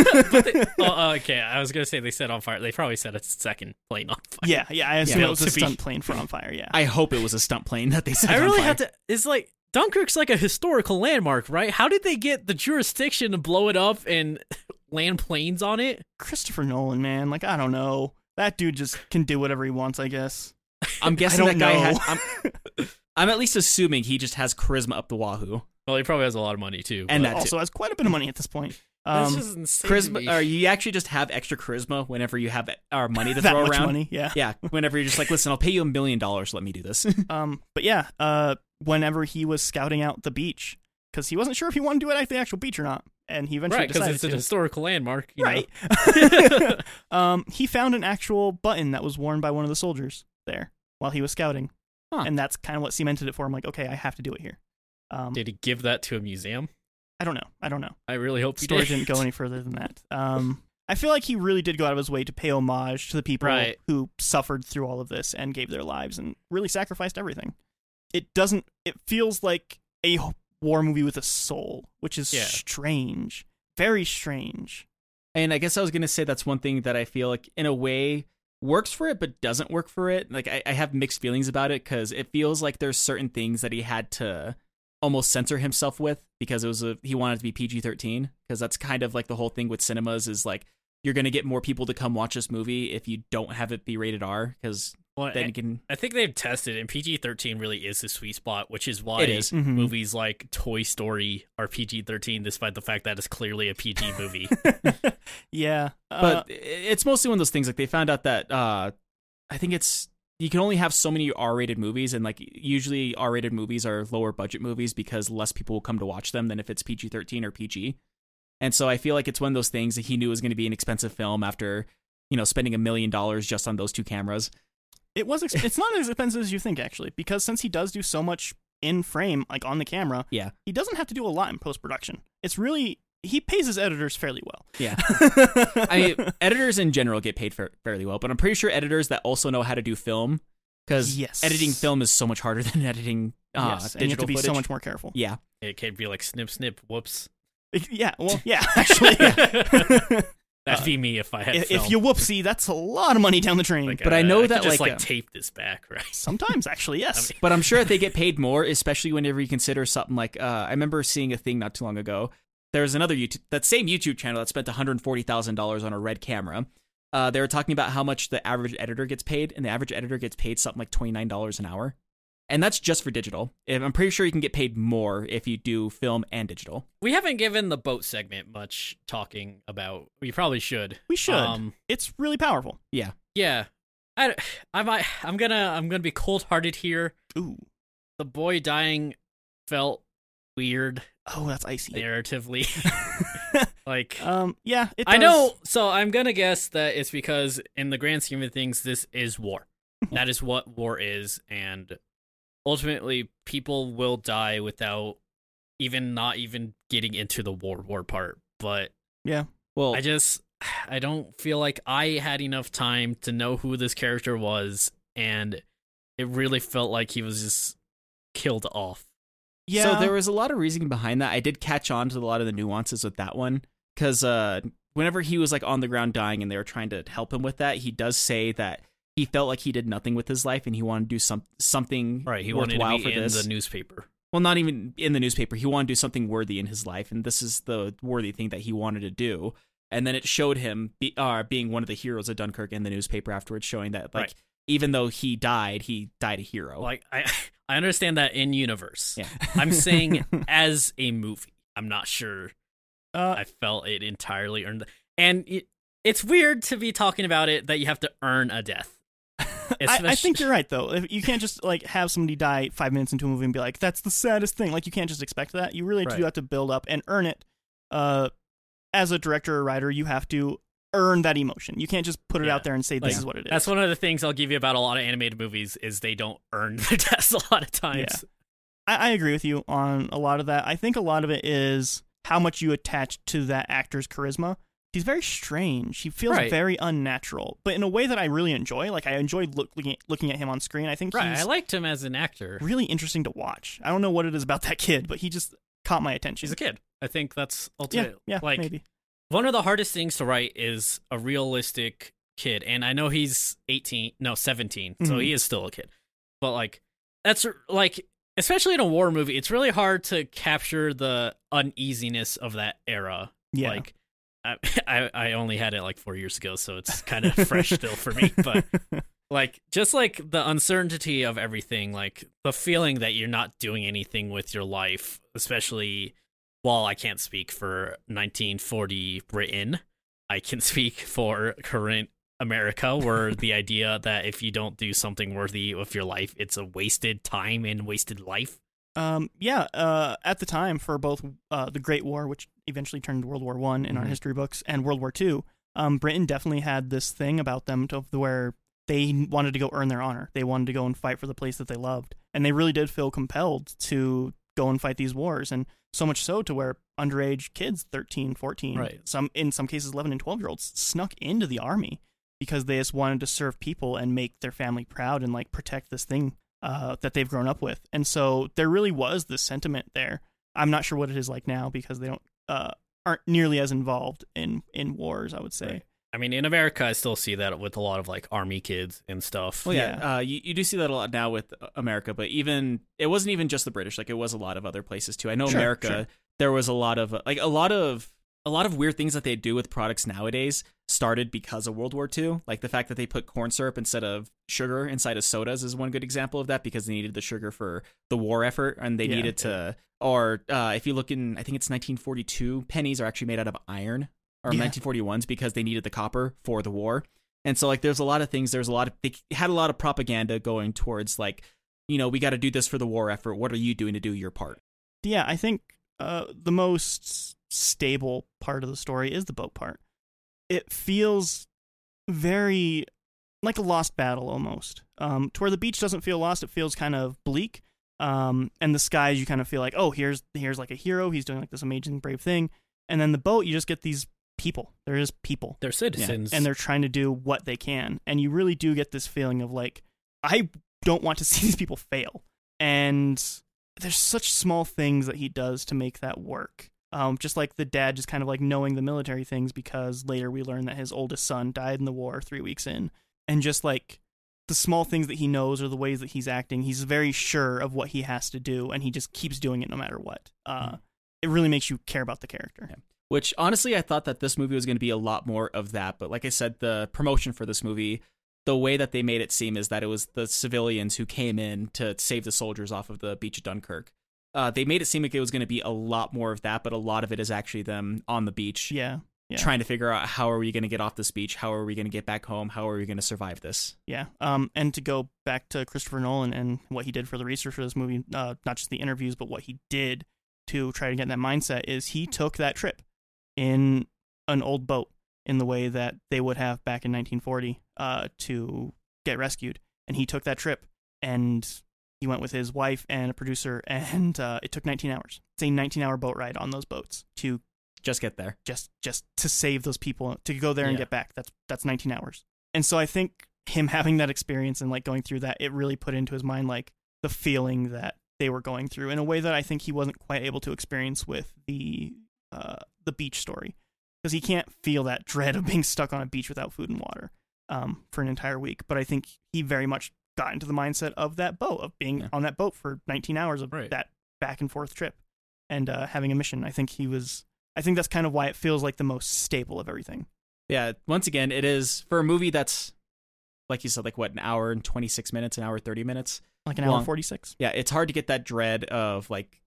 [SPEAKER 3] oh, okay, I was gonna say they set on fire. They probably set a second plane on fire.
[SPEAKER 1] yeah, yeah, I assume
[SPEAKER 2] Yeah.
[SPEAKER 1] it was a
[SPEAKER 3] To be-
[SPEAKER 1] stunt plane for on fire. Yeah,
[SPEAKER 2] I hope it was a stunt plane that they set
[SPEAKER 3] I
[SPEAKER 2] on
[SPEAKER 3] really
[SPEAKER 2] fire.
[SPEAKER 3] had to. It's like Dunkirk's like a historical landmark, right? How did they get the jurisdiction to blow it up and land planes on it?
[SPEAKER 1] Christopher Nolan, man, like I don't know, that dude just can do whatever he wants, I guess.
[SPEAKER 2] I'm guessing
[SPEAKER 1] I don't
[SPEAKER 2] that guy
[SPEAKER 1] know.
[SPEAKER 2] had. I'm, I'm at least assuming he just has charisma up the wahoo,
[SPEAKER 4] well, he probably has a lot of money too.
[SPEAKER 2] and
[SPEAKER 1] But
[SPEAKER 2] that
[SPEAKER 1] also has quite a bit of money at this point.
[SPEAKER 3] That's
[SPEAKER 1] Um,
[SPEAKER 3] just insane. to me.
[SPEAKER 2] charisma, or you actually just have extra charisma whenever you have our money to
[SPEAKER 1] that
[SPEAKER 2] throw
[SPEAKER 1] much
[SPEAKER 2] around.
[SPEAKER 1] money, yeah.
[SPEAKER 2] Yeah, whenever you're just like, listen, I'll pay you a million dollars. Let me do this.
[SPEAKER 1] Um, but yeah, uh, whenever he was scouting out the beach, because he wasn't sure if he wanted to do it at the actual beach or not, and he eventually
[SPEAKER 3] right? Because
[SPEAKER 1] decided
[SPEAKER 3] it's a
[SPEAKER 1] to.
[SPEAKER 3] historical landmark, you
[SPEAKER 1] right. um, he found an actual button that was worn by one of the soldiers there while he was scouting.
[SPEAKER 4] Huh.
[SPEAKER 1] and that's kind of what cemented it for. I'm like, okay, I have to do it here. Um,
[SPEAKER 4] Did he give that to a museum?
[SPEAKER 1] I don't know. I don't know.
[SPEAKER 4] I really hope he
[SPEAKER 1] Story
[SPEAKER 4] did.
[SPEAKER 1] didn't go any further than that. Um, I feel like he really did go out of his way to pay homage to the people
[SPEAKER 4] Right.
[SPEAKER 1] who suffered through all of this and gave their lives and really sacrificed everything. It doesn't. It feels like a h- war movie with a soul, which is
[SPEAKER 4] Yeah.
[SPEAKER 1] strange, very strange.
[SPEAKER 2] And I guess I was gonna say that's one thing that I feel like in a way works for it but doesn't work for it. Like I, I have mixed feelings about it because it feels like there's certain things that he had to almost censor himself with because it was a he wanted it to be PG thirteen because that's kind of like the whole thing with cinemas is like you're gonna get more people to come watch this movie if you don't have it be rated R because
[SPEAKER 4] Well,
[SPEAKER 2] then
[SPEAKER 4] I-
[SPEAKER 2] you can
[SPEAKER 4] I think they've tested, and PG thirteen really is the sweet spot, which is why
[SPEAKER 2] It is.
[SPEAKER 1] Mhm.
[SPEAKER 4] movies like Toy Story are PG thirteen, despite the fact that it's clearly a PG movie.
[SPEAKER 1] Yeah, uh,
[SPEAKER 2] but i it's mostly one of those things like they found out that uh i think it's you can only have so many r-rated movies and like usually r-rated movies are lower budget movies because less people will come to watch them than if it's pg-13 or pg and so i feel like it's one of those things that he knew was going to be an expensive film after you know spending a million dollars just on those two cameras
[SPEAKER 1] it was. Ex- it's not as expensive as you think, actually, because since he does do so much in frame, like on the camera,
[SPEAKER 2] Yeah.
[SPEAKER 1] he doesn't have to do a lot in post production. It's really he pays his editors fairly well.
[SPEAKER 2] yeah i editors in general get paid fa- fairly well but i'm pretty sure editors that also know how to do film because
[SPEAKER 1] Yes.
[SPEAKER 2] editing film is so much harder than editing uh,
[SPEAKER 1] yes,
[SPEAKER 2] digital
[SPEAKER 1] and you have to be so
[SPEAKER 2] footage.
[SPEAKER 1] much more careful.
[SPEAKER 2] yeah
[SPEAKER 4] it could be like snip snip, whoops.
[SPEAKER 1] It- Yeah, well, yeah, actually.
[SPEAKER 4] That'd be me if I had.
[SPEAKER 1] Uh, if,
[SPEAKER 4] film.
[SPEAKER 1] if you whoopsie, that's a lot of money down the drain.
[SPEAKER 4] Like,
[SPEAKER 2] but I know
[SPEAKER 4] could
[SPEAKER 2] that,
[SPEAKER 4] just
[SPEAKER 2] like,
[SPEAKER 4] like,
[SPEAKER 2] uh,
[SPEAKER 4] tape this back, right?
[SPEAKER 1] Sometimes, actually, yes.
[SPEAKER 2] But I'm sure if they get paid more, especially whenever you consider something like uh, I remember seeing a thing not too long ago. There was another YouTube that same YouTube channel that spent 140 thousand dollars on a red camera. Uh, they were talking about how much the average editor gets paid, and the average editor gets paid something like twenty nine dollars an hour, and that's just for digital. And I'm pretty sure you can get paid more if you do film and digital.
[SPEAKER 4] We haven't given the boat segment much talking about. We probably should.
[SPEAKER 1] We should.
[SPEAKER 4] Um,
[SPEAKER 1] it's really powerful.
[SPEAKER 4] yeah. I, I might. I'm gonna. I'm gonna be cold hearted here.
[SPEAKER 1] Ooh.
[SPEAKER 4] The boy dying felt weird
[SPEAKER 1] Oh, that's icy.
[SPEAKER 4] narratively. like
[SPEAKER 1] Um, yeah, it
[SPEAKER 4] I
[SPEAKER 1] does-
[SPEAKER 4] know. So I'm gonna guess that it's because, in the grand scheme of things, this is war. that is what war is, and ultimately, people will die without even not even getting into the war war part. But
[SPEAKER 2] Well,
[SPEAKER 4] I just I don't feel like I had enough time to know who this character was, and it really felt like he was just killed off.
[SPEAKER 1] Yeah.
[SPEAKER 2] So there was a lot of reasoning behind that. I did catch on to a lot of the nuances with that one because uh, whenever he was like on the ground dying and they were trying to help him with that, he does say that he felt like he did nothing with his life and he wanted to do some something
[SPEAKER 4] Right, he wanted
[SPEAKER 2] worthwhile
[SPEAKER 4] to be
[SPEAKER 2] for
[SPEAKER 4] in
[SPEAKER 2] this.
[SPEAKER 4] the newspaper.
[SPEAKER 2] well, not even in the newspaper. He wanted to do something worthy in his life, and this is the worthy thing that he wanted to do. And then it showed him be, uh, being one of the heroes of Dunkirk in the newspaper afterwards, showing that like
[SPEAKER 4] Right.
[SPEAKER 2] even though he died, he died a hero.
[SPEAKER 4] Like I I understand that in universe.
[SPEAKER 2] Yeah.
[SPEAKER 4] I'm saying as a movie. I'm not sure
[SPEAKER 1] uh,
[SPEAKER 4] I felt it entirely earned. And it, it's weird to be talking about it that you have to earn a death.
[SPEAKER 1] I, I
[SPEAKER 4] Especially-
[SPEAKER 1] think you're right, though. If you can't just like have somebody die five minutes into a movie and be like, "That's the saddest thing." Like, you can't just expect that. You really
[SPEAKER 2] Right.
[SPEAKER 1] do have to build up and earn it. Uh, as a director or writer, you have to earn that emotion. You can't just put it
[SPEAKER 4] Yeah.
[SPEAKER 1] out there and say, "This
[SPEAKER 4] Like,
[SPEAKER 1] is what it is."
[SPEAKER 4] that's one of the things I'll give you about a lot of animated movies is they don't earn their deaths a lot of times.
[SPEAKER 1] I, I agree with you on a lot of that. I think a lot of it is how much you attach to that actor's charisma. He's very strange. He feels
[SPEAKER 4] Right.
[SPEAKER 1] very unnatural, but in a way that I really enjoy. Like I enjoy look, looking at, looking at him on screen. I think
[SPEAKER 4] Right, I
[SPEAKER 1] he's
[SPEAKER 4] liked him as an actor.
[SPEAKER 1] really interesting to watch. I don't know what it is about that kid, but he just caught my attention.
[SPEAKER 4] He's a kid. I think that's
[SPEAKER 1] yeah,
[SPEAKER 4] ultimately
[SPEAKER 1] yeah,
[SPEAKER 4] like
[SPEAKER 1] maybe.
[SPEAKER 4] one of the hardest things to write is a realistic kid and i know he's 18 no 17 so
[SPEAKER 1] Mhm.
[SPEAKER 4] he is still a kid but like that's like especially in a war movie it's really hard to capture the uneasiness of that era
[SPEAKER 1] Yeah,
[SPEAKER 4] like I, I i only had it like four years ago so it's kind of fresh still for me but like just like the uncertainty of everything like the feeling that you're not doing anything with your life especially while i can't speak for 1940 britain i can speak for current america where the idea that if you don't do something worthy of your life it's a wasted time and wasted life
[SPEAKER 1] um, yeah. Uh, at the time, for both uh, the Great War, which eventually turned into World War
[SPEAKER 4] Mm-hmm.
[SPEAKER 1] One in our
[SPEAKER 2] Mhm.
[SPEAKER 1] history books, and World War Two, um, Britain definitely had this thing about them to where they wanted to go earn their honor. They wanted to go and fight for the place that they loved. And they really did feel compelled to go and fight these wars. And so much so to where underage kids, 13, 14,
[SPEAKER 4] Right.
[SPEAKER 1] some, in some cases, 11 and 12 year olds, snuck into the army because they just wanted to serve people and make their family proud and like protect this thing uh, that they've grown up with. And so there really was this sentiment there. I'm not sure what it is like now because they don't uh, aren't nearly as involved in in wars. I would say.
[SPEAKER 4] Right. I mean, in America, I still see that with a lot of like army kids and stuff.
[SPEAKER 2] Well, yeah, Uh, you, you do see that a lot now with uh, America, but even it wasn't even just the British; like it was a lot of other places too. I know
[SPEAKER 1] Sure,
[SPEAKER 2] America,
[SPEAKER 1] sure.
[SPEAKER 2] there was a lot of uh, like a lot of a lot of weird things that they do with products nowadays started because of World War II. Like the fact that they put corn syrup instead of sugar inside of sodas is one good example of that because they needed the sugar for the war effort and they
[SPEAKER 1] Yeah.
[SPEAKER 2] needed to. Or uh, if you look in, I think it's 1942, pennies are actually made out of iron, or
[SPEAKER 1] Yeah.
[SPEAKER 2] 1941s because they needed the copper for the war. And so like there's a lot of things. There's a lot of they had a lot of propaganda going towards like, you know, we got to do this for the war effort. What are you doing to do your part?
[SPEAKER 1] yeah, I think uh, the most stable part of the story is the boat part. It feels very like a lost battle almost. Um, to where the beach doesn't feel lost, it feels kind of bleak. Um, and the skies, you kind of feel like, oh, here's here's like a hero. He's doing like this amazing, brave thing. And then the boat, you just get these people. They're just people
[SPEAKER 4] they're citizens.
[SPEAKER 1] and they're uh, trying to do what they can and you really do get this feeling of like i don't want to see these people fail and there's such small things that he does to make that work um, just like the dad just kind of like knowing the military things because later we learn that his oldest son died in the war three weeks in and just like the small things that he knows or the ways that he's acting he's very sure of what he has to do and he just keeps doing it no matter what uh, it really makes you care about the character
[SPEAKER 2] Which honestly, I thought that this movie was going to be a lot more of that. But like I said, the promotion for this movie, the way that they made it seem is that it was the civilians who came in to save the soldiers off of the beach of Dunkirk. Uh, they made it seem like it was going to be a lot more of that, but a lot of it is actually them on the beach
[SPEAKER 1] yeah Yeah.
[SPEAKER 2] trying to figure out how are we going to get off this beach, how are we going to get back home, how are we going to survive this.
[SPEAKER 1] Yeah. Um, and to go back to Christopher Nolan and what he did for the research for this movie, uh, not just the interviews, but what he did to try to get in that mindset is he took that trip in an old boat in the way that they would have back in 1940 uh, to get rescued. And he took that trip and he went with his wife and a producer, and uh, it took 19 hours. It's a 19 hour boat ride on those boats to
[SPEAKER 2] Just get there.
[SPEAKER 1] just just to save those people to go there and
[SPEAKER 2] Yeah.
[SPEAKER 1] get back that's that's 19 hours and so i think him having that experience and like going through that it really put into his mind like the feeling that they were going through in a way that i think he wasn't quite able to experience with the uh the beach story because he can't feel that dread of being stuck on a beach without food and water um for an entire week but i think he very much got into the mindset of that boat of being
[SPEAKER 2] Yeah.
[SPEAKER 1] on that boat for 19 hours of
[SPEAKER 4] Right.
[SPEAKER 1] that back and forth trip and uh having a mission i think he was I think that's kind of why it feels like the most staple of everything.
[SPEAKER 2] Yeah, once again, it is for a movie that's like you said, like what, an hour and twenty six minutes, an hour thirty minutes.
[SPEAKER 1] Like an hour
[SPEAKER 2] Long.
[SPEAKER 1] forty six.
[SPEAKER 2] Yeah, it's hard to get that dread of like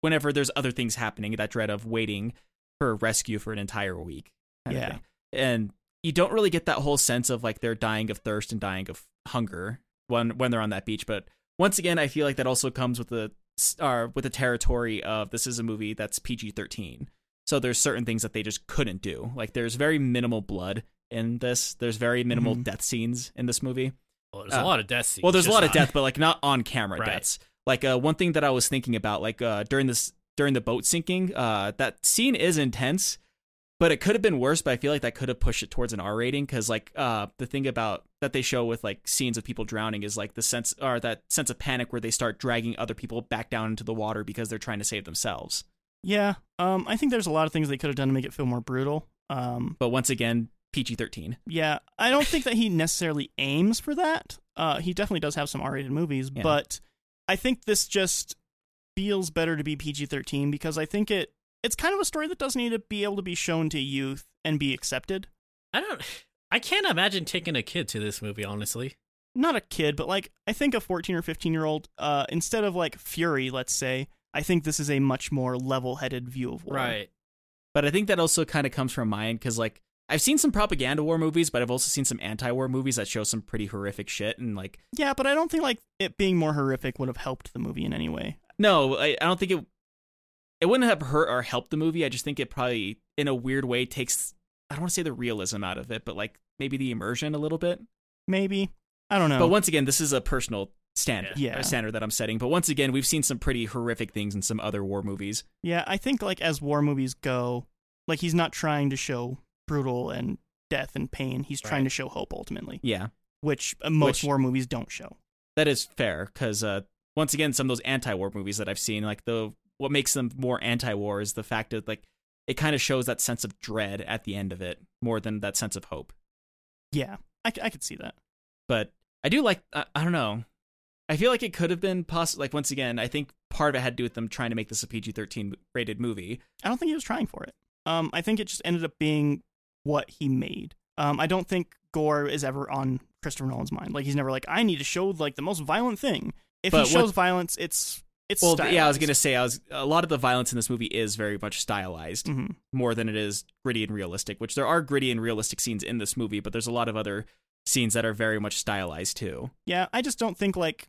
[SPEAKER 2] whenever there's other things happening, that dread of waiting for rescue for an entire week. kind of
[SPEAKER 1] Yeah.
[SPEAKER 2] thing. And you don't really get that whole sense of like they're dying of thirst and dying of hunger when when they're on that beach. But once again, I feel like that also comes with the or with the territory of this is a movie that's PG thirteen. So there's certain things that they just couldn't do. Like there's very minimal blood in this. There's very minimal
[SPEAKER 1] Mhm.
[SPEAKER 2] death scenes in this movie.
[SPEAKER 4] well, there's a lot of death scenes.
[SPEAKER 2] Well, there's a
[SPEAKER 4] just
[SPEAKER 2] lot of
[SPEAKER 4] not-
[SPEAKER 2] death, but like not on camera
[SPEAKER 4] Right.
[SPEAKER 2] deaths. Like uh, one thing that I was thinking about, like uh, during this during the boat sinking, uh, that scene is intense, but it could have been worse. But I feel like that could have pushed it towards an R rating because like uh, the thing about that they show with like scenes of people drowning is like the sense or that sense of panic where they start dragging other people back down into the water because they're trying to save themselves.
[SPEAKER 1] Yeah. Um, I think there's a lot of things they could have done to make it feel more brutal. Um,
[SPEAKER 2] But once again, PG thirteen.
[SPEAKER 1] yeah, I don't think that he necessarily aims for that. Uh, he definitely does have some R rated movies,
[SPEAKER 2] Yeah.
[SPEAKER 1] but I think this just feels better to be PG thirteen because I think it it's kind of a story that does need to be able to be shown to youth and be accepted.
[SPEAKER 4] I don't. I can't imagine taking a kid to this movie. Honestly,
[SPEAKER 1] not a kid, but like I think a 14 or 15 year old, uh, instead of like fury, let's say, I think this is a much more level headed view of war.
[SPEAKER 2] But I think that also kind of comes from my end because, like, I've seen some propaganda war movies, but I've also seen some anti war movies that show some pretty horrific shit. And, like,
[SPEAKER 1] Yeah, but I don't think like it being more horrific would have helped the movie in any way.
[SPEAKER 2] no, I, I don't think it. It wouldn't have hurt or helped the movie. I just think it probably, in a weird way, takes. I don't want to say the realism out of it, but like maybe the immersion a little bit.
[SPEAKER 1] maybe. I don't know.
[SPEAKER 2] But once again, this is a personal standard,
[SPEAKER 1] Oh. Yeah.
[SPEAKER 2] a standard that I'm setting. But once again, we've seen some pretty horrific things in some other war movies.
[SPEAKER 1] yeah, I think like as war movies go, like he's not trying to show brutal and death and pain. He's trying
[SPEAKER 2] Right.
[SPEAKER 1] to show hope ultimately,
[SPEAKER 2] Yeah,
[SPEAKER 1] which uh, most
[SPEAKER 2] Which-
[SPEAKER 1] war movies don't show.
[SPEAKER 2] that is fair because uh, once again, some of those anti-war movies that I've seen, like the what makes them more anti-war is the fact that like it kind of shows that sense of dread at the end of it more than that sense of hope.
[SPEAKER 1] Yeah, I, c- I could see that.
[SPEAKER 2] but I do like. I, I don't know. I feel like it could have been possible. Like once again, I think part of it had to do with them trying to make this a PG thirteen rated movie.
[SPEAKER 1] I don't think he was trying for it. Um, I think it just ended up being what he made. Um, I don't think gore is ever on Christopher Nolan's mind. Like he's never like, I need to show like the most violent thing. If
[SPEAKER 2] But
[SPEAKER 1] he
[SPEAKER 2] what-
[SPEAKER 1] shows violence, it's it's
[SPEAKER 2] Well, yeah, I was
[SPEAKER 1] stylized.
[SPEAKER 2] gonna say I was a lot of the violence in this movie is very much stylized
[SPEAKER 1] Mhm.
[SPEAKER 2] more than it is gritty and realistic. Which there are gritty and realistic scenes in this movie, but there's a lot of other scenes that are very much stylized too.
[SPEAKER 1] Yeah, I just don't think like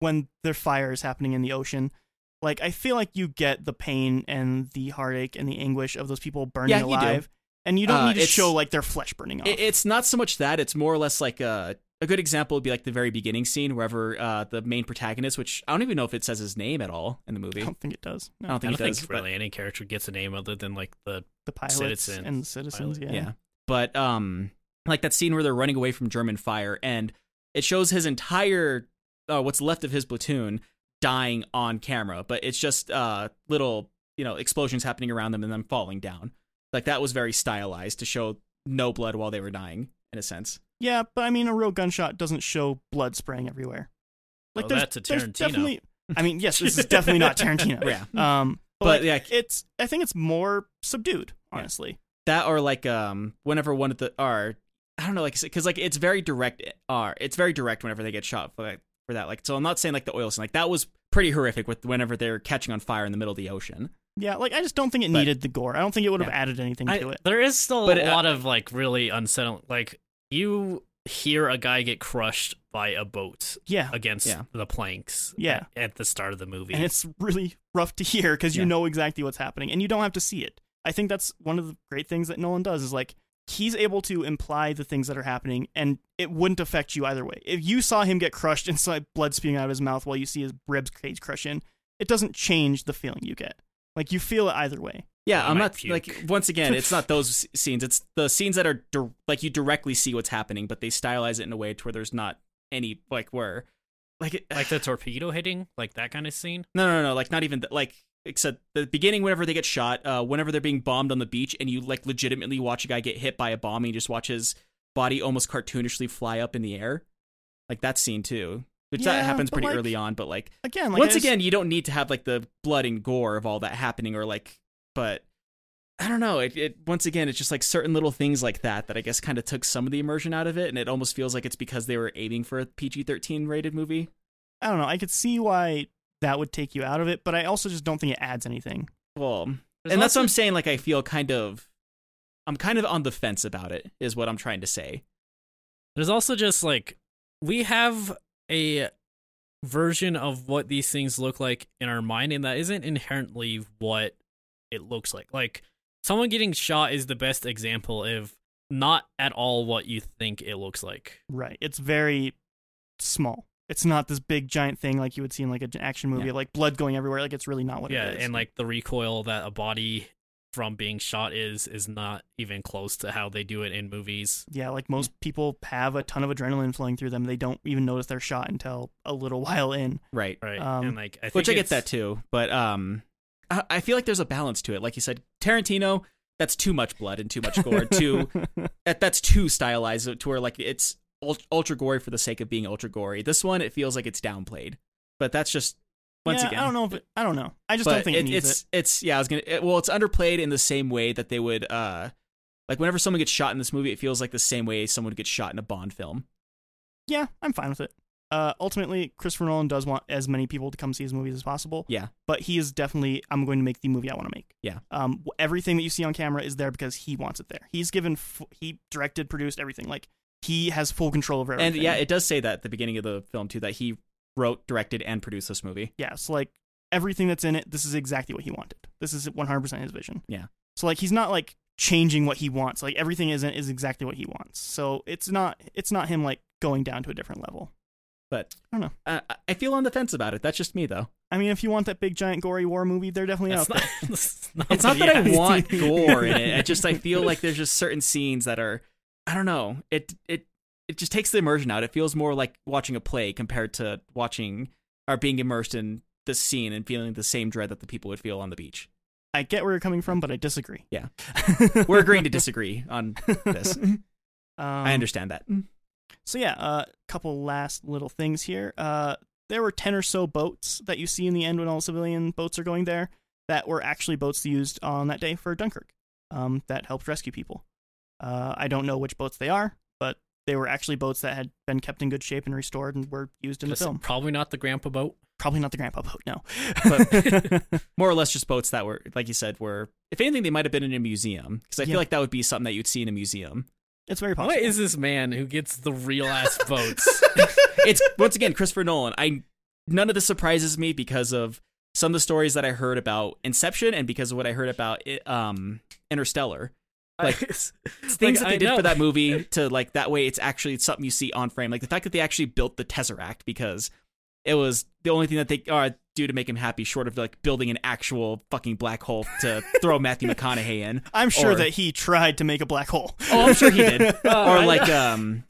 [SPEAKER 1] when the fire is happening in the ocean, like I feel like you get the pain and the heartache and the anguish of those people burning
[SPEAKER 2] Yeah, you do.
[SPEAKER 1] alive, and you don't
[SPEAKER 2] Uh,
[SPEAKER 1] need to
[SPEAKER 2] it's-
[SPEAKER 1] show like their flesh burning off.
[SPEAKER 2] It, it's not so much that; it's more or less like a. A good example would be like the very beginning scene, wherever uh, the main protagonist, which I don't even know if it says his name at all in the movie.
[SPEAKER 1] I don't think it does. No,
[SPEAKER 2] I don't
[SPEAKER 4] I
[SPEAKER 2] think
[SPEAKER 4] don't
[SPEAKER 2] he
[SPEAKER 4] think
[SPEAKER 2] does. but-
[SPEAKER 4] really any character gets a name other than like the
[SPEAKER 1] the pilots
[SPEAKER 4] Citizen.
[SPEAKER 1] and the citizens.
[SPEAKER 4] Pilot.
[SPEAKER 2] yeah.
[SPEAKER 1] Yeah.
[SPEAKER 2] But um, like that scene where they're running away from German fire, and it shows his entire uh, what's left of his platoon dying on camera, but it's just uh little you know explosions happening around them and them falling down. Like that was very stylized to show no blood while they were dying, in a sense.
[SPEAKER 1] Yeah, but I mean, a real gunshot doesn't show blood spraying everywhere. Like
[SPEAKER 2] Oh,
[SPEAKER 4] Well,
[SPEAKER 1] there's,
[SPEAKER 4] that's a
[SPEAKER 1] there's
[SPEAKER 4] Tarantino.
[SPEAKER 1] definitely. I mean, yes, this is definitely not Tarantino.
[SPEAKER 2] Yeah.
[SPEAKER 1] Um,
[SPEAKER 2] But,
[SPEAKER 1] but,
[SPEAKER 2] like-
[SPEAKER 1] like, it's. I think it's more subdued, honestly.
[SPEAKER 2] that or like um whenever one of the are I don't know like because like it's very direct are it's very direct whenever they get shot for that for that like so I'm not saying like the oil scene like that was pretty horrific with whenever they're catching on fire in the middle of the ocean.
[SPEAKER 1] Yeah. like I just don't think it
[SPEAKER 2] But-
[SPEAKER 1] needed the gore. I don't think it would have
[SPEAKER 2] Yeah.
[SPEAKER 1] added anything
[SPEAKER 4] I-
[SPEAKER 1] to it.
[SPEAKER 4] There is still
[SPEAKER 2] But,
[SPEAKER 4] a
[SPEAKER 2] uh,
[SPEAKER 4] lot of like really unsettling. Like you hear a guy get crushed by a boat
[SPEAKER 1] Yeah,
[SPEAKER 4] against
[SPEAKER 2] Yeah.
[SPEAKER 4] the planks.
[SPEAKER 1] Yeah.
[SPEAKER 4] At, at the start of the movie.
[SPEAKER 1] and it's really rough to hear because you
[SPEAKER 2] Yeah.
[SPEAKER 1] know exactly what's happening and you don't have to see it. I think that's one of the great things that Nolan does is like he's able to imply the things that are happening and it wouldn't affect you either way. If you saw him get crushed and saw blood spewing out of his mouth while you see his ribs cage crush in, it doesn't change the feeling you get. Like you feel it either way.
[SPEAKER 2] Yeah,
[SPEAKER 4] I
[SPEAKER 2] I'm
[SPEAKER 4] might
[SPEAKER 2] not
[SPEAKER 4] puke.
[SPEAKER 2] like once again, it's not those s- scenes. It's the scenes that are dir- like you directly see what's happening, but they stylize it in a way to where there's not any like where like it,
[SPEAKER 4] like the torpedo hitting, like that kind of scene.
[SPEAKER 2] no no no like not even th- like except the beginning whenever they get shot, uh, whenever they're being bombed on the beach, and you like legitimately watch a guy get hit by a bomb, and you just watch his body almost cartoonishly fly up in the air, like that scene too. Which that
[SPEAKER 1] Yeah,
[SPEAKER 2] happens
[SPEAKER 1] but,
[SPEAKER 2] pretty
[SPEAKER 1] like,
[SPEAKER 2] early on, but like
[SPEAKER 1] Again, like I
[SPEAKER 2] once
[SPEAKER 1] just-
[SPEAKER 2] again, you don't need to have like the blood and gore of all that happening, or like, but I don't know. It, it once again, it's just like certain little things like that that I guess kind of took some of the immersion out of it, and it almost feels like it's because they were aiming for a PG thirteen rated movie.
[SPEAKER 1] I don't know. I could see why that would take you out of it, but I also just don't think it adds anything.
[SPEAKER 2] Well,
[SPEAKER 4] There's
[SPEAKER 2] and that's what
[SPEAKER 4] also-
[SPEAKER 2] I'm saying. Like, I feel kind of, I'm kind of on the fence about it. Is what I'm trying to say.
[SPEAKER 4] There's also just like we have a version of what these things look like in our mind, and that isn't inherently what it looks like. Like someone getting shot is the best example of not at all what you think it looks like.
[SPEAKER 1] Right. It's very small. It's not this big giant thing like you would see in like an action movie
[SPEAKER 2] Yeah.
[SPEAKER 1] of like blood going everywhere. Like it's really not what
[SPEAKER 4] yeah,
[SPEAKER 1] it is.
[SPEAKER 4] and like the recoil that a body from being shot is is not even close to how they do it in movies.
[SPEAKER 1] yeah, like most people have a ton of adrenaline flowing through them. They don't even notice they're shot until a little while in.
[SPEAKER 2] Right.
[SPEAKER 4] Right.
[SPEAKER 1] Um,
[SPEAKER 4] and like I think
[SPEAKER 2] Which I get
[SPEAKER 4] it's-
[SPEAKER 2] that too, but um, I, I feel like there's a balance to it. Like you said, Tarantino. That's too much blood and too much gore. Too that that's too stylized to where like it's ult- ultra gory for the sake of being ultra gory. This one it feels like it's downplayed, but that's just once
[SPEAKER 1] Yeah,
[SPEAKER 2] again.
[SPEAKER 1] I don't know if it, I don't know. I just
[SPEAKER 2] but
[SPEAKER 1] don't think it, needs
[SPEAKER 2] it's
[SPEAKER 1] it.
[SPEAKER 2] it's yeah. I was gonna it, well, it's underplayed in the same way that they would uh like whenever someone gets shot in this movie, it feels like the same way someone gets shot in a Bond film.
[SPEAKER 1] Yeah, I'm fine with it. Uh, ultimately, Christopher Nolan does want as many people to come see his movies as possible.
[SPEAKER 2] Yeah.
[SPEAKER 1] but he is definitely I'm going to make the movie I want to make.
[SPEAKER 2] Yeah.
[SPEAKER 1] Um, wh- everything that you see on camera is there because he wants it there. He's given, f- he directed, produced everything. Like he has full control over everything.
[SPEAKER 2] And yeah, it does say that at the beginning of the film too that he wrote, directed, and produced this movie.
[SPEAKER 1] yeah, so like everything that's in it, this is exactly what he wanted. This is 100% his vision.
[SPEAKER 2] Yeah.
[SPEAKER 1] So like he's not like changing what he wants. Like everything isn't is exactly what he wants. So it's not it's not him like going down to a different level.
[SPEAKER 2] But
[SPEAKER 1] I don't know.
[SPEAKER 2] I, I feel on the fence about it. That's just me, though.
[SPEAKER 1] I mean, if you want that big giant gory war movie, they're definitely
[SPEAKER 4] That's
[SPEAKER 1] out
[SPEAKER 4] not,
[SPEAKER 1] there.
[SPEAKER 4] that's not
[SPEAKER 2] It's not
[SPEAKER 4] what
[SPEAKER 2] that I
[SPEAKER 4] he asked.
[SPEAKER 2] want gore in it. I just I feel like there's just certain scenes that are I don't know. It it it just takes the immersion out. It feels more like watching a play compared to watching or being immersed in the scene and feeling the same dread that the people would feel on the beach.
[SPEAKER 1] I get where you're coming from, but I disagree.
[SPEAKER 2] Yeah. We're agreeing to disagree on this.
[SPEAKER 1] Um,
[SPEAKER 2] I understand that.
[SPEAKER 1] So yeah, a couple last little things here. Uh, there were ten or so boats that you see in the end when all the civilian boats are going there that were actually boats used on that day for Dunkirk. Um, that helped rescue people. Uh, I don't know which boats they are, but they were actually boats that had been kept in good shape and restored and were used in the
[SPEAKER 4] Just
[SPEAKER 1] film.
[SPEAKER 4] Probably not the grandpa boat.
[SPEAKER 1] Probably not the grandpa boat, no.
[SPEAKER 2] But more or less just boats that were like you said were if anything they might have been in a museum because I
[SPEAKER 1] Yeah.
[SPEAKER 2] feel like that would be something that you'd see in a museum.
[SPEAKER 1] It's very possible.
[SPEAKER 4] What is this man who gets the real ass votes?
[SPEAKER 2] it's once again Christopher Nolan. I none of this surprises me because of some of the stories that I heard about Inception and because of what I heard about i- um Interstellar. Like it's things
[SPEAKER 4] Like,
[SPEAKER 2] that they
[SPEAKER 4] I
[SPEAKER 2] did
[SPEAKER 4] know.
[SPEAKER 2] for that movie to like that way it's actually something you see on frame. Like the fact that they actually built the Tesseract because it was the only thing that they uh, do to make him happy short of like building an actual fucking black hole to throw Matthew McConaughey in.
[SPEAKER 1] I'm sure
[SPEAKER 2] or-
[SPEAKER 1] that he tried to make a black hole.
[SPEAKER 2] Oh, I'm sure he did. or
[SPEAKER 4] Oh, I-
[SPEAKER 2] like um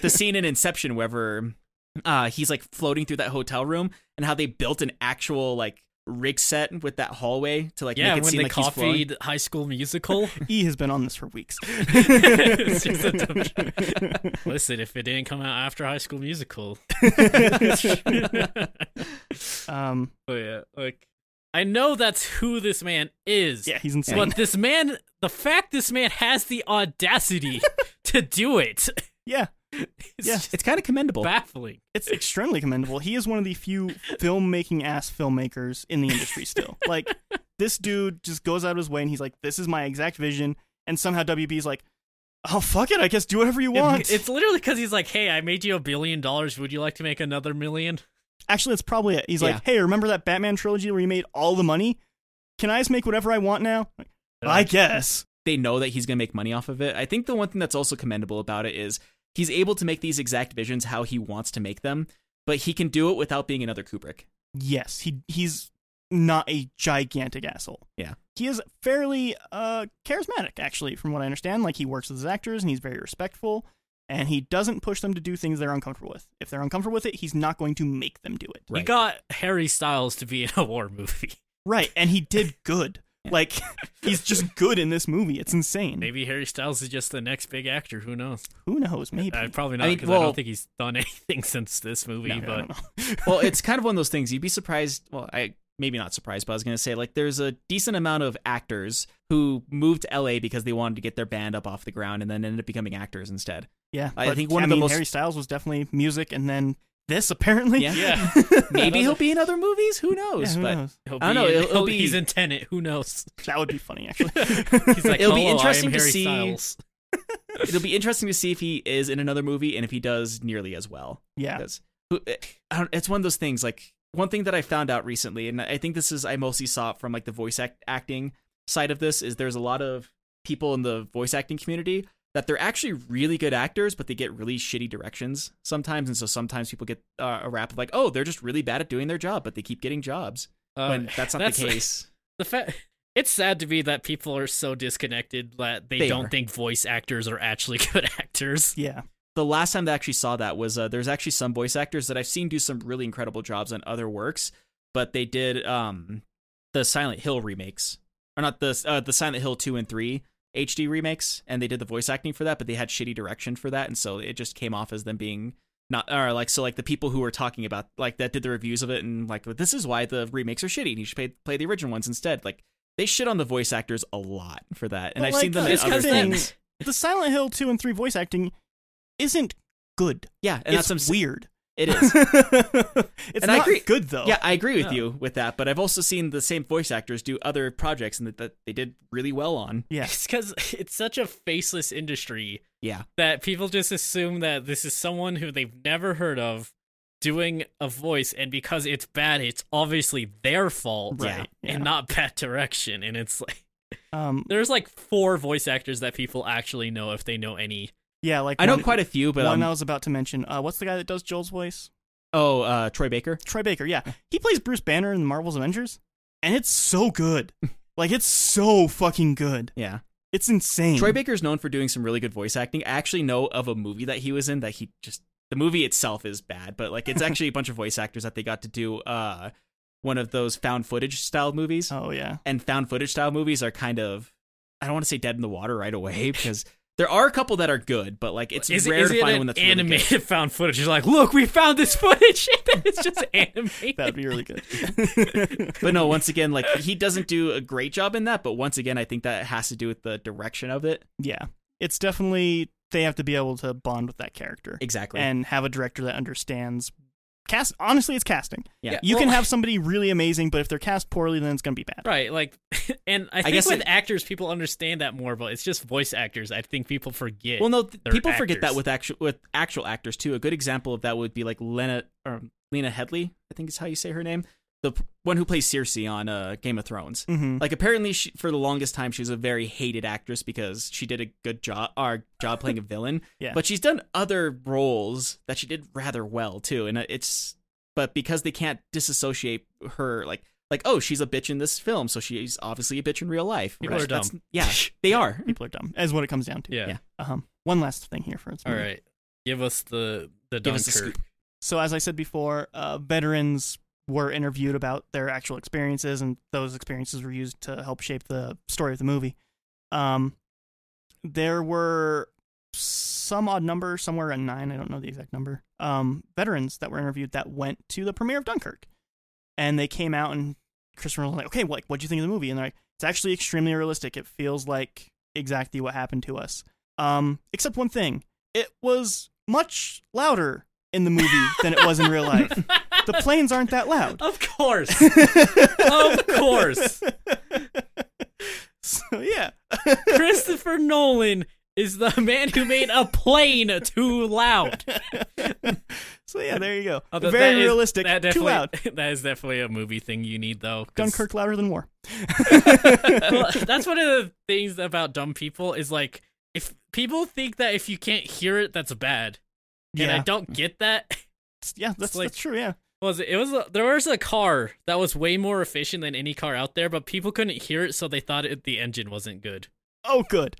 [SPEAKER 2] the scene in Inception wherever uh he's like floating through that hotel room and how they built an actual like rig set with that hallway to like
[SPEAKER 4] yeah,
[SPEAKER 2] make it
[SPEAKER 4] when
[SPEAKER 2] seem
[SPEAKER 4] they
[SPEAKER 2] like he's floating.
[SPEAKER 4] coffeed High School Musical.
[SPEAKER 1] E has been on this for weeks.
[SPEAKER 4] It's just a dumb show. Listen, if it didn't come out after High School Musical,
[SPEAKER 1] Um,
[SPEAKER 4] oh yeah, like I know that's who this man is.
[SPEAKER 1] yeah, he's insane.
[SPEAKER 4] But this man, the fact this man has the audacity to do it,
[SPEAKER 1] yeah,
[SPEAKER 4] is
[SPEAKER 1] Yeah.
[SPEAKER 4] just
[SPEAKER 2] It's kind of commendable.
[SPEAKER 4] baffling.
[SPEAKER 1] it's extremely commendable. He is one of the few filmmaking ass filmmakers in the industry still. like this dude just goes out of his way and he's like, "This is my exact vision," and somehow WB's like, "Oh fuck it, I guess do whatever you want."
[SPEAKER 4] It- it's literally because he's like, "Hey, I made you a billion dollars. Would you like to make another million?
[SPEAKER 1] Actually, that's probably it. He's
[SPEAKER 2] Yeah.
[SPEAKER 1] like, "Hey, remember that Batman trilogy where you made all the money? Can I just make whatever I want now?" Like, I guess.
[SPEAKER 2] They know that he's going to make money off of it. I think the one thing that's also commendable about it is he's able to make these exact visions how he wants to make them, but he can do it without being another Kubrick.
[SPEAKER 1] Yes, he he's not a gigantic asshole.
[SPEAKER 2] Yeah.
[SPEAKER 1] He is fairly uh charismatic actually from what I understand. Like he works with his actors and he's very respectful and he doesn't push them to do things they're uncomfortable with. If they're uncomfortable with it, he's not going to make them do it.
[SPEAKER 4] We got Harry Styles to be in a war movie.
[SPEAKER 1] Right, and he did good. Like he's just good in this movie. It's insane.
[SPEAKER 4] Maybe Harry Styles is just the next big actor. Who knows?
[SPEAKER 1] Who knows? Maybe.
[SPEAKER 4] Uh, probably not
[SPEAKER 2] mean,
[SPEAKER 4] because I,
[SPEAKER 2] well-
[SPEAKER 4] don't think he's done anything since this movie.
[SPEAKER 1] No, I
[SPEAKER 4] but
[SPEAKER 2] uh,
[SPEAKER 1] don't know.
[SPEAKER 2] well, it's kind of one of those things. You'd be surprised. Well, I maybe not surprised, but I was gonna say like there's a decent amount of actors who moved to LA because they wanted to get their band up off the ground and then ended up becoming actors instead.
[SPEAKER 1] Yeah,
[SPEAKER 2] I
[SPEAKER 1] but,
[SPEAKER 2] think one
[SPEAKER 1] I
[SPEAKER 2] of the
[SPEAKER 1] mean,
[SPEAKER 2] most-
[SPEAKER 1] Harry Styles was definitely music, and then this apparently.
[SPEAKER 2] Yeah,
[SPEAKER 4] yeah,
[SPEAKER 2] maybe he'll be in other movies. Who
[SPEAKER 1] Yeah,
[SPEAKER 2] knows?
[SPEAKER 1] who
[SPEAKER 2] but
[SPEAKER 1] knows?
[SPEAKER 4] he'll
[SPEAKER 2] I don't know,
[SPEAKER 4] in-
[SPEAKER 2] it'll- it'll
[SPEAKER 4] he'll- he's
[SPEAKER 2] be-
[SPEAKER 4] in Tenet. Who knows?
[SPEAKER 1] That would be funny, actually.
[SPEAKER 4] He's like,
[SPEAKER 2] It'll be
[SPEAKER 4] "Hello, I am
[SPEAKER 2] interesting to
[SPEAKER 4] Harry
[SPEAKER 2] see-
[SPEAKER 4] Styles."
[SPEAKER 2] it'll be interesting to see if he is in another movie and if he does nearly as well.
[SPEAKER 1] yeah,
[SPEAKER 2] Because who- eh, I don't, it's one of those things. Like one thing that I found out recently, and I think this is I mostly saw it from like the voice act- acting side of this, is there's a lot of people in the voice acting community that they're actually really good actors, but they get really shitty directions sometimes, and so sometimes people get uh, a rap of like, oh, they're just really bad at doing their job, but they keep getting jobs.
[SPEAKER 4] Uh,
[SPEAKER 2] when that's not
[SPEAKER 4] that's-
[SPEAKER 2] the case.
[SPEAKER 4] The fa- it's sad to be that people are so disconnected that they,
[SPEAKER 2] They
[SPEAKER 4] don't
[SPEAKER 2] are.
[SPEAKER 4] think voice actors are actually good actors.
[SPEAKER 1] yeah.
[SPEAKER 2] the last time that I actually saw that was uh, there's actually some voice actors that I've seen do some really incredible jobs on other works, but they did um the Silent Hill remakes or not the uh, the Silent Hill two and three HD remakes, and they did the voice acting for that, but they had shitty direction for that, and so it just came off as them being not or like so like the people who were talking about like that did the reviews of it and like this is why the remakes are shitty and you should play, play the original ones instead like they shit on the voice actors a lot for that and
[SPEAKER 1] But,
[SPEAKER 2] i've
[SPEAKER 1] like,
[SPEAKER 2] seen them in
[SPEAKER 1] that's
[SPEAKER 4] Just
[SPEAKER 2] other
[SPEAKER 4] because
[SPEAKER 1] the thing.
[SPEAKER 2] things
[SPEAKER 1] the Silent Hill two and three voice acting isn't good.
[SPEAKER 2] yeah and
[SPEAKER 1] it's
[SPEAKER 2] that's what I'm s-
[SPEAKER 1] weird.
[SPEAKER 2] it is
[SPEAKER 1] it's
[SPEAKER 2] And I
[SPEAKER 1] not
[SPEAKER 2] agree.
[SPEAKER 1] good though.
[SPEAKER 2] Yeah, I agree with
[SPEAKER 4] Yeah.
[SPEAKER 2] you with that, but I've also seen the same voice actors do other projects and that, that they did really well on.
[SPEAKER 1] yeah.
[SPEAKER 4] It's because it's such a faceless industry
[SPEAKER 2] Yeah.
[SPEAKER 4] that people just assume that this is someone who they've never heard of doing a voice, and because it's bad, it's obviously their fault,
[SPEAKER 1] Right, yeah.
[SPEAKER 4] And not bad direction. And it's like
[SPEAKER 1] Um,
[SPEAKER 4] there's like four voice actors that people actually know if they know any
[SPEAKER 1] Yeah, like
[SPEAKER 2] I know
[SPEAKER 1] one-
[SPEAKER 2] quite a few, but
[SPEAKER 1] one
[SPEAKER 2] um,
[SPEAKER 1] I was about to mention. Uh, what's the guy that does Joel's voice?
[SPEAKER 2] oh, uh, Troy Baker.
[SPEAKER 1] Troy Baker. Yeah, he plays Bruce Banner in the Marvel's Avengers, and it's so good. like it's so fucking good.
[SPEAKER 2] Yeah,
[SPEAKER 1] It's
[SPEAKER 4] Hmm.
[SPEAKER 1] insane.
[SPEAKER 2] Troy Baker's known for doing some really good voice acting. I actually know of a movie that he was in that he just the movie itself is bad, but like it's actually a bunch of voice actors that they got to do uh one of those found footage style movies.
[SPEAKER 1] Oh yeah.
[SPEAKER 2] And found footage style movies are kind of I don't want to say dead in the water right away because there are a couple that are good, but like it's
[SPEAKER 4] Is,
[SPEAKER 2] rare
[SPEAKER 4] is
[SPEAKER 2] to
[SPEAKER 4] it
[SPEAKER 2] find
[SPEAKER 4] an
[SPEAKER 2] one that's really good.
[SPEAKER 4] animated found footage? You're like, look, we found this footage. it's just animated.
[SPEAKER 1] That'd be really good.
[SPEAKER 2] but no, once again, like he doesn't do a great job in that. But once again, I think that has to do with the direction of it.
[SPEAKER 1] yeah, it's definitely they have to be able to bond with that character
[SPEAKER 2] Exactly.
[SPEAKER 1] and have a director that understands cast. Honestly, it's casting.
[SPEAKER 2] Yeah.
[SPEAKER 1] you
[SPEAKER 3] well-
[SPEAKER 1] can have somebody really amazing, but if they're cast poorly, then it's gonna be bad.
[SPEAKER 4] Right, like, and I think
[SPEAKER 2] guess
[SPEAKER 4] with
[SPEAKER 2] it-
[SPEAKER 4] actors, people understand that more, but it's just voice actors. I think people forget.
[SPEAKER 2] well, no, th-
[SPEAKER 4] they're
[SPEAKER 2] people forget that
[SPEAKER 4] actors.
[SPEAKER 2] with actual with actual actors too. A good example of that would be like Lena or Lena Headley, I think is how you say her name, the p- one who plays Circe on uh, Game of Thrones.
[SPEAKER 1] Mm-hmm.
[SPEAKER 2] Like apparently, she, for the longest time, she was a very hated actress because she did a good job, our job playing a villain.
[SPEAKER 1] Yeah.
[SPEAKER 2] But she's done other roles that she did rather well too, and it's but because they can't disassociate her like like oh she's a bitch in this film, so she's obviously a bitch in real life.
[SPEAKER 4] People are
[SPEAKER 2] That's- Yeah, they are.
[SPEAKER 1] People are dumb, is what it comes down to.
[SPEAKER 4] yeah.
[SPEAKER 2] yeah. Mm-hmm.
[SPEAKER 1] Um, one last thing here for this
[SPEAKER 4] All
[SPEAKER 1] movie.
[SPEAKER 4] right, give us the the
[SPEAKER 2] Give us the
[SPEAKER 4] Dunkirk.
[SPEAKER 1] So, as I said before, uh, veterans were interviewed about their actual experiences, and those experiences were used to help shape the story of the movie. Um, there were some odd number, somewhere around nine, I don't know the exact number, um, veterans that were interviewed that went to the premiere of Dunkirk. And they came out, and Christopher was like, okay, what, what'd you think of the movie? And they're like, it's actually extremely realistic. It feels like exactly what happened to us. Um, except one thing it was much louder in the movie than it was in real life. The planes aren't that loud.
[SPEAKER 4] Of course, of course,
[SPEAKER 1] So yeah,
[SPEAKER 4] Christopher Nolan is the man who made a plane too loud.
[SPEAKER 1] so yeah, there you go.
[SPEAKER 4] Oh, that-
[SPEAKER 1] Very
[SPEAKER 4] that is-
[SPEAKER 1] realistic.
[SPEAKER 4] that
[SPEAKER 1] Too
[SPEAKER 4] definitely-
[SPEAKER 1] loud.
[SPEAKER 4] That is definitely a movie thing you need, though. 'cause-
[SPEAKER 1] Dunkirk louder than war.
[SPEAKER 4] Well, that's one of the things about dumb people is like if people think that if you can't hear it, that's bad. And I
[SPEAKER 1] Yeah,
[SPEAKER 4] don't get that.
[SPEAKER 1] yeah, that's,
[SPEAKER 4] like-
[SPEAKER 1] that's true. Yeah,
[SPEAKER 4] What was it? It was a, there was a car that was way more efficient than any car out there, but people couldn't hear it, so they thought it, the engine wasn't good.
[SPEAKER 1] Oh, good.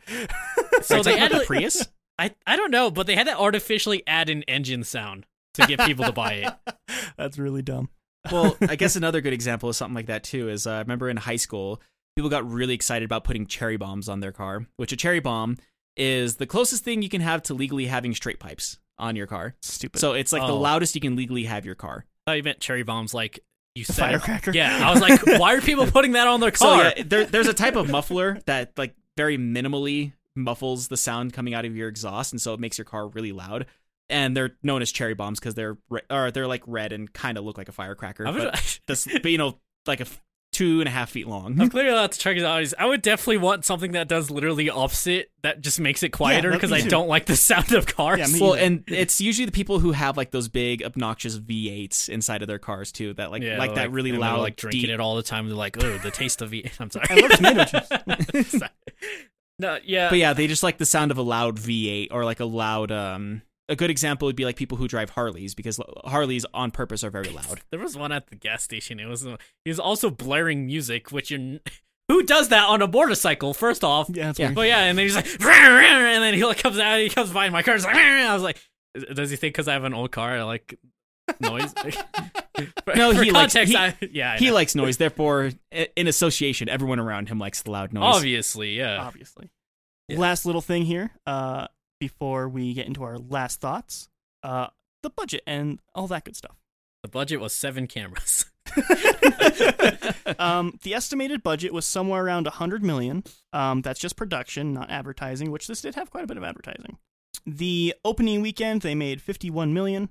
[SPEAKER 4] So
[SPEAKER 2] Talking
[SPEAKER 4] they
[SPEAKER 2] about
[SPEAKER 4] had
[SPEAKER 2] the
[SPEAKER 4] to-
[SPEAKER 2] Prius.
[SPEAKER 4] I I don't know, but they had to artificially add an engine sound to get people to buy it.
[SPEAKER 1] That's really dumb.
[SPEAKER 2] Well, I guess another good example of something like that too is uh, I remember in high school, people got really excited about putting cherry bombs on their car, which a cherry bomb is the closest thing you can have to legally having straight pipes on your car.
[SPEAKER 1] Stupid.
[SPEAKER 2] So it's like the
[SPEAKER 4] Oh.
[SPEAKER 2] loudest you can legally have your car.
[SPEAKER 4] I thought you meant cherry bombs, like you said.
[SPEAKER 1] firecracker.
[SPEAKER 4] Yeah, I was like, why are people putting that on their
[SPEAKER 2] So
[SPEAKER 4] car?
[SPEAKER 2] yeah, there, there's a type of muffler that like very minimally muffles the sound coming out of your exhaust, and so it makes your car really loud. And they're known as cherry bombs because they're re- or they're like red and kind of look like a firecracker.
[SPEAKER 4] I would-
[SPEAKER 2] but this, but you know, like a f- two and a half feet long.
[SPEAKER 4] I'm clearly allowed to check his eyes. I would definitely want something that does literally opposite, that just makes it quieter
[SPEAKER 1] that-
[SPEAKER 4] because
[SPEAKER 1] me
[SPEAKER 4] I
[SPEAKER 1] too.
[SPEAKER 4] don't like the sound of cars.
[SPEAKER 1] Yeah, me
[SPEAKER 2] Well,
[SPEAKER 1] either.
[SPEAKER 2] and it's usually the people who have like those big obnoxious V8s inside of their cars too, that like like, that really
[SPEAKER 4] and they're,
[SPEAKER 2] loud,
[SPEAKER 4] like drinking
[SPEAKER 2] deep-
[SPEAKER 4] it all the time. They're like, oh, the taste of it. I'm
[SPEAKER 1] I
[SPEAKER 4] sorry.
[SPEAKER 1] love tomato juice.
[SPEAKER 4] no, yeah,
[SPEAKER 2] But yeah, they just like the sound of a loud V8 or like a loud. um A good example would be like people who drive Harleys because l- Harleys on purpose are very loud.
[SPEAKER 4] there was one at the gas station. It was uh, he was also blaring music, which you're n- who does that on a motorcycle? First off,
[SPEAKER 1] Yeah, that's
[SPEAKER 2] Yeah.
[SPEAKER 1] weird.
[SPEAKER 4] But yeah, and then he's like, "Rah, rah," and then he like comes out, he comes by, and my car's like, "Rah," I was like, does he think because I have an old car, I like noise? For-
[SPEAKER 2] No,
[SPEAKER 4] for
[SPEAKER 2] he likes-
[SPEAKER 4] context,
[SPEAKER 2] he-
[SPEAKER 4] I, yeah, I
[SPEAKER 2] He
[SPEAKER 4] know.
[SPEAKER 2] likes noise, therefore, i- in association, everyone around him likes the loud
[SPEAKER 4] Oh,
[SPEAKER 2] noise.
[SPEAKER 4] obviously, yeah.
[SPEAKER 1] obviously.
[SPEAKER 4] Yeah.
[SPEAKER 1] Last little thing here, uh, before we get into our last thoughts, uh, the budget and all that good stuff.
[SPEAKER 4] The budget was seven cameras.
[SPEAKER 1] um, the estimated budget was somewhere around 100 million. Um, that's just production, not advertising, which this did have quite a bit of advertising. The opening weekend, they made 51 million.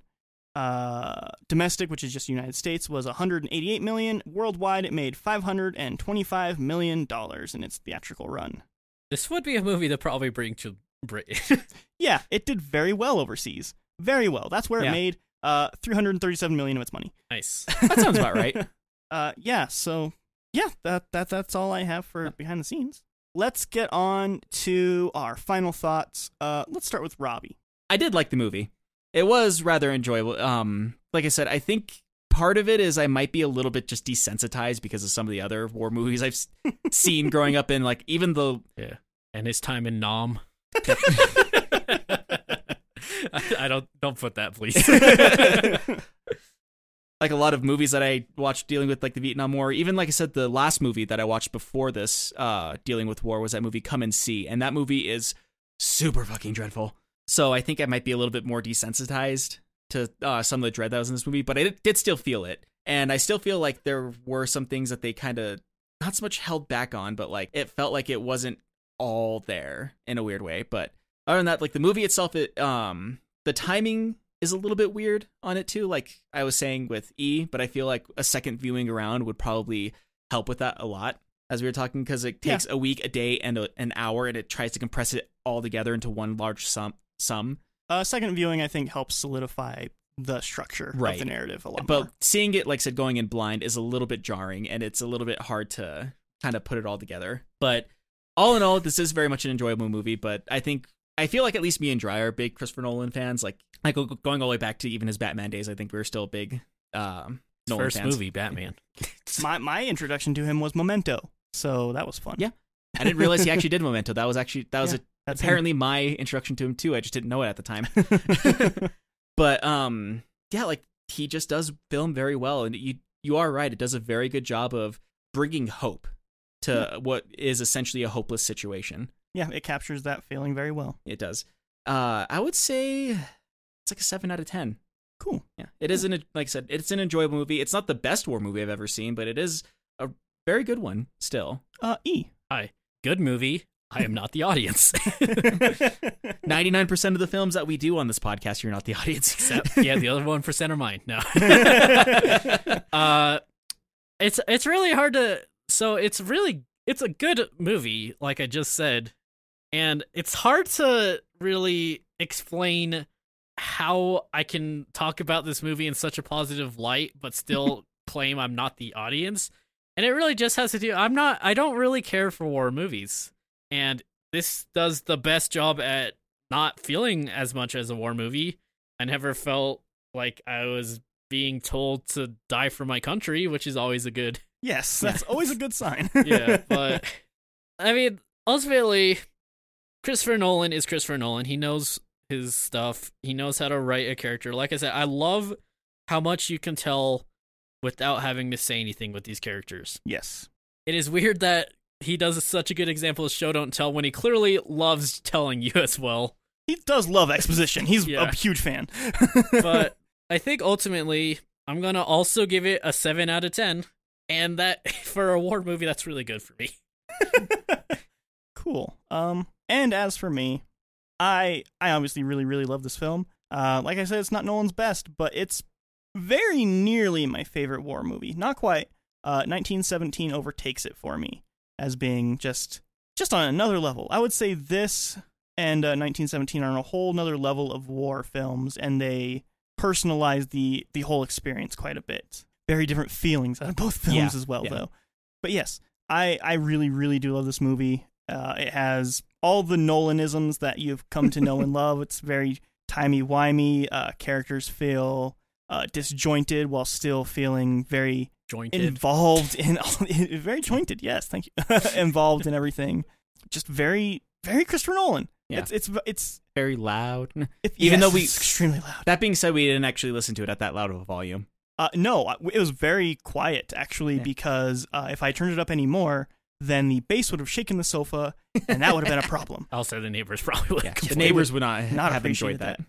[SPEAKER 1] Uh, domestic, which is just United States, was 188 million. Worldwide, it made 525 million dollars in its theatrical run.
[SPEAKER 4] This would be a movie to probably bring to Britain.
[SPEAKER 1] Yeah, it did very well overseas. Very well. That's where it
[SPEAKER 2] Yeah.
[SPEAKER 1] made uh, 337 million of its money.
[SPEAKER 4] nice.
[SPEAKER 2] that sounds about right.
[SPEAKER 1] Uh, yeah. So yeah, that that that's all I have for behind the scenes. let's get on to our final thoughts. Uh, let's start with Robbie.
[SPEAKER 2] I did like the movie. It was rather enjoyable. Um, like I said, I think part of it is I might be a little bit just desensitized because of some of the other war movies I've s- seen growing up in. Like even the
[SPEAKER 4] and his time in Nom. I, I don't don't put that, please.
[SPEAKER 2] like a lot of movies that I watched dealing with like the Vietnam War. Even like I said, the last movie that I watched before this, uh, dealing with war, was that movie Come and See, and that movie is super fucking dreadful. So I think I might be a little bit more desensitized to uh, some of the dread that was in this movie, but I did, did still feel it, and I still feel like there were some things that they kind of not so much held back on, but like it felt like it wasn't all there in a weird way. But other than that, like the movie itself, it um the timing is a little bit weird on it too. Like I was saying with E, but I feel like a second viewing around would probably help with that a lot. As we were talking, because it
[SPEAKER 1] Yeah.
[SPEAKER 2] takes a week, a day, and a, an hour, and it tries to compress it all together into one large sum. Sum,
[SPEAKER 1] Uh, second viewing, I think, helps solidify the structure of
[SPEAKER 2] Right.
[SPEAKER 1] the narrative a
[SPEAKER 4] Uh-huh.
[SPEAKER 1] lot
[SPEAKER 2] but
[SPEAKER 1] more.
[SPEAKER 2] seeing it, like I said, going in blind is a little bit jarring, and it's a little bit hard to kind of put it all together. But all in all, this is very much an enjoyable movie. But I think I feel like at least me and Dry are big Christopher Nolan fans. Like like go- going all the way back to even his Batman days, I think we were still big um, Nolan
[SPEAKER 4] First
[SPEAKER 2] fans.
[SPEAKER 4] movie, Batman.
[SPEAKER 1] My my introduction to him was Memento, so that was fun.
[SPEAKER 2] Yeah. I didn't realize he actually did Memento. That was actually that was
[SPEAKER 1] Yeah,
[SPEAKER 2] a,
[SPEAKER 1] that's him.
[SPEAKER 2] apparently my introduction to him too. I just didn't know it at the time. but um, yeah, like he just does film very well, and you you are right. It does a very good job of bringing hope to what is essentially a hopeless situation.
[SPEAKER 1] yeah, it captures that feeling very well.
[SPEAKER 2] It does. Uh, I would say it's like a seven out of ten.
[SPEAKER 1] Cool.
[SPEAKER 2] Yeah, it is an like I said, it's an enjoyable movie. It's not the best war movie I've ever seen, but it is a very good one still.
[SPEAKER 1] Uh, e.
[SPEAKER 4] Good movie. I am not the audience.
[SPEAKER 2] Ninety nine percent of the films that we do on this podcast, you're not the audience. Except
[SPEAKER 4] yeah, the other one percent are mine. No. uh it's it's really hard to so it's really it's a good movie, like I just said. And it's hard to really explain how I can talk about this movie in such a positive light, but still claim I'm not the audience. And it really just has to do I'm not I don't really care for war movies. And this does the best job at not feeling as much as a war movie. I never felt like I was being told to die for my country, which is always a good
[SPEAKER 1] Yes, that's always a good sign.
[SPEAKER 4] yeah, but I mean, ultimately, Christopher Nolan is Christopher Nolan. He knows his stuff. He knows how to write a character. Like I said, I love how much you can tell without having to say anything with these characters.
[SPEAKER 1] yes.
[SPEAKER 4] It is weird that he does such a good example of show don't tell when he clearly loves telling you as well.
[SPEAKER 1] He does love exposition. He's
[SPEAKER 4] Yeah.
[SPEAKER 1] a huge fan.
[SPEAKER 4] but I think ultimately I'm gonna also give it a seven out of ten, and that for a war movie that's really good for me.
[SPEAKER 1] cool. Um, and as for me, I I obviously really really love this film. Uh, like I said, it's not Nolan's best, but it's very nearly my favorite war movie. Not quite. Uh, 1917 overtakes it for me as being just just on another level. I would say this and uh, 1917 are on a whole another level of war films, and they personalize the the whole experience quite a bit. Very different feelings out of both films
[SPEAKER 2] Yeah,
[SPEAKER 1] as well,
[SPEAKER 2] yeah.
[SPEAKER 1] though. But yes, I I really really do love this movie. Uh, it has all the Nolanisms that you've come to know and love. It's very timey wimey. Uh, characters feel uh, disjointed while still feeling very
[SPEAKER 4] Jointed.
[SPEAKER 1] involved in all, very jointed. Yes, thank you. involved in everything. Just very very Christopher Nolan.
[SPEAKER 2] Yeah.
[SPEAKER 1] It's it's it's
[SPEAKER 2] very loud.
[SPEAKER 1] it,
[SPEAKER 2] Even though
[SPEAKER 1] yes,
[SPEAKER 2] we-
[SPEAKER 1] it's extremely loud.
[SPEAKER 2] That being said, we didn't actually listen to it at that loud of a volume.
[SPEAKER 1] Uh, no, I- it was very quiet actually
[SPEAKER 2] Yeah.
[SPEAKER 1] because uh, if I turned it up any more, then the bass would have shaken the sofa, and that would have been a problem.
[SPEAKER 4] also, the neighbors probably would.
[SPEAKER 2] Yeah, the
[SPEAKER 4] complain.
[SPEAKER 2] neighbors would not,
[SPEAKER 1] Not
[SPEAKER 2] have enjoyed
[SPEAKER 1] appreciated
[SPEAKER 2] that.
[SPEAKER 1] that.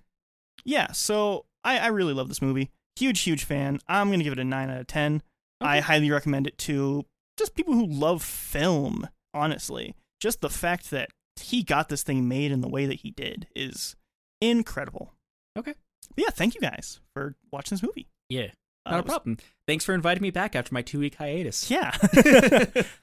[SPEAKER 1] Yeah, so I, I really love this movie. Huge, huge fan. I'm gonna give it a nine out of ten. I highly recommend it to just people who love film. Honestly, just the fact that he got this thing made in the way that he did is incredible.
[SPEAKER 2] Okay.
[SPEAKER 1] But yeah, thank you guys for watching this movie.
[SPEAKER 4] Yeah.
[SPEAKER 1] Uh,
[SPEAKER 2] Not a
[SPEAKER 1] it was-
[SPEAKER 2] problem. Thanks for inviting me back after my two week hiatus.
[SPEAKER 1] Yeah.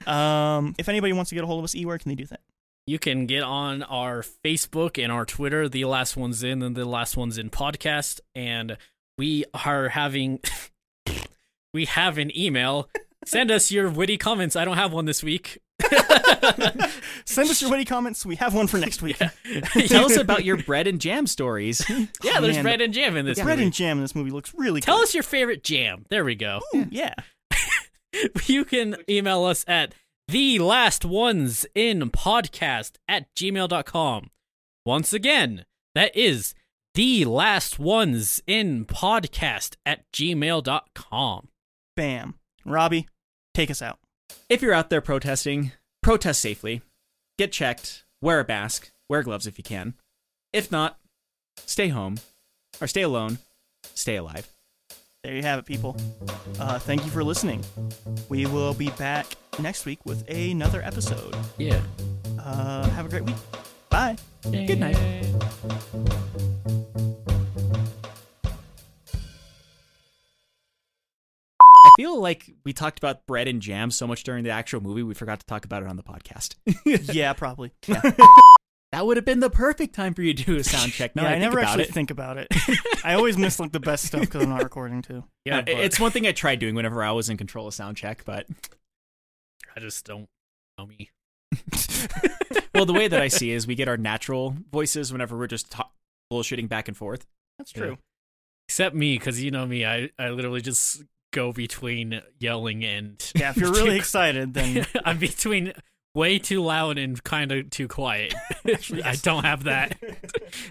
[SPEAKER 1] um, if anybody wants to get a hold of us, e where can they do that?
[SPEAKER 4] You can get on our Facebook and our Twitter, the last ones in and the last ones in podcast, and we are having we have an email. Send us your witty comments. I don't have one this week.
[SPEAKER 1] Send us your witty comments. We have one for next week.
[SPEAKER 2] Tell us about your bread and jam stories.
[SPEAKER 4] yeah, there's
[SPEAKER 1] man,
[SPEAKER 4] bread and jam in this
[SPEAKER 1] Bread
[SPEAKER 4] movie.
[SPEAKER 1] and jam in this movie looks really
[SPEAKER 4] Tell
[SPEAKER 1] good.
[SPEAKER 4] us your favorite jam. There we go.
[SPEAKER 1] Ooh, yeah.
[SPEAKER 4] You can email us at the last ones in podcast at gmail.com. Once again, that is the last ones in podcast at gmail.com.
[SPEAKER 1] Bam. Robbie, take us out.
[SPEAKER 2] if you're out there protesting, protest safely. Get checked. Wear a mask. Wear gloves if you can. If not, stay home or stay alone. Stay alive.
[SPEAKER 1] There you have it, people. Uh, thank you for listening. We will be back next week with another episode.
[SPEAKER 4] Yeah.
[SPEAKER 1] Uh, have a great week. Bye.
[SPEAKER 2] Good night. I feel like we talked about bread and jam so much during the actual movie, we forgot to talk about it on the podcast.
[SPEAKER 1] yeah, probably.
[SPEAKER 2] that would have been the perfect time for you to do a sound check. Now
[SPEAKER 1] yeah, I,
[SPEAKER 2] that I,
[SPEAKER 1] never
[SPEAKER 2] think about
[SPEAKER 1] actually
[SPEAKER 2] it.
[SPEAKER 1] think about it. I always miss like the best stuff because I'm not recording too.
[SPEAKER 4] Yeah,
[SPEAKER 2] Uh,
[SPEAKER 4] but
[SPEAKER 2] it's one thing I tried doing whenever I was in control of sound check, but
[SPEAKER 4] I just don't know me.
[SPEAKER 2] well, the way that I see is we get our natural voices whenever we're just ta- bullshitting back and forth.
[SPEAKER 1] That's
[SPEAKER 4] true. Except me, because you know me, I, I literally just go between yelling and
[SPEAKER 1] Yeah, if you're really excited, then
[SPEAKER 4] I'm between way too loud and kind of too quiet. I don't have that.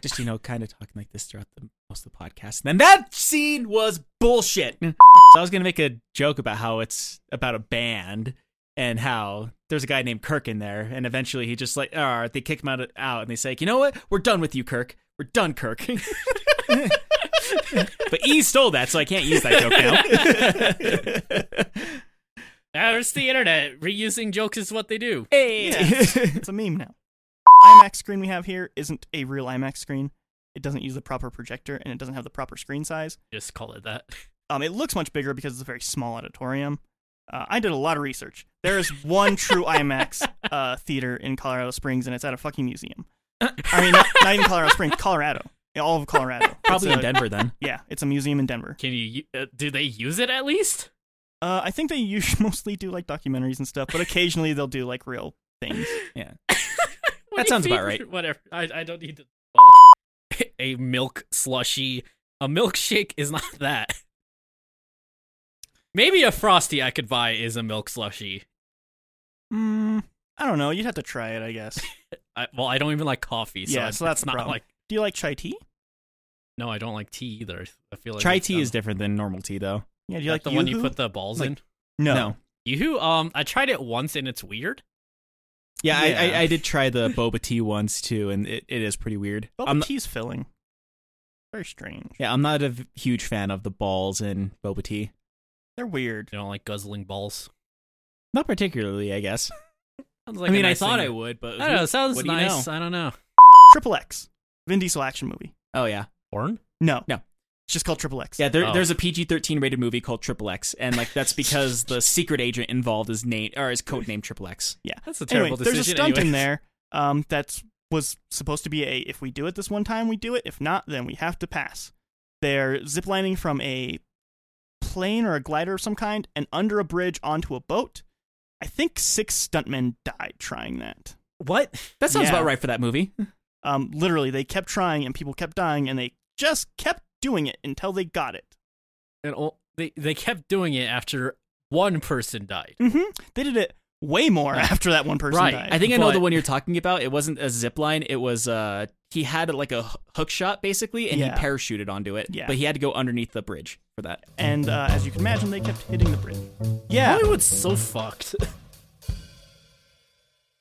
[SPEAKER 2] Just you know, kind of talking like this throughout the most of the podcast. And then that scene was bullshit. so I was gonna make a joke about how it's about a band and how there's a guy named Kirk in there, and eventually he just like, ah, they kick him out, out, and they say, you know what, we're done with you, Kirk. We're done, Kirk. but E stole that, so I can't use that joke now.
[SPEAKER 4] There's the internet. Reusing jokes is what they do.
[SPEAKER 2] hey.
[SPEAKER 1] it's a meme now. IMAX screen we have here isn't a real IMAX screen. It doesn't use the proper projector and it doesn't have the proper screen size.
[SPEAKER 4] Just call it that.
[SPEAKER 1] Um, it looks much bigger because it's a very small auditorium. Uh, I did a lot of research. There is one true IMAX uh, theater in Colorado Springs, and it's at a fucking museum. I mean, not, not even Colorado Springs, Colorado, Yeah, all of Colorado.
[SPEAKER 2] Probably
[SPEAKER 1] It's
[SPEAKER 2] in
[SPEAKER 1] a-
[SPEAKER 2] Denver then.
[SPEAKER 1] Yeah, it's a museum in Denver.
[SPEAKER 4] Can you? Uh, do they use it at least?
[SPEAKER 1] Uh, I think they usually mostly do like documentaries and stuff, but occasionally they'll do like real things.
[SPEAKER 4] What
[SPEAKER 2] That
[SPEAKER 4] do you
[SPEAKER 2] sounds about
[SPEAKER 4] mean?
[SPEAKER 2] right.
[SPEAKER 4] Whatever. I, I don't need to. a milk slushy. A milkshake is not that. Maybe a frosty I could buy is a milk slushy.
[SPEAKER 1] Mm, I don't know. You'd have to try it, I guess.
[SPEAKER 4] I, well, I don't even like coffee, so
[SPEAKER 1] Yeah,
[SPEAKER 4] I-
[SPEAKER 1] so that's
[SPEAKER 4] it's
[SPEAKER 1] the
[SPEAKER 4] not
[SPEAKER 1] problem.
[SPEAKER 4] like.
[SPEAKER 1] Do you like chai tea?
[SPEAKER 4] No, I don't like tea either. I feel like
[SPEAKER 2] Chai
[SPEAKER 4] it's,
[SPEAKER 2] tea
[SPEAKER 4] um,
[SPEAKER 2] is different than normal tea, though.
[SPEAKER 1] Yeah, do
[SPEAKER 4] is
[SPEAKER 1] you
[SPEAKER 4] that
[SPEAKER 1] like
[SPEAKER 4] the one you
[SPEAKER 1] Yoo-hoo?
[SPEAKER 4] put the balls
[SPEAKER 1] Like-
[SPEAKER 4] in.
[SPEAKER 1] No.
[SPEAKER 4] Yoo-hoo, um, I tried it once and it's weird.
[SPEAKER 2] Yeah, I,
[SPEAKER 4] Yeah.
[SPEAKER 2] I, I did try the boba tea once too, and it, it is pretty weird.
[SPEAKER 1] Bubble
[SPEAKER 2] I'm not,
[SPEAKER 1] tea's filling. Very strange.
[SPEAKER 2] yeah, I'm not a v- huge fan of the balls in boba tea.
[SPEAKER 1] They're weird.
[SPEAKER 4] You don't like guzzling balls.
[SPEAKER 2] Not particularly, I guess.
[SPEAKER 4] Sounds like
[SPEAKER 2] I mean, I thought I would, but
[SPEAKER 4] I don't know. It sounds
[SPEAKER 2] What do you
[SPEAKER 4] nice. I don't know.
[SPEAKER 1] Triple X, Vin Diesel action movie.
[SPEAKER 2] oh yeah,
[SPEAKER 4] Porn?
[SPEAKER 1] No,
[SPEAKER 2] No.
[SPEAKER 1] it's just called Triple X.
[SPEAKER 2] yeah. There,
[SPEAKER 4] Oh.
[SPEAKER 2] There's a PG-13 rated movie called Triple X, and like that's because the secret agent involved is name or is codenamed Triple X.
[SPEAKER 4] That's a
[SPEAKER 1] Anyway,
[SPEAKER 4] terrible
[SPEAKER 1] there's a
[SPEAKER 4] decision.
[SPEAKER 1] stunt in
[SPEAKER 4] anyways.
[SPEAKER 1] there um, that was supposed to be a if we do it this one time we do it if not then we have to pass. They're ziplining from a plane or a glider of some kind and under a bridge onto a boat. I think six stuntmen died trying that.
[SPEAKER 2] What? That sounds
[SPEAKER 1] Yeah.
[SPEAKER 2] about right for that movie.
[SPEAKER 1] Um, literally, they kept trying and people kept dying and they just kept doing it until they got it.
[SPEAKER 4] And all- they they kept doing it after one person died.
[SPEAKER 1] hmm They did it way more after that one person
[SPEAKER 4] Mm-hmm. Right.
[SPEAKER 1] died.
[SPEAKER 2] I think I know
[SPEAKER 4] But-
[SPEAKER 2] the one you're talking about. It wasn't a zip line. It was uh he had like a h- hook shot basically, and
[SPEAKER 1] Yeah.
[SPEAKER 2] he parachuted onto it.
[SPEAKER 1] Yeah.
[SPEAKER 2] But he had to go underneath the bridge for that.
[SPEAKER 1] and uh, as you can imagine, they kept hitting the bridge. Yeah.
[SPEAKER 4] Hollywood's so fucked.